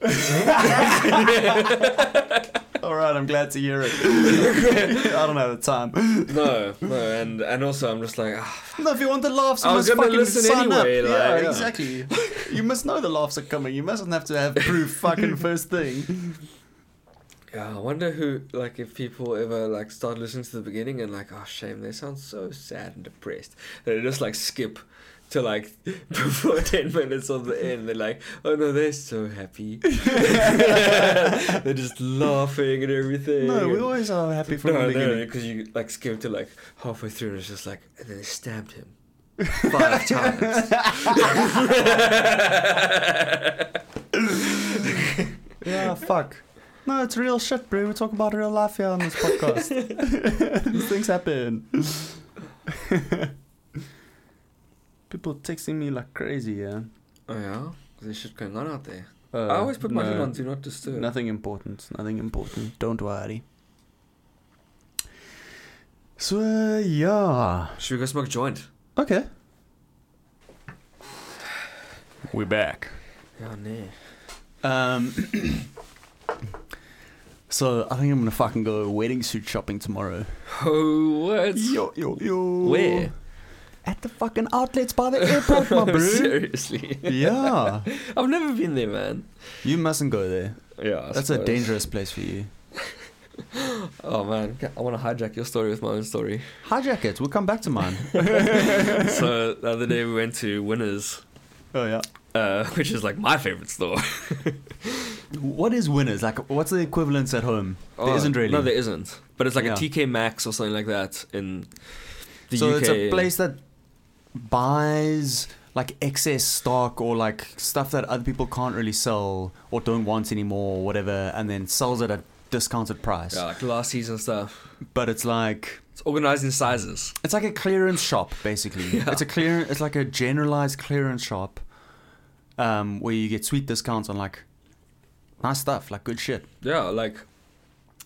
[SPEAKER 2] that. [laughs]
[SPEAKER 1] All right, I'm glad to hear it.
[SPEAKER 2] [laughs]
[SPEAKER 1] I don't have the time.
[SPEAKER 2] No, no, and and also I'm just like, ah,
[SPEAKER 1] No, if you want the laughs, you
[SPEAKER 2] I was
[SPEAKER 1] must
[SPEAKER 2] gonna
[SPEAKER 1] fucking
[SPEAKER 2] listen
[SPEAKER 1] sign
[SPEAKER 2] anyway,
[SPEAKER 1] up.
[SPEAKER 2] like,
[SPEAKER 1] yeah,
[SPEAKER 2] yeah.
[SPEAKER 1] exactly. you must know the laughs are coming. You mustn't have to have proof fucking first thing.
[SPEAKER 2] yeah, I wonder who like if people ever like start listening to the beginning and like, oh shame, they sound so sad and depressed. They just like skip to like [laughs] before ten minutes of the end. They're like, oh no, they're so
[SPEAKER 1] [laughs]
[SPEAKER 2] happy. [laughs] they're just laughing and everything.
[SPEAKER 1] No, we
[SPEAKER 2] and-
[SPEAKER 1] always are happy from
[SPEAKER 2] no,
[SPEAKER 1] the
[SPEAKER 2] no,
[SPEAKER 1] beginning.
[SPEAKER 2] because you like skip to like halfway through and it's just like, and then they
[SPEAKER 1] [laughs]
[SPEAKER 2] stabbed him five times. [laughs]
[SPEAKER 1] [laughs] Yeah, fuck. No, it's real shit, bro. We talk about real life here on this podcast. [laughs] These things happen. [laughs] People texting me like crazy, yeah.
[SPEAKER 2] Oh yeah, there's shit going on out there.
[SPEAKER 1] Uh,
[SPEAKER 2] I always put my head
[SPEAKER 1] no.
[SPEAKER 2] on do not disturb.
[SPEAKER 1] Nothing important. Nothing important. Don't worry. So uh, yeah.
[SPEAKER 2] Should we go smoke a joint?
[SPEAKER 1] Okay. We're back.
[SPEAKER 2] Yeah, no.
[SPEAKER 1] Um. [clears throat] so I think I'm gonna fucking go wedding suit shopping tomorrow.
[SPEAKER 2] Oh, [laughs] what?
[SPEAKER 1] Yo yo yo.
[SPEAKER 2] Where?
[SPEAKER 1] At the fucking outlets by the airport, [laughs] my bro.
[SPEAKER 2] Seriously,
[SPEAKER 1] yeah.
[SPEAKER 2] I've never been there, man.
[SPEAKER 1] You mustn't go there.
[SPEAKER 2] Yeah, I
[SPEAKER 1] That's a
[SPEAKER 2] suppose.
[SPEAKER 1] dangerous place for you.
[SPEAKER 2] Oh man, I want to hijack your story with my own [laughs] story.
[SPEAKER 1] Hijack it. We'll come back to mine.
[SPEAKER 2] so the other day we went to Winners,
[SPEAKER 1] [laughs] oh yeah.
[SPEAKER 2] uh, [laughs] which is like my favorite store.
[SPEAKER 1] What is winners? Like, what's the equivalence at home?
[SPEAKER 2] Oh,
[SPEAKER 1] there isn't really.
[SPEAKER 2] No, there isn't. But it's like
[SPEAKER 1] Yeah.
[SPEAKER 2] a TK Maxx or something like that in the
[SPEAKER 1] so
[SPEAKER 2] UK.
[SPEAKER 1] it's a place that buys like excess stock or like stuff that other people can't really sell or don't want anymore or whatever, and then sells it at discounted price.
[SPEAKER 2] Yeah, like last season stuff.
[SPEAKER 1] But it's like
[SPEAKER 2] It's organized in sizes.
[SPEAKER 1] it's like a clearance shop basically.
[SPEAKER 2] [laughs] Yeah.
[SPEAKER 1] It's a clear. It's like a generalized clearance shop, um, where you get sweet discounts on like nice stuff, like good shit.
[SPEAKER 2] Yeah, like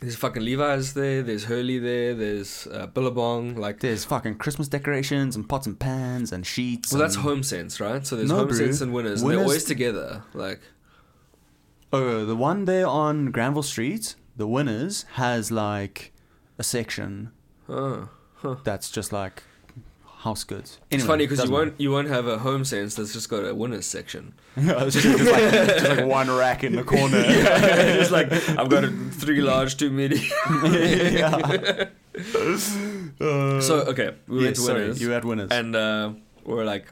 [SPEAKER 2] there's fucking Levi's there. There's Hurley there. There's uh, Billabong. Like,
[SPEAKER 1] There's fucking Christmas decorations and pots and pans and sheets.
[SPEAKER 2] well, that's
[SPEAKER 1] and-
[SPEAKER 2] Home Sense, right? So there's
[SPEAKER 1] No,
[SPEAKER 2] Home
[SPEAKER 1] bro.
[SPEAKER 2] Sense and Winners. and they're
[SPEAKER 1] Winners-
[SPEAKER 2] always together. Like,
[SPEAKER 1] Oh, the one there on Granville Street, the Winners, has like a section
[SPEAKER 2] oh.
[SPEAKER 1] that's just like house goods.
[SPEAKER 2] It's
[SPEAKER 1] Anyway,
[SPEAKER 2] funny because you
[SPEAKER 1] doesn't
[SPEAKER 2] won't you won't have a Home Sense that's just got a
[SPEAKER 1] [laughs]
[SPEAKER 2] Winners section.
[SPEAKER 1] matter. Yeah, it's just, just like, just like one rack
[SPEAKER 2] [laughs]
[SPEAKER 1] in the corner.
[SPEAKER 2] It's like I've got a
[SPEAKER 1] [laughs]
[SPEAKER 2] three large, two medium.
[SPEAKER 1] yeah. Uh,
[SPEAKER 2] So okay, we
[SPEAKER 1] yeah,
[SPEAKER 2] went to
[SPEAKER 1] sorry,
[SPEAKER 2] Winners.
[SPEAKER 1] You had Winners.
[SPEAKER 2] And uh, we we're like,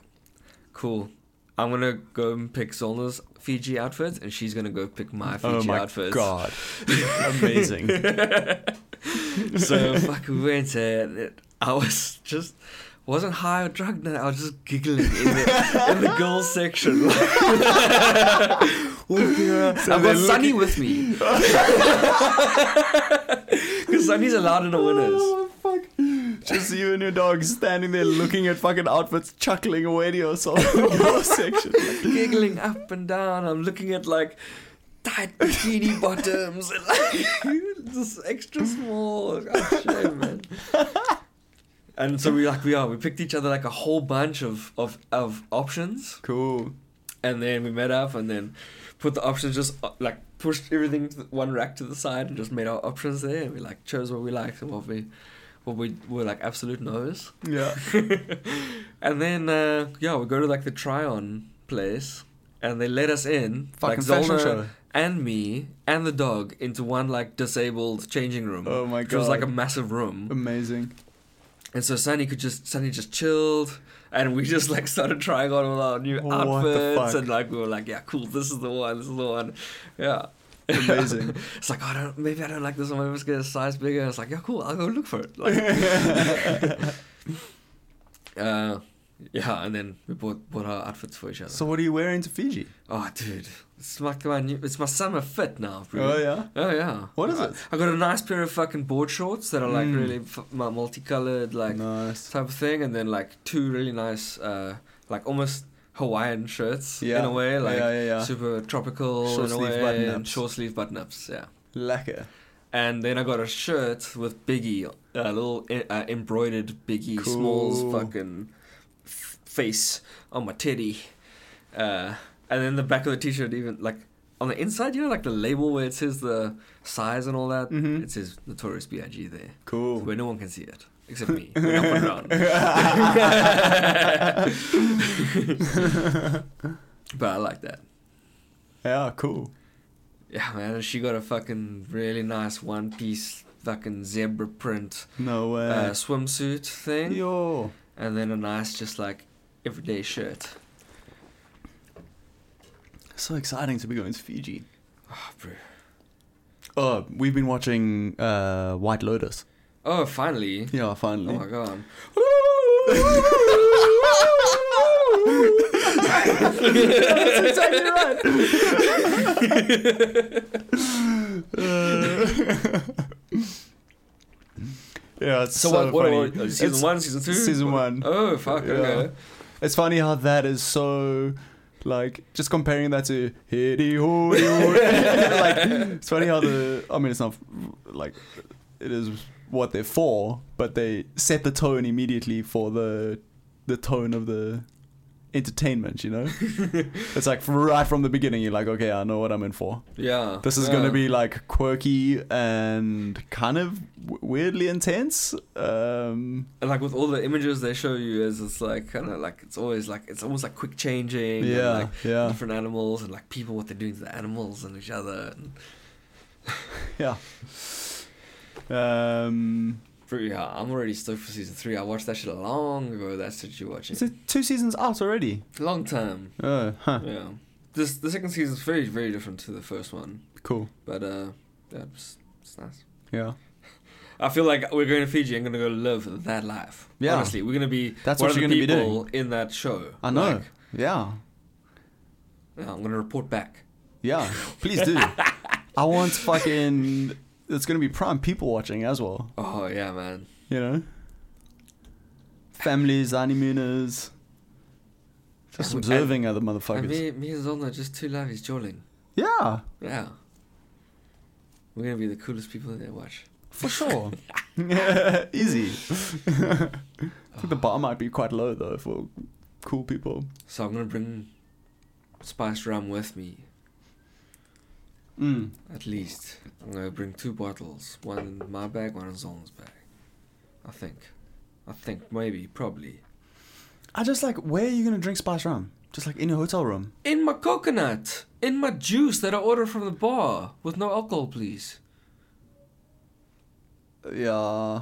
[SPEAKER 2] cool. I'm gonna go and pick Zola's Fiji outfits, and she's gonna go pick my Fiji
[SPEAKER 1] oh my
[SPEAKER 2] outfits. [laughs]
[SPEAKER 1] god, amazing.
[SPEAKER 2] So fuck, we went there, and it, I was just wasn't high or drunk. Then I was just giggling in the in the girls section. Wolfbeer. I've
[SPEAKER 1] they
[SPEAKER 2] got
[SPEAKER 1] look-
[SPEAKER 2] Sunny with me. [laughs] Because Sunny's allowed in the winners.
[SPEAKER 1] Oh, fuck. Just you and your dog standing there looking at fucking outfits, chuckling away to yourself in
[SPEAKER 2] [laughs]
[SPEAKER 1] your section.
[SPEAKER 2] Giggling up and down. I'm looking at like tight bikini [laughs] bottoms and like [laughs] this extra small. Oh, shit, man. [laughs] And so we like we are. We picked each other like a whole bunch of of, of options.
[SPEAKER 1] Cool.
[SPEAKER 2] and then we met up and then put the options just uh, like pushed everything to the, one rack to the side and just made our options there and we like chose what we liked and what we what we were like absolute no's
[SPEAKER 1] Yeah.
[SPEAKER 2] [laughs] and then uh, yeah we go to like the try on place and they let us in
[SPEAKER 3] Fucking
[SPEAKER 2] like
[SPEAKER 3] fashion
[SPEAKER 2] Zolder
[SPEAKER 3] show.
[SPEAKER 2] and me and the dog into one like disabled changing room
[SPEAKER 1] Oh my
[SPEAKER 2] which was like a
[SPEAKER 1] God. Um,
[SPEAKER 2] massive room [laughs]
[SPEAKER 1] Amazing. [laughs]
[SPEAKER 2] and so Sunny could just Sunny just chilled, and we just like started trying on all our new
[SPEAKER 1] What the
[SPEAKER 2] outfits,
[SPEAKER 1] fuck?
[SPEAKER 2] and like we were like, yeah, cool, this is the one, this is the one, yeah.
[SPEAKER 1] Amazing.
[SPEAKER 2] [laughs] It's like, oh, I don't, maybe I don't like this one. Maybe let's get a size bigger. It's like, yeah, cool. I'll go look for
[SPEAKER 1] [laughs]
[SPEAKER 2] it. Like, [laughs] uh, yeah, and then we bought bought our outfits for each other.
[SPEAKER 1] so what are you wearing to Fiji?
[SPEAKER 2] oh, dude, it's like my new, it's my summer fit now, bro.
[SPEAKER 1] Oh yeah.
[SPEAKER 2] Oh yeah.
[SPEAKER 1] What is
[SPEAKER 2] I-
[SPEAKER 1] it?
[SPEAKER 2] I got a nice pair of fucking board shorts that are like
[SPEAKER 1] Mm.
[SPEAKER 2] really f- my multicolored, like
[SPEAKER 1] nice.
[SPEAKER 2] type of thing, and then like two really nice, uh, like almost Hawaiian shirts
[SPEAKER 1] Yeah.
[SPEAKER 2] in a way, like
[SPEAKER 1] yeah, yeah, yeah.
[SPEAKER 2] super tropical
[SPEAKER 1] Short
[SPEAKER 2] in a
[SPEAKER 1] sleeve
[SPEAKER 2] way,
[SPEAKER 1] button
[SPEAKER 2] and
[SPEAKER 1] ups.
[SPEAKER 2] short sleeve button ups, yeah.
[SPEAKER 1] Lacquer.
[SPEAKER 2] And then I got a shirt with Biggie, a little uh, embroidered Biggie
[SPEAKER 1] Cool.
[SPEAKER 2] Smalls fucking f- face on my teddy, uh, and then the back of the t-shirt even like. On the inside, you know, like the label where it says the size and all that,
[SPEAKER 1] Mhm.
[SPEAKER 2] it says Notorious B.I.G. there,
[SPEAKER 1] Cool.
[SPEAKER 2] where no one can see it except me. when I put it on.
[SPEAKER 1] [laughs]
[SPEAKER 2] but I like that.
[SPEAKER 1] [laughs] yeah, cool.
[SPEAKER 2] Yeah, man. and She got a fucking really nice one piece fucking zebra print
[SPEAKER 1] No way.
[SPEAKER 2] uh, swimsuit thing.
[SPEAKER 1] Yo.
[SPEAKER 2] And then a nice, just like everyday shirt.
[SPEAKER 1] So exciting to be going to Fiji.
[SPEAKER 2] Oh, bro.
[SPEAKER 1] Oh, we've been watching uh, White Lotus.
[SPEAKER 2] Oh, finally.
[SPEAKER 1] Yeah, [laughs]
[SPEAKER 2] Oh
[SPEAKER 1] finally.
[SPEAKER 2] my god. [laughs]
[SPEAKER 1] That's exactly right. yeah, it's so,
[SPEAKER 2] So, what, what,
[SPEAKER 1] funny.
[SPEAKER 2] what, uh, season
[SPEAKER 1] It's-
[SPEAKER 2] one, season two?
[SPEAKER 1] season one.
[SPEAKER 2] Oh, fuck,
[SPEAKER 1] Yeah.
[SPEAKER 2] okay.
[SPEAKER 1] It's funny how that is so like just comparing that to hitty ho hitty ho. like it's funny how the I mean it's not like it is what they're for, but they set the tone immediately for the the tone of the entertainment, you know? it's like right from the beginning you're like, okay, I know what I'm in for.
[SPEAKER 2] Yeah.
[SPEAKER 1] This is
[SPEAKER 2] yeah.
[SPEAKER 1] going to be like quirky and kind of w- weirdly intense. Um
[SPEAKER 2] And like with all the images they show you, is it's like kind of like it's always like it's almost like quick changing. and,
[SPEAKER 1] yeah,
[SPEAKER 2] like,
[SPEAKER 1] yeah.
[SPEAKER 2] different animals and like people what they're doing to the animals and each other. And,
[SPEAKER 1] [laughs] Yeah. Um,
[SPEAKER 2] Bro, yeah, I'm already stoked for season three. I watched that shit long ago. That shit you watching
[SPEAKER 1] is it two seasons out already?
[SPEAKER 2] long time.
[SPEAKER 1] Oh, huh.
[SPEAKER 2] Yeah, [laughs] this the second season's very very different to the first one,
[SPEAKER 1] Cool.
[SPEAKER 2] but uh, that's it's nice.
[SPEAKER 1] Yeah.
[SPEAKER 2] I feel like we're going to Fiji and gonna go live that life.
[SPEAKER 1] Yeah.
[SPEAKER 2] honestly, we're gonna be
[SPEAKER 1] That's
[SPEAKER 2] one
[SPEAKER 1] what
[SPEAKER 2] of
[SPEAKER 1] you're
[SPEAKER 2] the
[SPEAKER 1] gonna be
[SPEAKER 2] people in that show.
[SPEAKER 1] I know.
[SPEAKER 2] Like,
[SPEAKER 1] yeah.
[SPEAKER 2] yeah, I'm gonna report back.
[SPEAKER 1] Yeah. Please do. I want fucking. It's gonna be prime people watching as well.
[SPEAKER 2] Oh yeah, man.
[SPEAKER 1] You know. Families, honeymooners. Just
[SPEAKER 2] And-
[SPEAKER 1] observing other
[SPEAKER 2] And
[SPEAKER 1] motherfuckers.
[SPEAKER 2] me, me and Zolna are just two lavies jolling.
[SPEAKER 1] yeah,
[SPEAKER 2] Yeah. We're gonna be the coolest people in there. Watch.
[SPEAKER 1] for sure. [laughs] Easy. [laughs] I think the bar might be quite low though for cool people.
[SPEAKER 2] So I'm gonna bring spiced rum with me.
[SPEAKER 1] Mm.
[SPEAKER 2] At least I'm gonna bring two bottles, one in my bag, one in Zon's bag. I think. I think maybe, probably.
[SPEAKER 1] I just like, where are you gonna drink spice rum? Just like in your hotel room.
[SPEAKER 2] In my coconut, in my juice that I ordered from the bar, with no alcohol, please.
[SPEAKER 1] Yeah.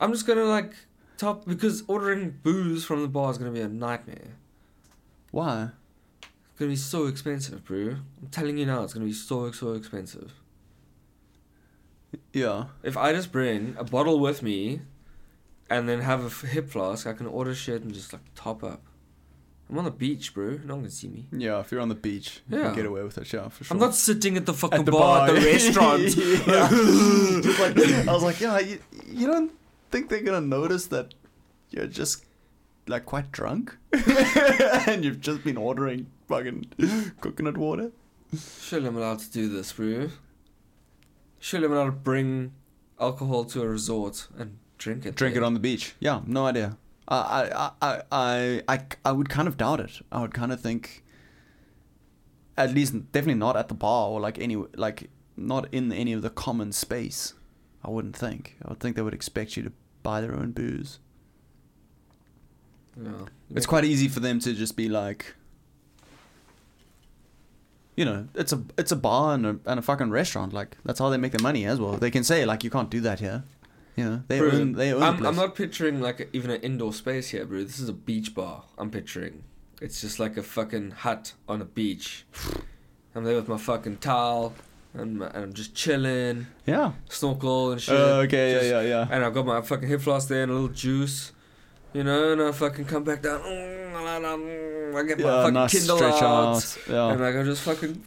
[SPEAKER 2] I'm just gonna like top because ordering booze from the bar is gonna be a nightmare.
[SPEAKER 1] Why?
[SPEAKER 2] It's gonna be so expensive, bro. I'm telling you now, it's gonna be so so expensive.
[SPEAKER 1] Yeah.
[SPEAKER 2] If I just bring a bottle with me, and then have a f- hip flask, I can order shit and just like top up. I'm on the beach, bro. No one can see me.
[SPEAKER 1] Yeah, if you're on the beach, you
[SPEAKER 2] Yeah.
[SPEAKER 1] can get away with it. Yeah, for sure.
[SPEAKER 2] I'm not sitting at the fucking
[SPEAKER 1] At the
[SPEAKER 2] bar, at
[SPEAKER 1] bar. [laughs]
[SPEAKER 2] the restaurant. [laughs]
[SPEAKER 1] Yeah. Just like- I was like, [laughs] yeah, you, you don't think they're gonna notice that you're just like quite drunk, [laughs] and you've just been ordering fucking coconut water.
[SPEAKER 2] Surely I'm allowed to do this, bro. Surely I'm allowed to bring alcohol to a resort and drink it.
[SPEAKER 1] Drink it
[SPEAKER 2] there.
[SPEAKER 1] on the beach. Yeah, no idea. I I I I I, I would kind of doubt it. I would kind of think. At least, definitely not at the bar or like any like not in any of the common space. I wouldn't think. I would think they would expect you to buy their own booze.
[SPEAKER 2] Yeah.
[SPEAKER 1] It's quite easy for them to just be like, you know, it's a it's a bar and a, and a fucking restaurant. Like that's how they make their money as well. They can say like you can't do that here. You know, they
[SPEAKER 2] Bro,
[SPEAKER 1] own they own.
[SPEAKER 2] I'm,
[SPEAKER 1] the
[SPEAKER 2] I'm
[SPEAKER 1] place.
[SPEAKER 2] not picturing like a, even an indoor space here, bro. This is a beach bar. I'm picturing. It's just like a fucking hut on a beach. I'm there with my fucking towel and, my, and I'm just chilling,
[SPEAKER 1] Yeah.
[SPEAKER 2] snorkel and shit.
[SPEAKER 1] Oh, okay.
[SPEAKER 2] Just-
[SPEAKER 1] yeah. Yeah. Yeah.
[SPEAKER 2] And I've got my fucking hip floss there and a little juice, you know. And I fucking come back down. mm, I get my
[SPEAKER 1] yeah
[SPEAKER 2] fucking
[SPEAKER 1] nice
[SPEAKER 2] Kindle
[SPEAKER 1] stretch
[SPEAKER 2] out.
[SPEAKER 1] out. Yeah.
[SPEAKER 2] And like I just fucking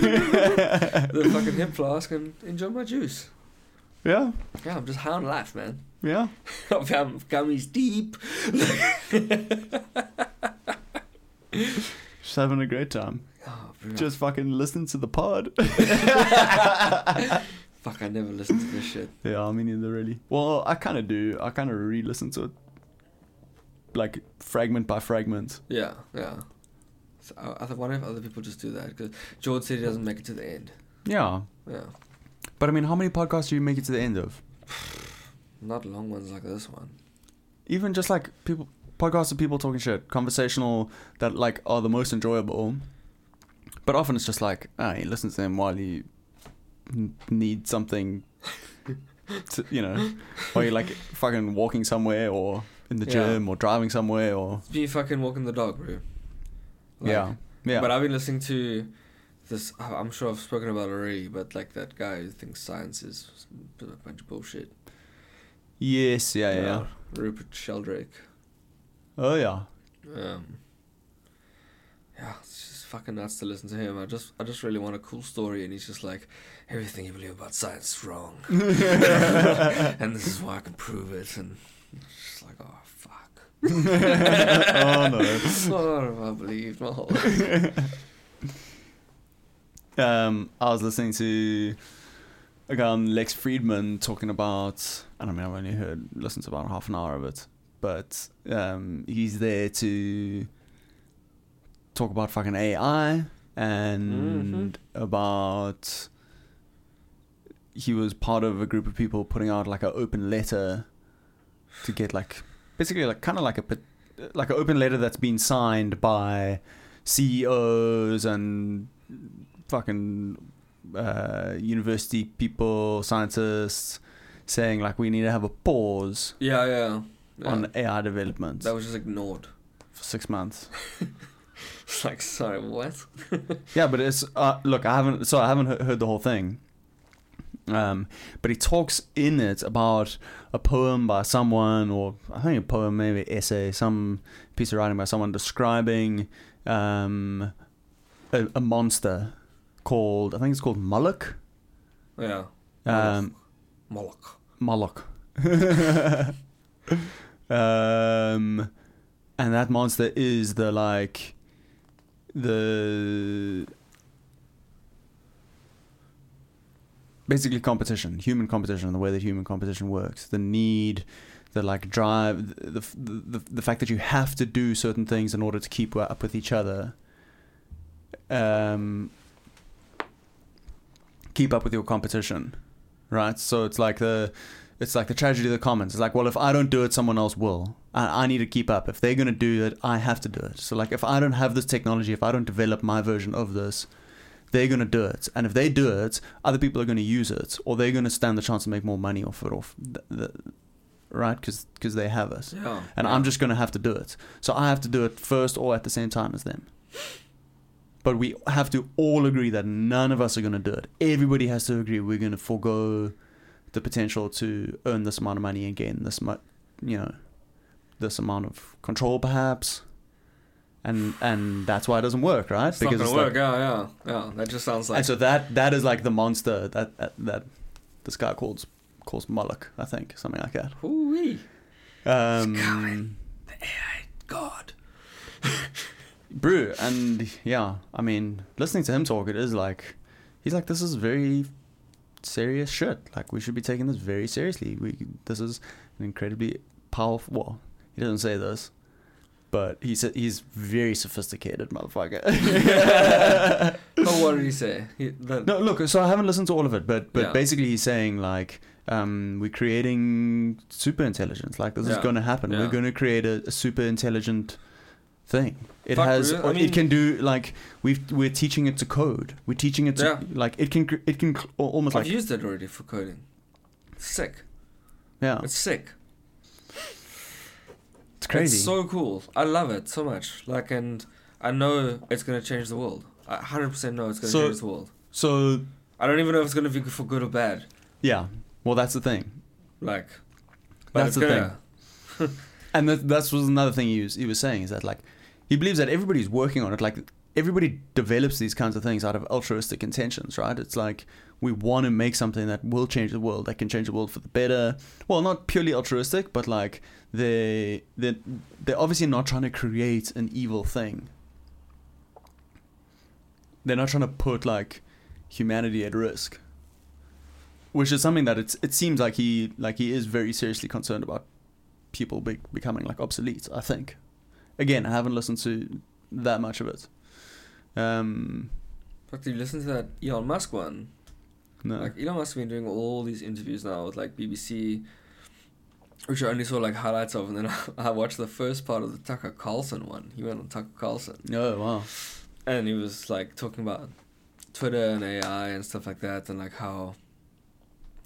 [SPEAKER 2] the fucking hip flask and enjoy my juice.
[SPEAKER 1] [laughs] yeah.
[SPEAKER 2] Yeah, I'm just high on life, man. [laughs]
[SPEAKER 1] Yeah.
[SPEAKER 2] I'm gummies deep.
[SPEAKER 1] Just having a great time.
[SPEAKER 2] Oh, bro. [laughs]
[SPEAKER 1] Just fucking listening to the pod. [laughs]
[SPEAKER 2] Fuck, I never listened to this shit.
[SPEAKER 1] Yeah, I mean, neither really. Well, I kind of do. I kind of re-listen to it, like fragment by fragment.
[SPEAKER 2] Yeah, yeah. So, I, I wonder if other people just do that because George said he doesn't make it to the end.
[SPEAKER 1] Yeah,
[SPEAKER 2] Yeah,
[SPEAKER 1] but I mean, how many podcasts do you make it to the end of?
[SPEAKER 2] not long ones like this one.
[SPEAKER 1] Even just like people podcasts of people talking shit, conversational that like are the most enjoyable. But often it's just like, ah, he listens to them while he n- needs something, to, you know, or you're like fucking walking somewhere or in the
[SPEAKER 2] Yeah.
[SPEAKER 1] gym or driving somewhere or
[SPEAKER 2] It's me fucking walking the dog, bro. Like,
[SPEAKER 1] yeah, yeah.
[SPEAKER 2] But I've been listening to this. I- I'm sure I've spoken about it already, but like that guy who thinks science is a bunch of bullshit.
[SPEAKER 1] yes, yeah, yeah, yeah.
[SPEAKER 2] Rupert Sheldrake.
[SPEAKER 1] Oh yeah.
[SPEAKER 2] Um, yeah, it's just fucking nuts to listen to him. I just, I just really want a cool story, and he's just like, everything you believe about science
[SPEAKER 1] [laughs]
[SPEAKER 2] is wrong, [laughs] and this is why I can prove it. And it's just like, oh fuck.
[SPEAKER 1] [laughs] oh no.
[SPEAKER 2] [laughs] What have I believed my whole
[SPEAKER 1] Um, I was listening to a guy on Lex Friedman talking about. I don't mean I've only heard listened to about half an hour of it, but um, he's there to talk about fucking AI and about. He was part of a group of people putting out like an open letter to get like basically like kind of like a pet- like an open letter that's been signed by CEOs and fucking uh, university people, scientists, saying like we need to have a pause
[SPEAKER 2] Yeah, yeah. yeah.
[SPEAKER 1] on AI development
[SPEAKER 2] that was just ignored. [laughs]
[SPEAKER 1] for six months.
[SPEAKER 2] It's like, sorry, what?
[SPEAKER 1] yeah, but it's uh, look, I haven't so I haven't he- heard the whole thing. Um, but he talks in it about a poem by someone, or I think a poem, maybe essay, some piece of writing by someone describing um, a, a monster called I think it's called Moloch.
[SPEAKER 2] Yeah.
[SPEAKER 1] Um,
[SPEAKER 2] Moloch.
[SPEAKER 1] Moloch. um, and that monster is the like the basically competition, human competition, the way that human competition works, the need, the like drive, the the the, the fact that you have to do certain things in order to keep up with each other. Um, keep up with your competition, right? So it's like the it's like the tragedy of the commons. It's like, well, if I don't do it, someone else will. I, I need to keep up. If they're going to do it, I have to do it. So, like, if I don't have this technology, if I don't develop my version of this, they're going to do it. And if they do it, other people are going to use it, or they're going to stand the chance to make more money off it, off the, the, right? Because they have us.
[SPEAKER 2] Yeah.
[SPEAKER 1] And
[SPEAKER 2] yeah.
[SPEAKER 1] I'm just going to have to do it. So I have to do it first or at the same time as them. But we have to all agree that none of us are going to do it. Everybody has to agree we're going to forego the potential to earn this amount of money and gain this much, you know, this amount of control, perhaps, and and that's why it doesn't work, right?
[SPEAKER 2] It's not gonna
[SPEAKER 1] it's like-
[SPEAKER 2] work. yeah, yeah, yeah. That just sounds like
[SPEAKER 1] and so that that is like the monster that that, that this guy calls calls Moloch, I think, something like that.
[SPEAKER 2] Ooh-wee.
[SPEAKER 1] Um,
[SPEAKER 2] God.
[SPEAKER 1] brew and yeah, I mean, listening to him talk, it is like he's like this is very serious shit. Like we should be taking this very seriously. We this is an incredibly powerful. Well, he doesn't say this. But he said he's very sophisticated, motherfucker.
[SPEAKER 2] But what did he say? He, the,
[SPEAKER 1] No, look. So I haven't listened to all of it, but but
[SPEAKER 2] Yeah.
[SPEAKER 1] basically he's saying like um, we're creating super intelligence. Like this is
[SPEAKER 2] Yeah.
[SPEAKER 1] going to happen.
[SPEAKER 2] Yeah.
[SPEAKER 1] We're going to create a, a super intelligent thing. It
[SPEAKER 2] Fuck,
[SPEAKER 1] has.
[SPEAKER 2] really? I mean-
[SPEAKER 1] it can do like we've we're teaching it to code. We're teaching it to
[SPEAKER 2] Yeah.
[SPEAKER 1] like it can cr- it can cl- al- almost
[SPEAKER 2] I've
[SPEAKER 1] like
[SPEAKER 2] used it already for coding. Sick.
[SPEAKER 1] yeah.
[SPEAKER 2] It's sick.
[SPEAKER 1] It's crazy.
[SPEAKER 2] It's so cool. I love it so much. Like, and I know it's gonna change the world. I 100% know it's gonna
[SPEAKER 1] So-
[SPEAKER 2] change the world.
[SPEAKER 1] so
[SPEAKER 2] I don't even know if it's gonna be for good or bad.
[SPEAKER 1] yeah. Well, that's the thing.
[SPEAKER 2] Like, but
[SPEAKER 1] That's
[SPEAKER 2] it's
[SPEAKER 1] the
[SPEAKER 2] gonna.
[SPEAKER 1] And that that's was another thing he was, he was saying is that like he believes that everybody's working on it. Like everybody develops these kinds of things out of altruistic intentions, right? It's like we want to make something that will change the world, that can change the world for the better. Well, not purely altruistic, but like they they they're obviously not trying to create an evil thing. They're not trying to put like humanity at risk. Which is something that it's, it seems like he like he is very seriously concerned about people be- becoming like obsolete. I think. Again, I haven't listened to that much of it. Um,
[SPEAKER 2] Fuck, did you listen to that Elon Musk one?
[SPEAKER 1] no.
[SPEAKER 2] Like, Elon Musk has been doing all these interviews now with, like, BBC, which I only saw, like, highlights of, and then [laughs] I watched the first part of the Tucker Carlson one. He went on Tucker Carlson.
[SPEAKER 1] oh wow.
[SPEAKER 2] and he was like talking about Twitter and AI and stuff like that, and like how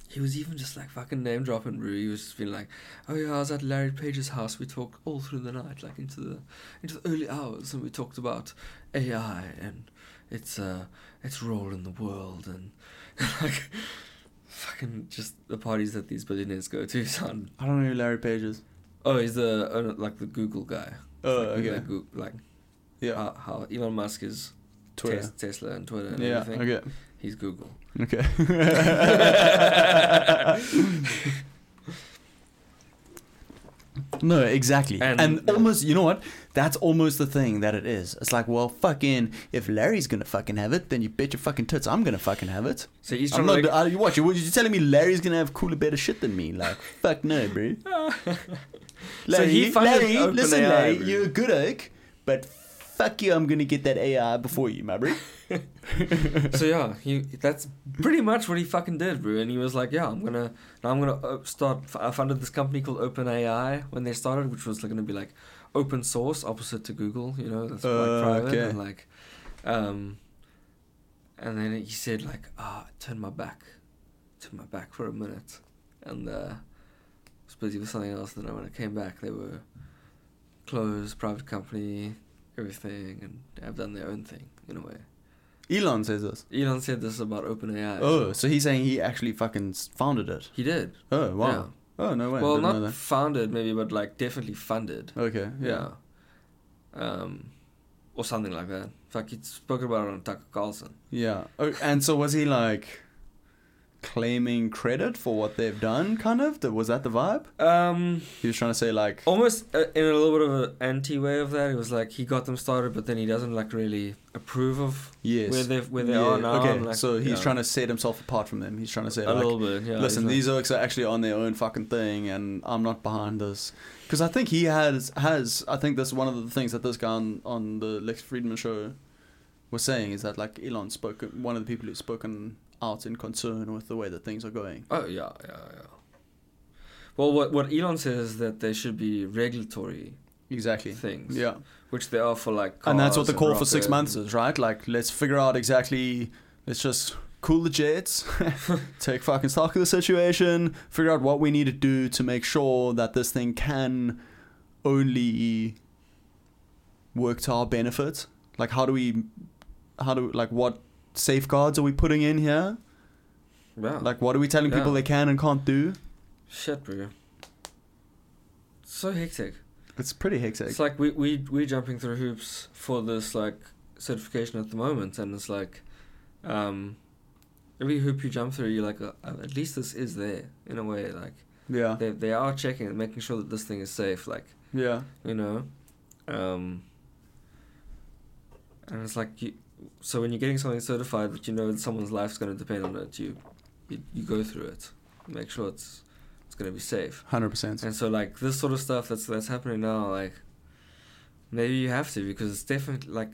[SPEAKER 2] he was even just like fucking name dropping Rui. He was just being like, "Oh yeah, I was at Larry Page's house. We talked all through the night, like into the into the early hours, and we talked about AI and its uh its role in the world and [laughs] like." Fucking just the parties that these billionaires go to sound.
[SPEAKER 1] I don't know who Larry Page is.
[SPEAKER 2] Oh, he's the owner, like the Google guy.
[SPEAKER 1] Oh,
[SPEAKER 2] like, who
[SPEAKER 1] okay.
[SPEAKER 2] they Goo- like
[SPEAKER 1] Yeah.
[SPEAKER 2] how, how Elon Musk is
[SPEAKER 1] Twitter.
[SPEAKER 2] Tes- Tesla and Twitter and
[SPEAKER 1] yeah.
[SPEAKER 2] everything.
[SPEAKER 1] Okay.
[SPEAKER 2] He's Google.
[SPEAKER 1] Okay. [laughs] no, exactly.
[SPEAKER 2] And-
[SPEAKER 1] And, almost, you know what? That's almost the thing that it is. It's like, well, fucking, if Larry's gonna fucking have it, then you bet your fucking tits I'm gonna fucking have it.
[SPEAKER 2] So he's
[SPEAKER 1] I'm
[SPEAKER 2] trying
[SPEAKER 1] not,
[SPEAKER 2] to.
[SPEAKER 1] I, what, you, what, you telling me Larry's gonna have cooler, better shit than me?
[SPEAKER 2] [laughs]
[SPEAKER 1] Like, fuck no, bro. [laughs] Larry,
[SPEAKER 2] he funded
[SPEAKER 1] Larry,
[SPEAKER 2] Open
[SPEAKER 1] listen,
[SPEAKER 2] AI,
[SPEAKER 1] Larry,
[SPEAKER 2] bro.
[SPEAKER 1] you're a good oak, but fuck you, I'm gonna get that AI before you, my bro.
[SPEAKER 2] Make, so yeah, he that's pretty much what he fucking did, bro. And he was like, yeah, I'm gonna now I'm gonna uh, start. I funded this company called OpenAI when they started, which was gonna be like open source, opposite to Google. You know, that's
[SPEAKER 1] Uh,
[SPEAKER 2] quite private
[SPEAKER 1] okay.
[SPEAKER 2] and like, um. And then he said like, ah, turn my back, turn my back for a minute, and uh, was busy with something else. And then when I came back, they were closed, private company, everything, and have done their own thing in a way.
[SPEAKER 1] Elon says this.
[SPEAKER 2] [laughs] Elon said this about OpenAI. as
[SPEAKER 1] Oh,
[SPEAKER 2] well.
[SPEAKER 1] so he's saying he actually fucking s- founded it.
[SPEAKER 2] he did.
[SPEAKER 1] Oh, wow. Oh, no way.
[SPEAKER 2] Yeah. Well,
[SPEAKER 1] Didn't know
[SPEAKER 2] not founded maybe, but like definitely funded.
[SPEAKER 1] that. Okay, yeah.
[SPEAKER 2] Yeah. Um, or something like that. Fuck, he spoke about it on Tucker Carlson.
[SPEAKER 1] Yeah. Oh, and so was he like claiming credit for what they've done, kind of? Th- Was that the vibe?
[SPEAKER 2] Um,
[SPEAKER 1] He was trying to say, like,
[SPEAKER 2] almost uh, in a little bit of an anti way of that. It was like he got them started, but then he doesn't like really approve of
[SPEAKER 1] yes.
[SPEAKER 2] where they where they are now.
[SPEAKER 1] Okay,
[SPEAKER 2] and, like,
[SPEAKER 1] so he's
[SPEAKER 2] yeah.
[SPEAKER 1] trying to set himself apart from them. He's trying to say,
[SPEAKER 2] a
[SPEAKER 1] like,
[SPEAKER 2] little bit. Yeah.
[SPEAKER 1] listen,
[SPEAKER 2] he's
[SPEAKER 1] these orcs are actually on their own fucking thing, and I'm not behind this. Because I think he has has I think that's one of the things that this guy on, on the Lex Friedman show was saying is that like Elon spoke one of the people who's spoken out in concern with the way that things are going.
[SPEAKER 2] Oh yeah, yeah, yeah. Well, what what Elon says is that there should be regulatory
[SPEAKER 1] Exactly.
[SPEAKER 2] things,
[SPEAKER 1] Yeah.
[SPEAKER 2] which there are for like.
[SPEAKER 1] and that's what
[SPEAKER 2] cars
[SPEAKER 1] the call for
[SPEAKER 2] rockets
[SPEAKER 1] six
[SPEAKER 2] and-
[SPEAKER 1] months is, right? Like, let's figure out exactly. Let's just cool the
[SPEAKER 2] [laughs]
[SPEAKER 1] jets, take fucking stock of the situation, figure out what we need to do to make sure that this thing can only work to our benefit. Like, how do we, how do like what safeguards are we putting in here?
[SPEAKER 2] Oh. Yeah. Like
[SPEAKER 1] Like, what are we telling people
[SPEAKER 2] Yeah.
[SPEAKER 1] they can and can't do?
[SPEAKER 2] shit, bro. So hectic.
[SPEAKER 1] It's pretty hectic.
[SPEAKER 2] It's like we we we're jumping through hoops for this like certification at the moment, and it's like, um, every hoop you jump through, you're like, uh, at least this is there in a way. Like
[SPEAKER 1] yeah.
[SPEAKER 2] they they are checking and making sure that this thing is safe. Like
[SPEAKER 1] Yeah.
[SPEAKER 2] you know, um, and it's like you. So when you're getting something certified, but you know that someone's life's going to depend on it, you, you you go through it, make sure it's it's going to be safe.
[SPEAKER 1] 100%.
[SPEAKER 2] And so like this sort of stuff that's that's happening now, like maybe you have to because it's definitely like.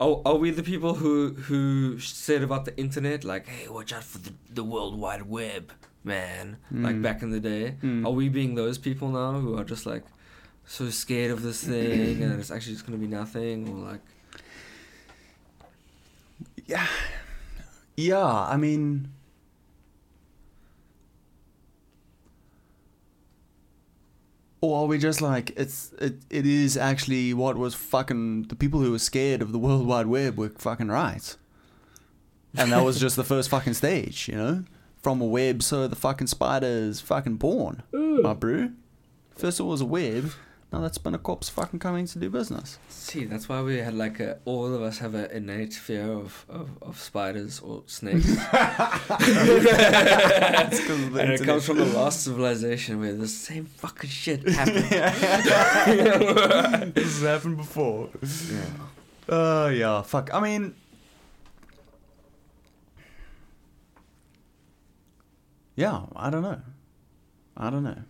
[SPEAKER 2] Oh, are we the people who who said about the internet like, hey, watch out for the, the World Wide Web, man? Like
[SPEAKER 1] Mm.
[SPEAKER 2] back in the day,
[SPEAKER 1] Mm.
[SPEAKER 2] are we being those people now who are just like so scared of this thing and it's actually just gonna be nothing or like
[SPEAKER 1] Yeah, I mean, or are we just like it's it, it is actually what was fucking the people who were scared of the World Wide Web were fucking right, and that was just the first fucking stage, you know, from a web. So the fucking spider is fucking born, my brew. First it was a web. Now that's been a corpse fucking coming to do business.
[SPEAKER 2] see that's why we had like a, all of us have an innate fear of, of, of spiders or
[SPEAKER 1] [laughs]
[SPEAKER 2] snakes [laughs]
[SPEAKER 1] It's 'cause of the
[SPEAKER 2] and it
[SPEAKER 1] internet.
[SPEAKER 2] comes from the last civilization where the same fucking shit
[SPEAKER 1] [laughs]
[SPEAKER 2] happened.
[SPEAKER 1] this has happened before.
[SPEAKER 2] yeah.
[SPEAKER 1] Oh yeah, fuck. I mean, yeah, I don't know. I don't know.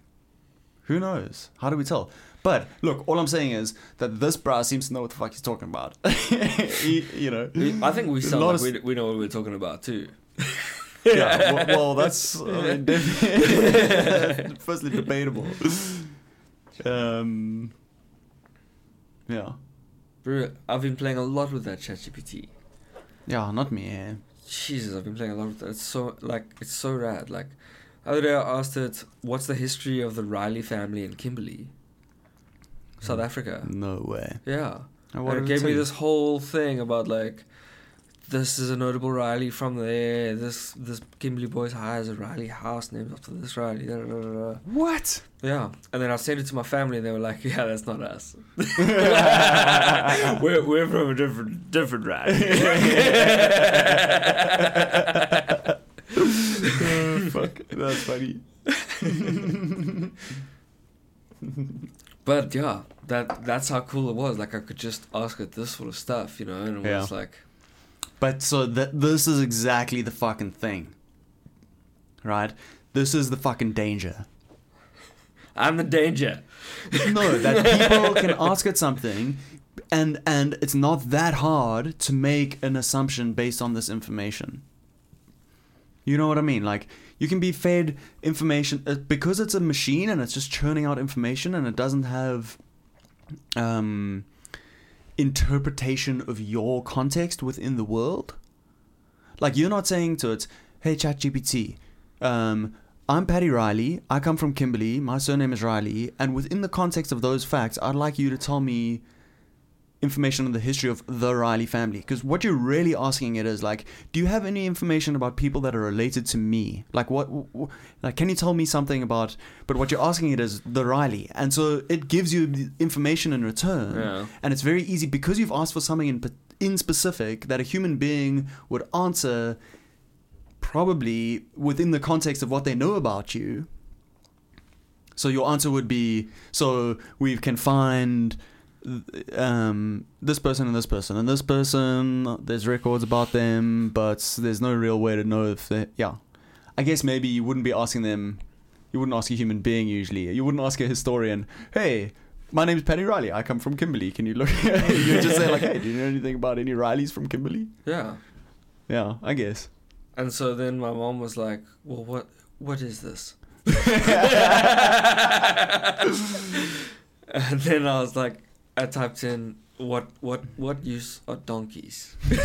[SPEAKER 1] Who knows? How do we tell? But look, all I'm saying is that this bra seems to know what the fuck he's talking about. [laughs] He- you know.
[SPEAKER 2] We- I think we sound
[SPEAKER 1] Lot
[SPEAKER 2] like
[SPEAKER 1] of
[SPEAKER 2] we, we know what we're talking about too.
[SPEAKER 1] Yeah. Well, well that's I mean,
[SPEAKER 2] [laughs]
[SPEAKER 1] definitely, firstly debatable. Um. Yeah.
[SPEAKER 2] Bro, I've been playing a lot with that ChatGPT.
[SPEAKER 1] Yeah, not me.
[SPEAKER 2] Uh.
[SPEAKER 1] eh?
[SPEAKER 2] Jesus, I've been playing a lot with that. It's so like it's so rad. Like the other day I asked it, "What's the history of the Riley family in Kimberley,
[SPEAKER 1] Mm.
[SPEAKER 2] South Africa?"
[SPEAKER 1] No way.
[SPEAKER 2] Yeah.
[SPEAKER 1] And
[SPEAKER 2] And it
[SPEAKER 1] did
[SPEAKER 2] Uh, gave me
[SPEAKER 1] say?
[SPEAKER 2] this whole thing about like this is a notable Riley from there. This this Kimberley boys hires a Riley house named after this Riley. Da, da, da, da, da.
[SPEAKER 1] What?
[SPEAKER 2] Yeah, and then I sent it to my family, and they were like, [laughs] "Yeah, that's not us. we're, we're from a different different Riley."
[SPEAKER 1] [laughs] Uh, fuck. That's funny.
[SPEAKER 2] but yeah, that that's how cool it was. Like I could just ask it this sort of stuff, you know, and it
[SPEAKER 1] Yeah.
[SPEAKER 2] was like,
[SPEAKER 1] But so th- this is exactly the fucking thing. Right? This is the fucking danger.
[SPEAKER 2] "I'm the danger."
[SPEAKER 1] No, that [laughs] people can ask it something and and it's not that hard to make an assumption based on this information. You know what I mean? Like you can be fed information uh, because it's a machine and it's just churning out information and it doesn't have um interpretation of your context within the world. Like you're not saying to it, "Hey ChatGPT, um, I'm Patty Riley. I come from Kimberley. My surname is Riley, and within the context of those facts, I'd like you to tell me information on the history of the Riley family." Because what you're really asking it is like, "Do you have any information about people that are related to me? Like what? w- w- Like, can you tell me something about?" But what you're asking it is the Riley, and so it gives you the information in return
[SPEAKER 2] Yeah.
[SPEAKER 1] and it's very easy because you've asked for something in in specific that a human being would answer probably within the context of what they know about you so your answer would be so we can find um, this person and this person and this person there's records about them but there's no real way to know if they yeah i guess maybe you wouldn't be asking them you wouldn't ask a human being usually you wouldn't ask a historian hey my name's Penny Riley. I come from Kimberley. Can you look? [laughs] you just say like, "Hey, do you know anything about any Rileys from Kimberley?"
[SPEAKER 2] Yeah.
[SPEAKER 1] Yeah, I guess.
[SPEAKER 2] And so then my mom was like, "Well, what what is this?" and then I was like, I typed in what what what use are donkeys? and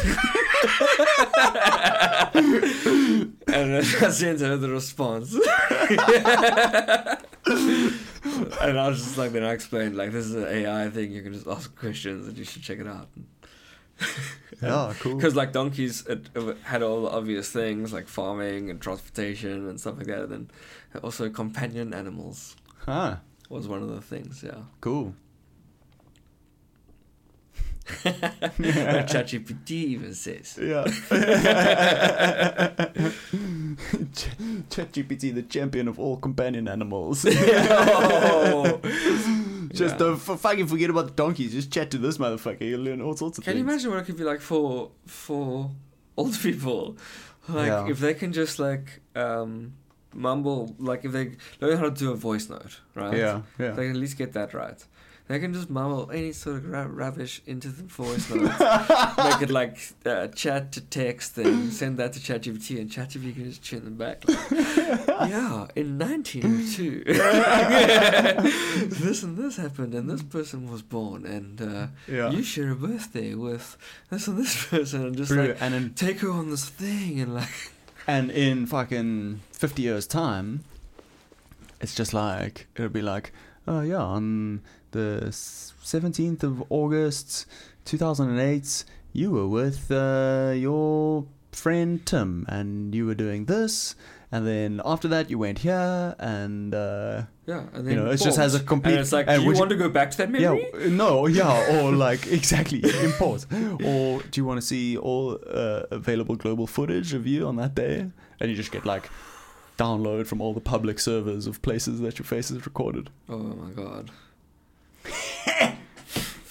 [SPEAKER 2] then I sent her the response. and I was just like, then I explained like this is an AI thing. You can just ask questions and you should check it out.
[SPEAKER 1] Yeah, cool.
[SPEAKER 2] Because like donkeys it, it had all the obvious things like farming and transportation and stuff like that, and then also companion animals
[SPEAKER 1] Huh.
[SPEAKER 2] was one of the things.
[SPEAKER 1] [laughs]
[SPEAKER 2] Yeah.
[SPEAKER 3] Cool.
[SPEAKER 2] What ChatGPT even says.
[SPEAKER 1] [laughs] Yeah. ChatGPT, the champion of all companion animals. [laughs]
[SPEAKER 2] Oh.
[SPEAKER 1] Just
[SPEAKER 2] Yeah.
[SPEAKER 1] don't f- fucking forget about the donkeys. Just chat to this motherfucker. You'll learn all sorts of
[SPEAKER 2] Can you
[SPEAKER 1] things.
[SPEAKER 2] imagine what it could be like for for old people? Like
[SPEAKER 1] Yeah.
[SPEAKER 2] if they can just like um, mumble, like if they learn how to do a voice note, right?
[SPEAKER 1] Yeah, yeah.
[SPEAKER 2] They can at least get that right. They can just mumble any sort of ra- rubbish into the voice note.
[SPEAKER 1] [laughs]
[SPEAKER 2] Make it like uh, chat to text and send that to ChatGPT, and ChatGPT can just tune them back.
[SPEAKER 1] [laughs]
[SPEAKER 2] Like, yeah, in [laughs] 1902, this and this happened, and this person was born, and uh,
[SPEAKER 1] Yeah.
[SPEAKER 2] you share a birthday with this and this [laughs] person, and just
[SPEAKER 1] Bro,
[SPEAKER 2] like
[SPEAKER 1] and in
[SPEAKER 2] take her on this thing, and like
[SPEAKER 1] and in fucking fifty years time, it's just like it'll be like, oh yeah, on the seventeenth of August, two thousand and eight, you were with uh, your friend Tim, and you were doing this, and then after that you went here, and uh,
[SPEAKER 2] yeah, and
[SPEAKER 1] you
[SPEAKER 2] then
[SPEAKER 1] know it just
[SPEAKER 2] pause.
[SPEAKER 1] has a complete.
[SPEAKER 2] And it's like,
[SPEAKER 1] and
[SPEAKER 2] do you
[SPEAKER 1] would
[SPEAKER 2] want to go back to that memory?
[SPEAKER 1] yeah, uh, no, yeah, or like [laughs] exactly import. Or do you want to see all uh, available global footage of you on that day? And you just get like download from all the public servers of places that your face is recorded.
[SPEAKER 2] Oh my
[SPEAKER 1] [laughs]
[SPEAKER 2] god.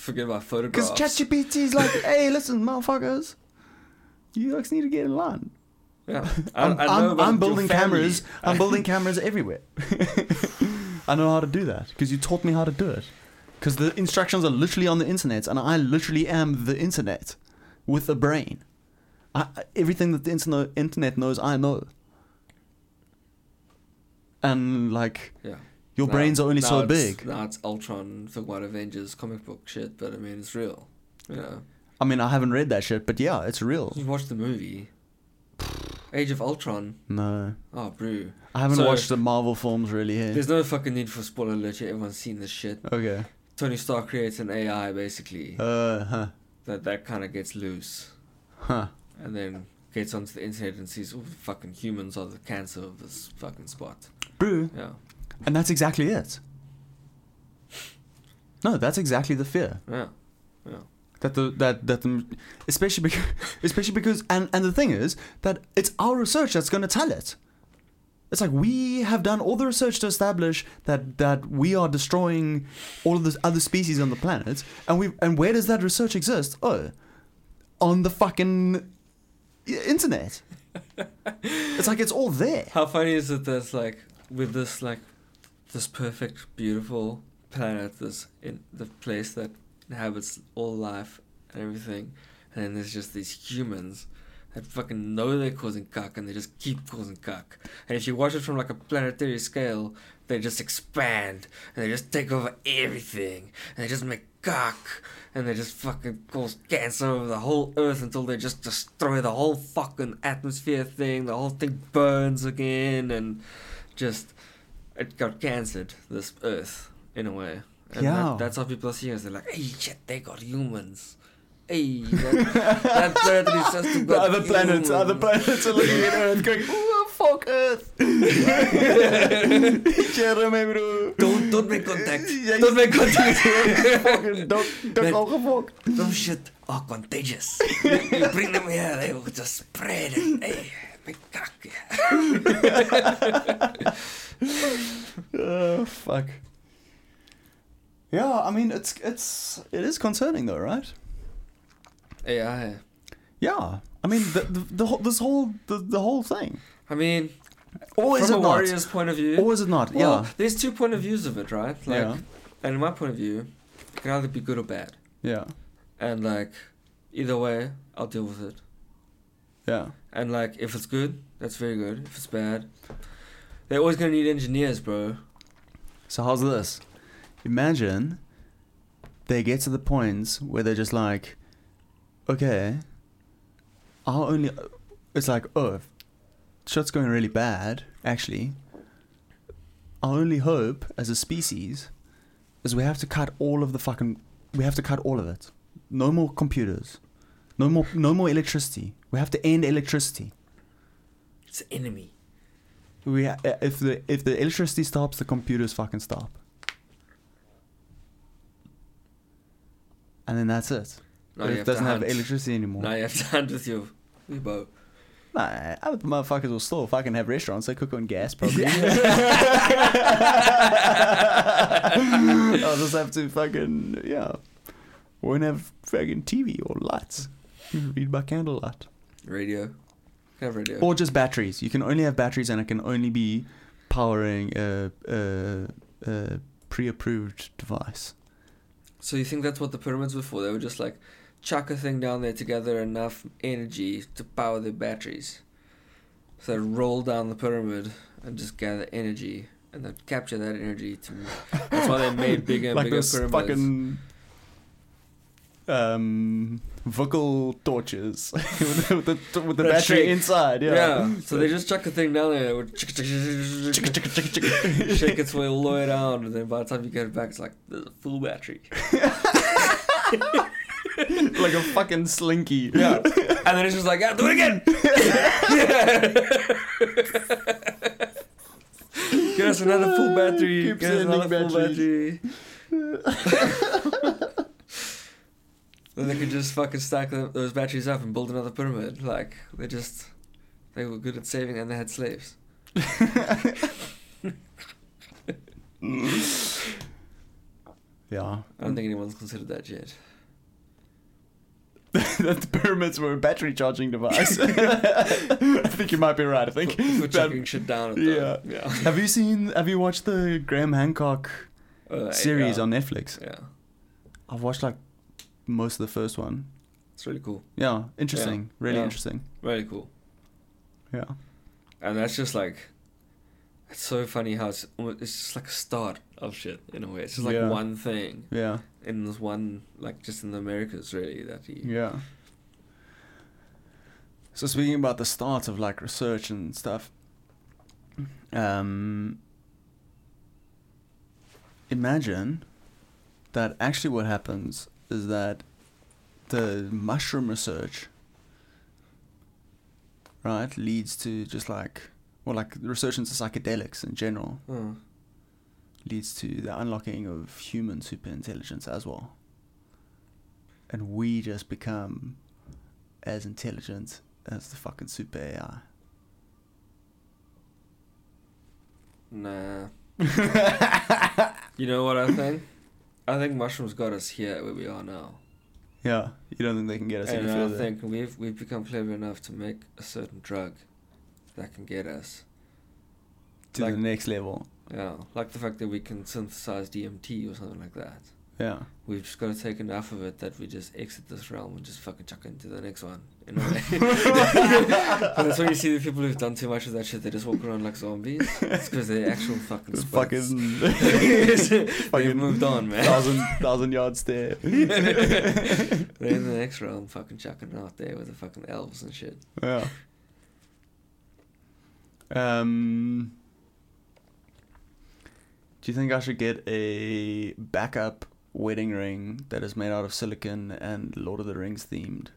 [SPEAKER 2] Forget about photographs.
[SPEAKER 1] Because ChatGPT is like, hey, listen, motherfuckers, you guys need to get in line.
[SPEAKER 2] yeah. I,
[SPEAKER 1] I'm,
[SPEAKER 2] I
[SPEAKER 1] I'm-
[SPEAKER 2] know about
[SPEAKER 1] I'm
[SPEAKER 2] your
[SPEAKER 1] building
[SPEAKER 2] family.
[SPEAKER 1] cameras.
[SPEAKER 2] [laughs]
[SPEAKER 1] I'm building cameras everywhere. [laughs] I know how to do that because you taught me how to do it. Because the instructions are literally on the internet, and I literally am the internet with a brain. I, I- everything that the internet internet knows, I know. And like
[SPEAKER 2] Yeah.
[SPEAKER 1] your
[SPEAKER 2] Now-
[SPEAKER 1] brains are only
[SPEAKER 2] now
[SPEAKER 1] so
[SPEAKER 2] it's-
[SPEAKER 1] big.
[SPEAKER 2] Now it's Ultron, talking about Avengers comic book shit, but I mean it's real. You know,
[SPEAKER 1] I mean, I haven't read that shit, but yeah, it's real.
[SPEAKER 2] you watch
[SPEAKER 1] [sighs]
[SPEAKER 2] the movie, Age of Ultron.
[SPEAKER 1] No,
[SPEAKER 2] Oh, brew.
[SPEAKER 1] I haven't
[SPEAKER 2] So-
[SPEAKER 1] watched the Marvel films really. Here.
[SPEAKER 2] There's no fucking need for spoiler alert. here, Everyone's seen this shit.
[SPEAKER 1] Okay.
[SPEAKER 2] Tony Stark creates an AI basically
[SPEAKER 1] Uh huh.
[SPEAKER 2] that that kind of gets loose
[SPEAKER 1] Huh.
[SPEAKER 2] and then gets onto the internet and sees all the fucking humans are the cancer of this fucking spot.
[SPEAKER 1] Brew.
[SPEAKER 2] Yeah.
[SPEAKER 1] And that's exactly it. No, that's exactly the fear
[SPEAKER 2] Yeah.
[SPEAKER 1] that the that that the, especially because [laughs] especially because and and the thing is that it's our research that's going to tell it. It's like we have done all the research to establish that that we are destroying all of the other species on the planet, and we and where does that research exist? Oh, on the fucking internet. it's like it's all there.
[SPEAKER 2] How funny is it that's like with this like this perfect, beautiful planet, this in the place that inhabits all life and everything, and then there's just these humans that fucking know they're causing cuck and they just keep causing cuck. And if you watch it from like a planetary scale, they just expand and they just take over everything and they just make cuck and they just fucking cause cancer over the whole earth until they just destroy the whole fucking atmosphere thing. The whole thing burns again and just it got cancered this earth in a way. And
[SPEAKER 1] Yeah.
[SPEAKER 2] that, that's how people are seeing us. They're like, hey, shit, they got humans. Hey, that,
[SPEAKER 1] [laughs]
[SPEAKER 2] that planet is just
[SPEAKER 1] The other planets, other planets are looking at Earth [laughs] going, oh, fuck [laughs] Earth. Jeremy, bro.
[SPEAKER 2] Don't don't make contact.
[SPEAKER 1] [laughs] Yeah,
[SPEAKER 2] Don't make
[SPEAKER 1] [laughs]
[SPEAKER 2] contact.
[SPEAKER 1] Fucking dog, dog
[SPEAKER 2] Man.
[SPEAKER 1] all gefokt.
[SPEAKER 2] Some shit are
[SPEAKER 1] [laughs]
[SPEAKER 2] contagious. you, you bring them here, they will just spread it. Hey, make cock. [laughs]
[SPEAKER 1] Oh, fuck. Yeah, I mean, it's, it's, it is concerning though, right?
[SPEAKER 2] AI.
[SPEAKER 1] Yeah. I mean, the, the, the whole, this whole, the, the whole thing.
[SPEAKER 2] I mean,
[SPEAKER 1] Or Oh, is
[SPEAKER 2] from a
[SPEAKER 1] it not?
[SPEAKER 2] warrior's point of view.
[SPEAKER 1] Or is it not?
[SPEAKER 2] well,
[SPEAKER 1] yeah.
[SPEAKER 2] there's two point of views of it, right? Like,
[SPEAKER 1] Yeah.
[SPEAKER 2] and in my point of view, it can either be good or bad.
[SPEAKER 1] Yeah.
[SPEAKER 2] And like, either way, I'll deal with it.
[SPEAKER 1] Yeah.
[SPEAKER 2] And like, if it's good, that's very good. If it's bad, they're always gonna need engineers, bro.
[SPEAKER 1] So how's this? Imagine they get to the point where they're just like, okay, I'll only. It's like, oh, if shit's going really bad. Actually, our only hope as a species is we have to cut all of the fucking. We have to cut all of it. No more computers. No more. No more electricity. We have to end electricity.
[SPEAKER 2] It's an enemy.
[SPEAKER 1] eh, We ha- if the if the electricity stops, the computers fucking stop. and then that's it.
[SPEAKER 2] Now you
[SPEAKER 1] it
[SPEAKER 2] have
[SPEAKER 1] doesn't
[SPEAKER 2] to
[SPEAKER 1] have
[SPEAKER 2] hunt.
[SPEAKER 1] electricity anymore.
[SPEAKER 2] Now you have to [laughs] hunt with your, your bow.
[SPEAKER 1] Nah, other motherfuckers will still fucking have restaurants. They cook on gas, probably. [laughs]
[SPEAKER 2] [laughs]
[SPEAKER 1] I'll just have to fucking yeah. Won't have fucking TV or lights.
[SPEAKER 2] Mm-hmm.
[SPEAKER 1] Read by candlelight,
[SPEAKER 2] Radio. You can have radio.
[SPEAKER 1] or just batteries. You can only have batteries, and it can only be powering a a, a pre-approved device.
[SPEAKER 2] So you think that's what the pyramids were for? They were just like chuck a thing down there to gather enough energy to power their batteries. So they roll down the pyramid and just gather energy and then capture that energy
[SPEAKER 1] [laughs]
[SPEAKER 2] to That's why they made bigger and
[SPEAKER 1] like
[SPEAKER 2] bigger
[SPEAKER 1] those
[SPEAKER 2] pyramids.
[SPEAKER 1] fucking um vocal torches [laughs] with the, with the, with the
[SPEAKER 2] That
[SPEAKER 1] battery
[SPEAKER 2] shake.
[SPEAKER 1] inside.
[SPEAKER 2] yeah.
[SPEAKER 1] Yeah. [laughs]
[SPEAKER 2] So they just chuck a thing down there, it would chick- chick- chick- chick- chick- chick- chick- shake its way all the way down, and then by the time you get it back, it's like there's a full battery.
[SPEAKER 1] [laughs] like a fucking slinky.
[SPEAKER 2] Yeah. and then it's just like, ah, do it
[SPEAKER 1] [laughs]
[SPEAKER 2] again. Get us another full battery.
[SPEAKER 1] Keep
[SPEAKER 2] Get us
[SPEAKER 1] sending
[SPEAKER 2] another full battery.
[SPEAKER 1] [laughs]
[SPEAKER 2] then they could just fucking stack tho- those batteries up and build another pyramid. Like they just, they were good at saving and they had slaves.
[SPEAKER 1] Yeah. [laughs]
[SPEAKER 2] I don't think anyone's considered that yet.
[SPEAKER 1] that the pyramids were a battery charging
[SPEAKER 2] [laughs]
[SPEAKER 1] device. [laughs] I think you might be right. I think.
[SPEAKER 2] For,
[SPEAKER 1] [laughs]
[SPEAKER 2] for
[SPEAKER 1] that-
[SPEAKER 2] chucking shit down at
[SPEAKER 1] yeah.
[SPEAKER 2] them. Yeah.
[SPEAKER 1] have you seen? Have you watched the Graham Hancock
[SPEAKER 2] Uh,
[SPEAKER 1] series
[SPEAKER 2] yeah.
[SPEAKER 1] on Netflix?
[SPEAKER 2] Yeah.
[SPEAKER 1] I've watched like most of the first one.
[SPEAKER 2] It's really cool.
[SPEAKER 1] Yeah, interesting. Really
[SPEAKER 2] yeah.
[SPEAKER 1] interesting.
[SPEAKER 2] Really cool.
[SPEAKER 1] Yeah.
[SPEAKER 2] And that's just like, it's so funny how it's, almo- it's just like a start of shit in a way. It's just like
[SPEAKER 1] Yeah.
[SPEAKER 2] one thing
[SPEAKER 1] Yeah.
[SPEAKER 2] in this one, like just in the Americas really that he.
[SPEAKER 1] Yeah. So speaking about the start of like research and stuff, um, imagine that actually what happens is that the mushroom research, right, leads to just like well, like research into psychedelics in general
[SPEAKER 2] Oh,
[SPEAKER 1] leads to the unlocking of human superintelligence as well. And we just become as intelligent as the fucking super AI.
[SPEAKER 2] nah. [laughs] you know what I think? I think mushrooms got us here where we are now.
[SPEAKER 1] Yeah, you don't think they can get us any
[SPEAKER 2] And I
[SPEAKER 1] further?
[SPEAKER 2] think we've we've become clever enough to make a certain drug that can get us.
[SPEAKER 1] to
[SPEAKER 2] like-
[SPEAKER 1] the next level.
[SPEAKER 2] Yeah, like the fact that we can synthesize DMT or something like that.
[SPEAKER 1] Yeah.
[SPEAKER 2] We've just got to take enough of it that we just exit this realm and just fucking chuck into the next one.
[SPEAKER 1] [laughs]
[SPEAKER 2] You know? [laughs] And that's when you see the people who've done too much of that shit. They just walk around like zombies. It's because they're actual fucking
[SPEAKER 1] It's
[SPEAKER 2] spirits.
[SPEAKER 1] fucking,
[SPEAKER 2] They've moved on, man.
[SPEAKER 1] thousand thousand yard stare.
[SPEAKER 2] [laughs] They're in the next realm, fucking chucking out there with the fucking elves and shit. [laughs]
[SPEAKER 1] Yeah. Um, do you think I should get a backup wedding ring that is made out of silicon and Lord of the Rings themed?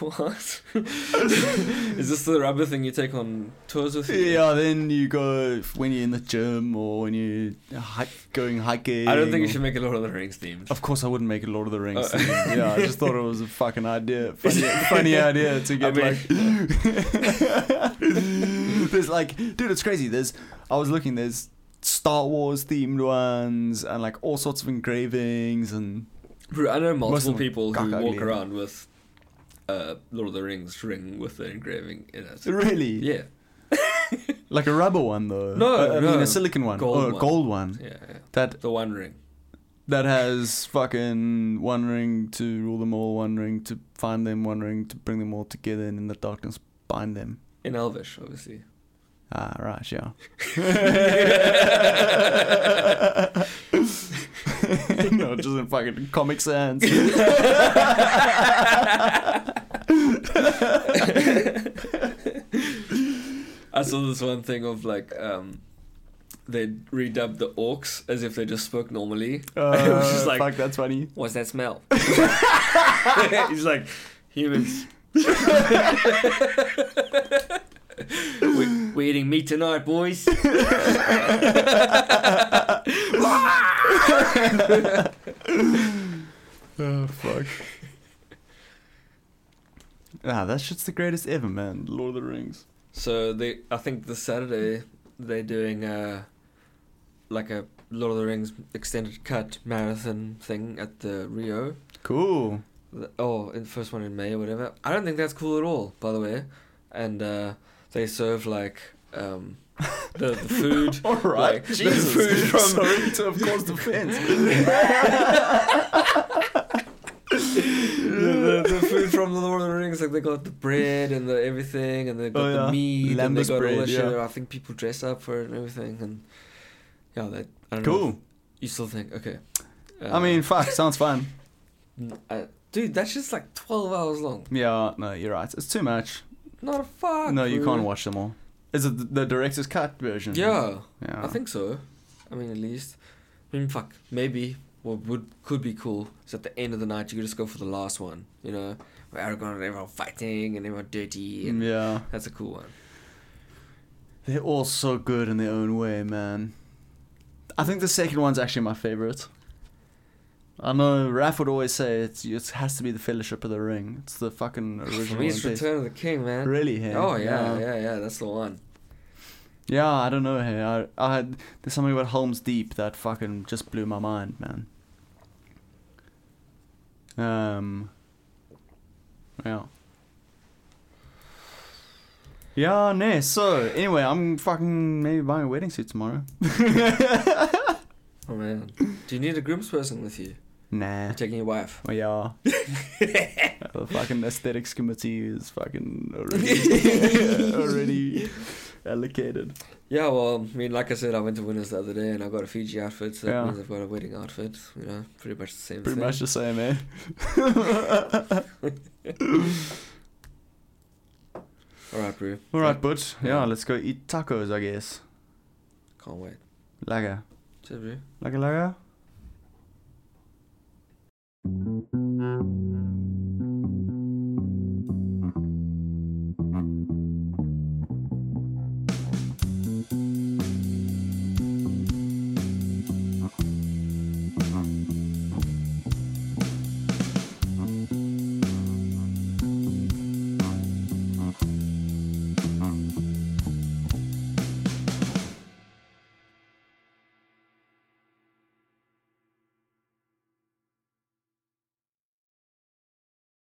[SPEAKER 2] What? [laughs] Is this the rubber thing you take on tours with? you?
[SPEAKER 1] Yeah, then you go when you're in the gym or when you're hike, going hiking.
[SPEAKER 2] I don't think
[SPEAKER 1] or-
[SPEAKER 2] you should make a Lord of the Rings themed.
[SPEAKER 1] Of course, I wouldn't make a Lord of the Rings.
[SPEAKER 2] Oh. [laughs]
[SPEAKER 1] themed. Yeah, I just thought it was a fucking idea, funny, funny idea to get
[SPEAKER 2] mean- [laughs]
[SPEAKER 1] like. there's like, dude, it's crazy. There's, I was looking. There's Star Wars themed ones and like all sorts of engravings and
[SPEAKER 2] Bro, I know multiple
[SPEAKER 1] Muslim
[SPEAKER 2] people who
[SPEAKER 1] cock
[SPEAKER 2] walk
[SPEAKER 1] ugly.
[SPEAKER 2] around with uh, Lord of the Rings ring with the engraving in it.
[SPEAKER 1] really,
[SPEAKER 2] Yeah,
[SPEAKER 1] like a rubber one though.
[SPEAKER 2] No,
[SPEAKER 1] Uh, I, mean
[SPEAKER 2] no.
[SPEAKER 1] a silicon one
[SPEAKER 2] Gold
[SPEAKER 1] or a
[SPEAKER 2] one.
[SPEAKER 1] gold one
[SPEAKER 2] yeah, yeah.
[SPEAKER 1] that
[SPEAKER 2] The One Ring.
[SPEAKER 1] that has fucking one ring to rule them all, one ring to find them, one ring to bring them all together, and in the darkness bind them.
[SPEAKER 2] In Elvish, obviously.
[SPEAKER 1] Ah, right, yeah. [laughs] no, just in fucking Comic
[SPEAKER 2] [laughs]
[SPEAKER 1] Sans.
[SPEAKER 2] I saw this one thing of like um, they redubbed the orcs as if they just spoke normally. [laughs] it was just
[SPEAKER 1] Uh,
[SPEAKER 2] like,
[SPEAKER 1] fuck, that's funny.
[SPEAKER 2] what's that smell? [laughs] He's like, humans. we, We're eating meat tonight, boys.
[SPEAKER 1] Oh fuck. ah, that shit's the greatest ever, man. Lord of the Rings.
[SPEAKER 2] [laughs] so they, I think this Saturday they're doing uh, like a Lord of the Rings extended cut marathon thing at the Rio.
[SPEAKER 1] Cool.
[SPEAKER 2] The- Oh, in first one in May or whatever. I don't think that's cool at all, by the way. And uh, they serve like um, the, the food.
[SPEAKER 1] All right. [laughs]
[SPEAKER 2] Like, the food from-
[SPEAKER 1] Sorry [laughs] to have caused offense.
[SPEAKER 2] [laughs] the, the, the food from the Lord of the Rings, like they got the bread and the everything, and they got
[SPEAKER 1] Oh, yeah.
[SPEAKER 2] the meat, and they
[SPEAKER 1] Lambus
[SPEAKER 2] got
[SPEAKER 1] bread,
[SPEAKER 2] all that shit.
[SPEAKER 1] yeah.
[SPEAKER 2] I think people dress up for it and everything, and yeah, that I don't know.
[SPEAKER 1] cool.
[SPEAKER 2] You still think okay? Uh,
[SPEAKER 1] I mean, fuck, sounds fun.
[SPEAKER 2] n- I- dude, that's just like twelve hours long.
[SPEAKER 1] Yeah, no, you're right. It's too much.
[SPEAKER 2] Not a fuck.
[SPEAKER 1] No, you
[SPEAKER 2] dude.
[SPEAKER 1] can't watch them all. Is it the- the director's cut version?
[SPEAKER 2] Yeah,
[SPEAKER 1] Yeah.
[SPEAKER 2] I think so. I mean, at least, I mean, fuck, maybe what would could be cool is at the end of the night you could just go for the last one, you know, where Aragorn and everyone fighting and everyone dirty, and
[SPEAKER 1] Mm, Yeah.
[SPEAKER 2] that's a cool one.
[SPEAKER 1] They're all so good in their own way, man. I think the second one's actually my favorite. I know Raph would always say it's, it has to be the Fellowship of the Ring. It's the
[SPEAKER 2] [sighs]
[SPEAKER 1] fucking
[SPEAKER 2] For
[SPEAKER 1] original.
[SPEAKER 2] me, it's
[SPEAKER 1] one.
[SPEAKER 2] Return of the King, man.
[SPEAKER 1] Really? Hey?
[SPEAKER 2] Oh yeah, yeah, yeah, That's the one.
[SPEAKER 1] Yeah, I don't know. Hey, I, I had there's something about Holmes Deep that fucking just blew my mind, man. Um. Yeah. Yeah, nah. So anyway, I'm fucking maybe buying a wedding suit tomorrow.
[SPEAKER 2] Oh
[SPEAKER 1] [laughs]
[SPEAKER 2] man. Do you need a groomsperson with you?
[SPEAKER 1] Nah.
[SPEAKER 2] You're taking your wife.
[SPEAKER 1] Well, yeah. the fucking aesthetics committee is fucking already, already allocated.
[SPEAKER 2] Yeah, well, I mean, like I said, I went to Winners the other day and I got a Fiji outfit, so that
[SPEAKER 1] Yeah.
[SPEAKER 2] means I've got a wedding outfit. You know, pretty much the same
[SPEAKER 1] Pretty
[SPEAKER 2] thing.
[SPEAKER 1] much the same, eh?
[SPEAKER 2] All right, bro.
[SPEAKER 1] All right, but yeah,
[SPEAKER 2] Yeah.
[SPEAKER 1] let's go eat tacos, I guess.
[SPEAKER 2] Can't wait.
[SPEAKER 1] Lager.
[SPEAKER 2] Cheers, bro.
[SPEAKER 1] Lager, lager.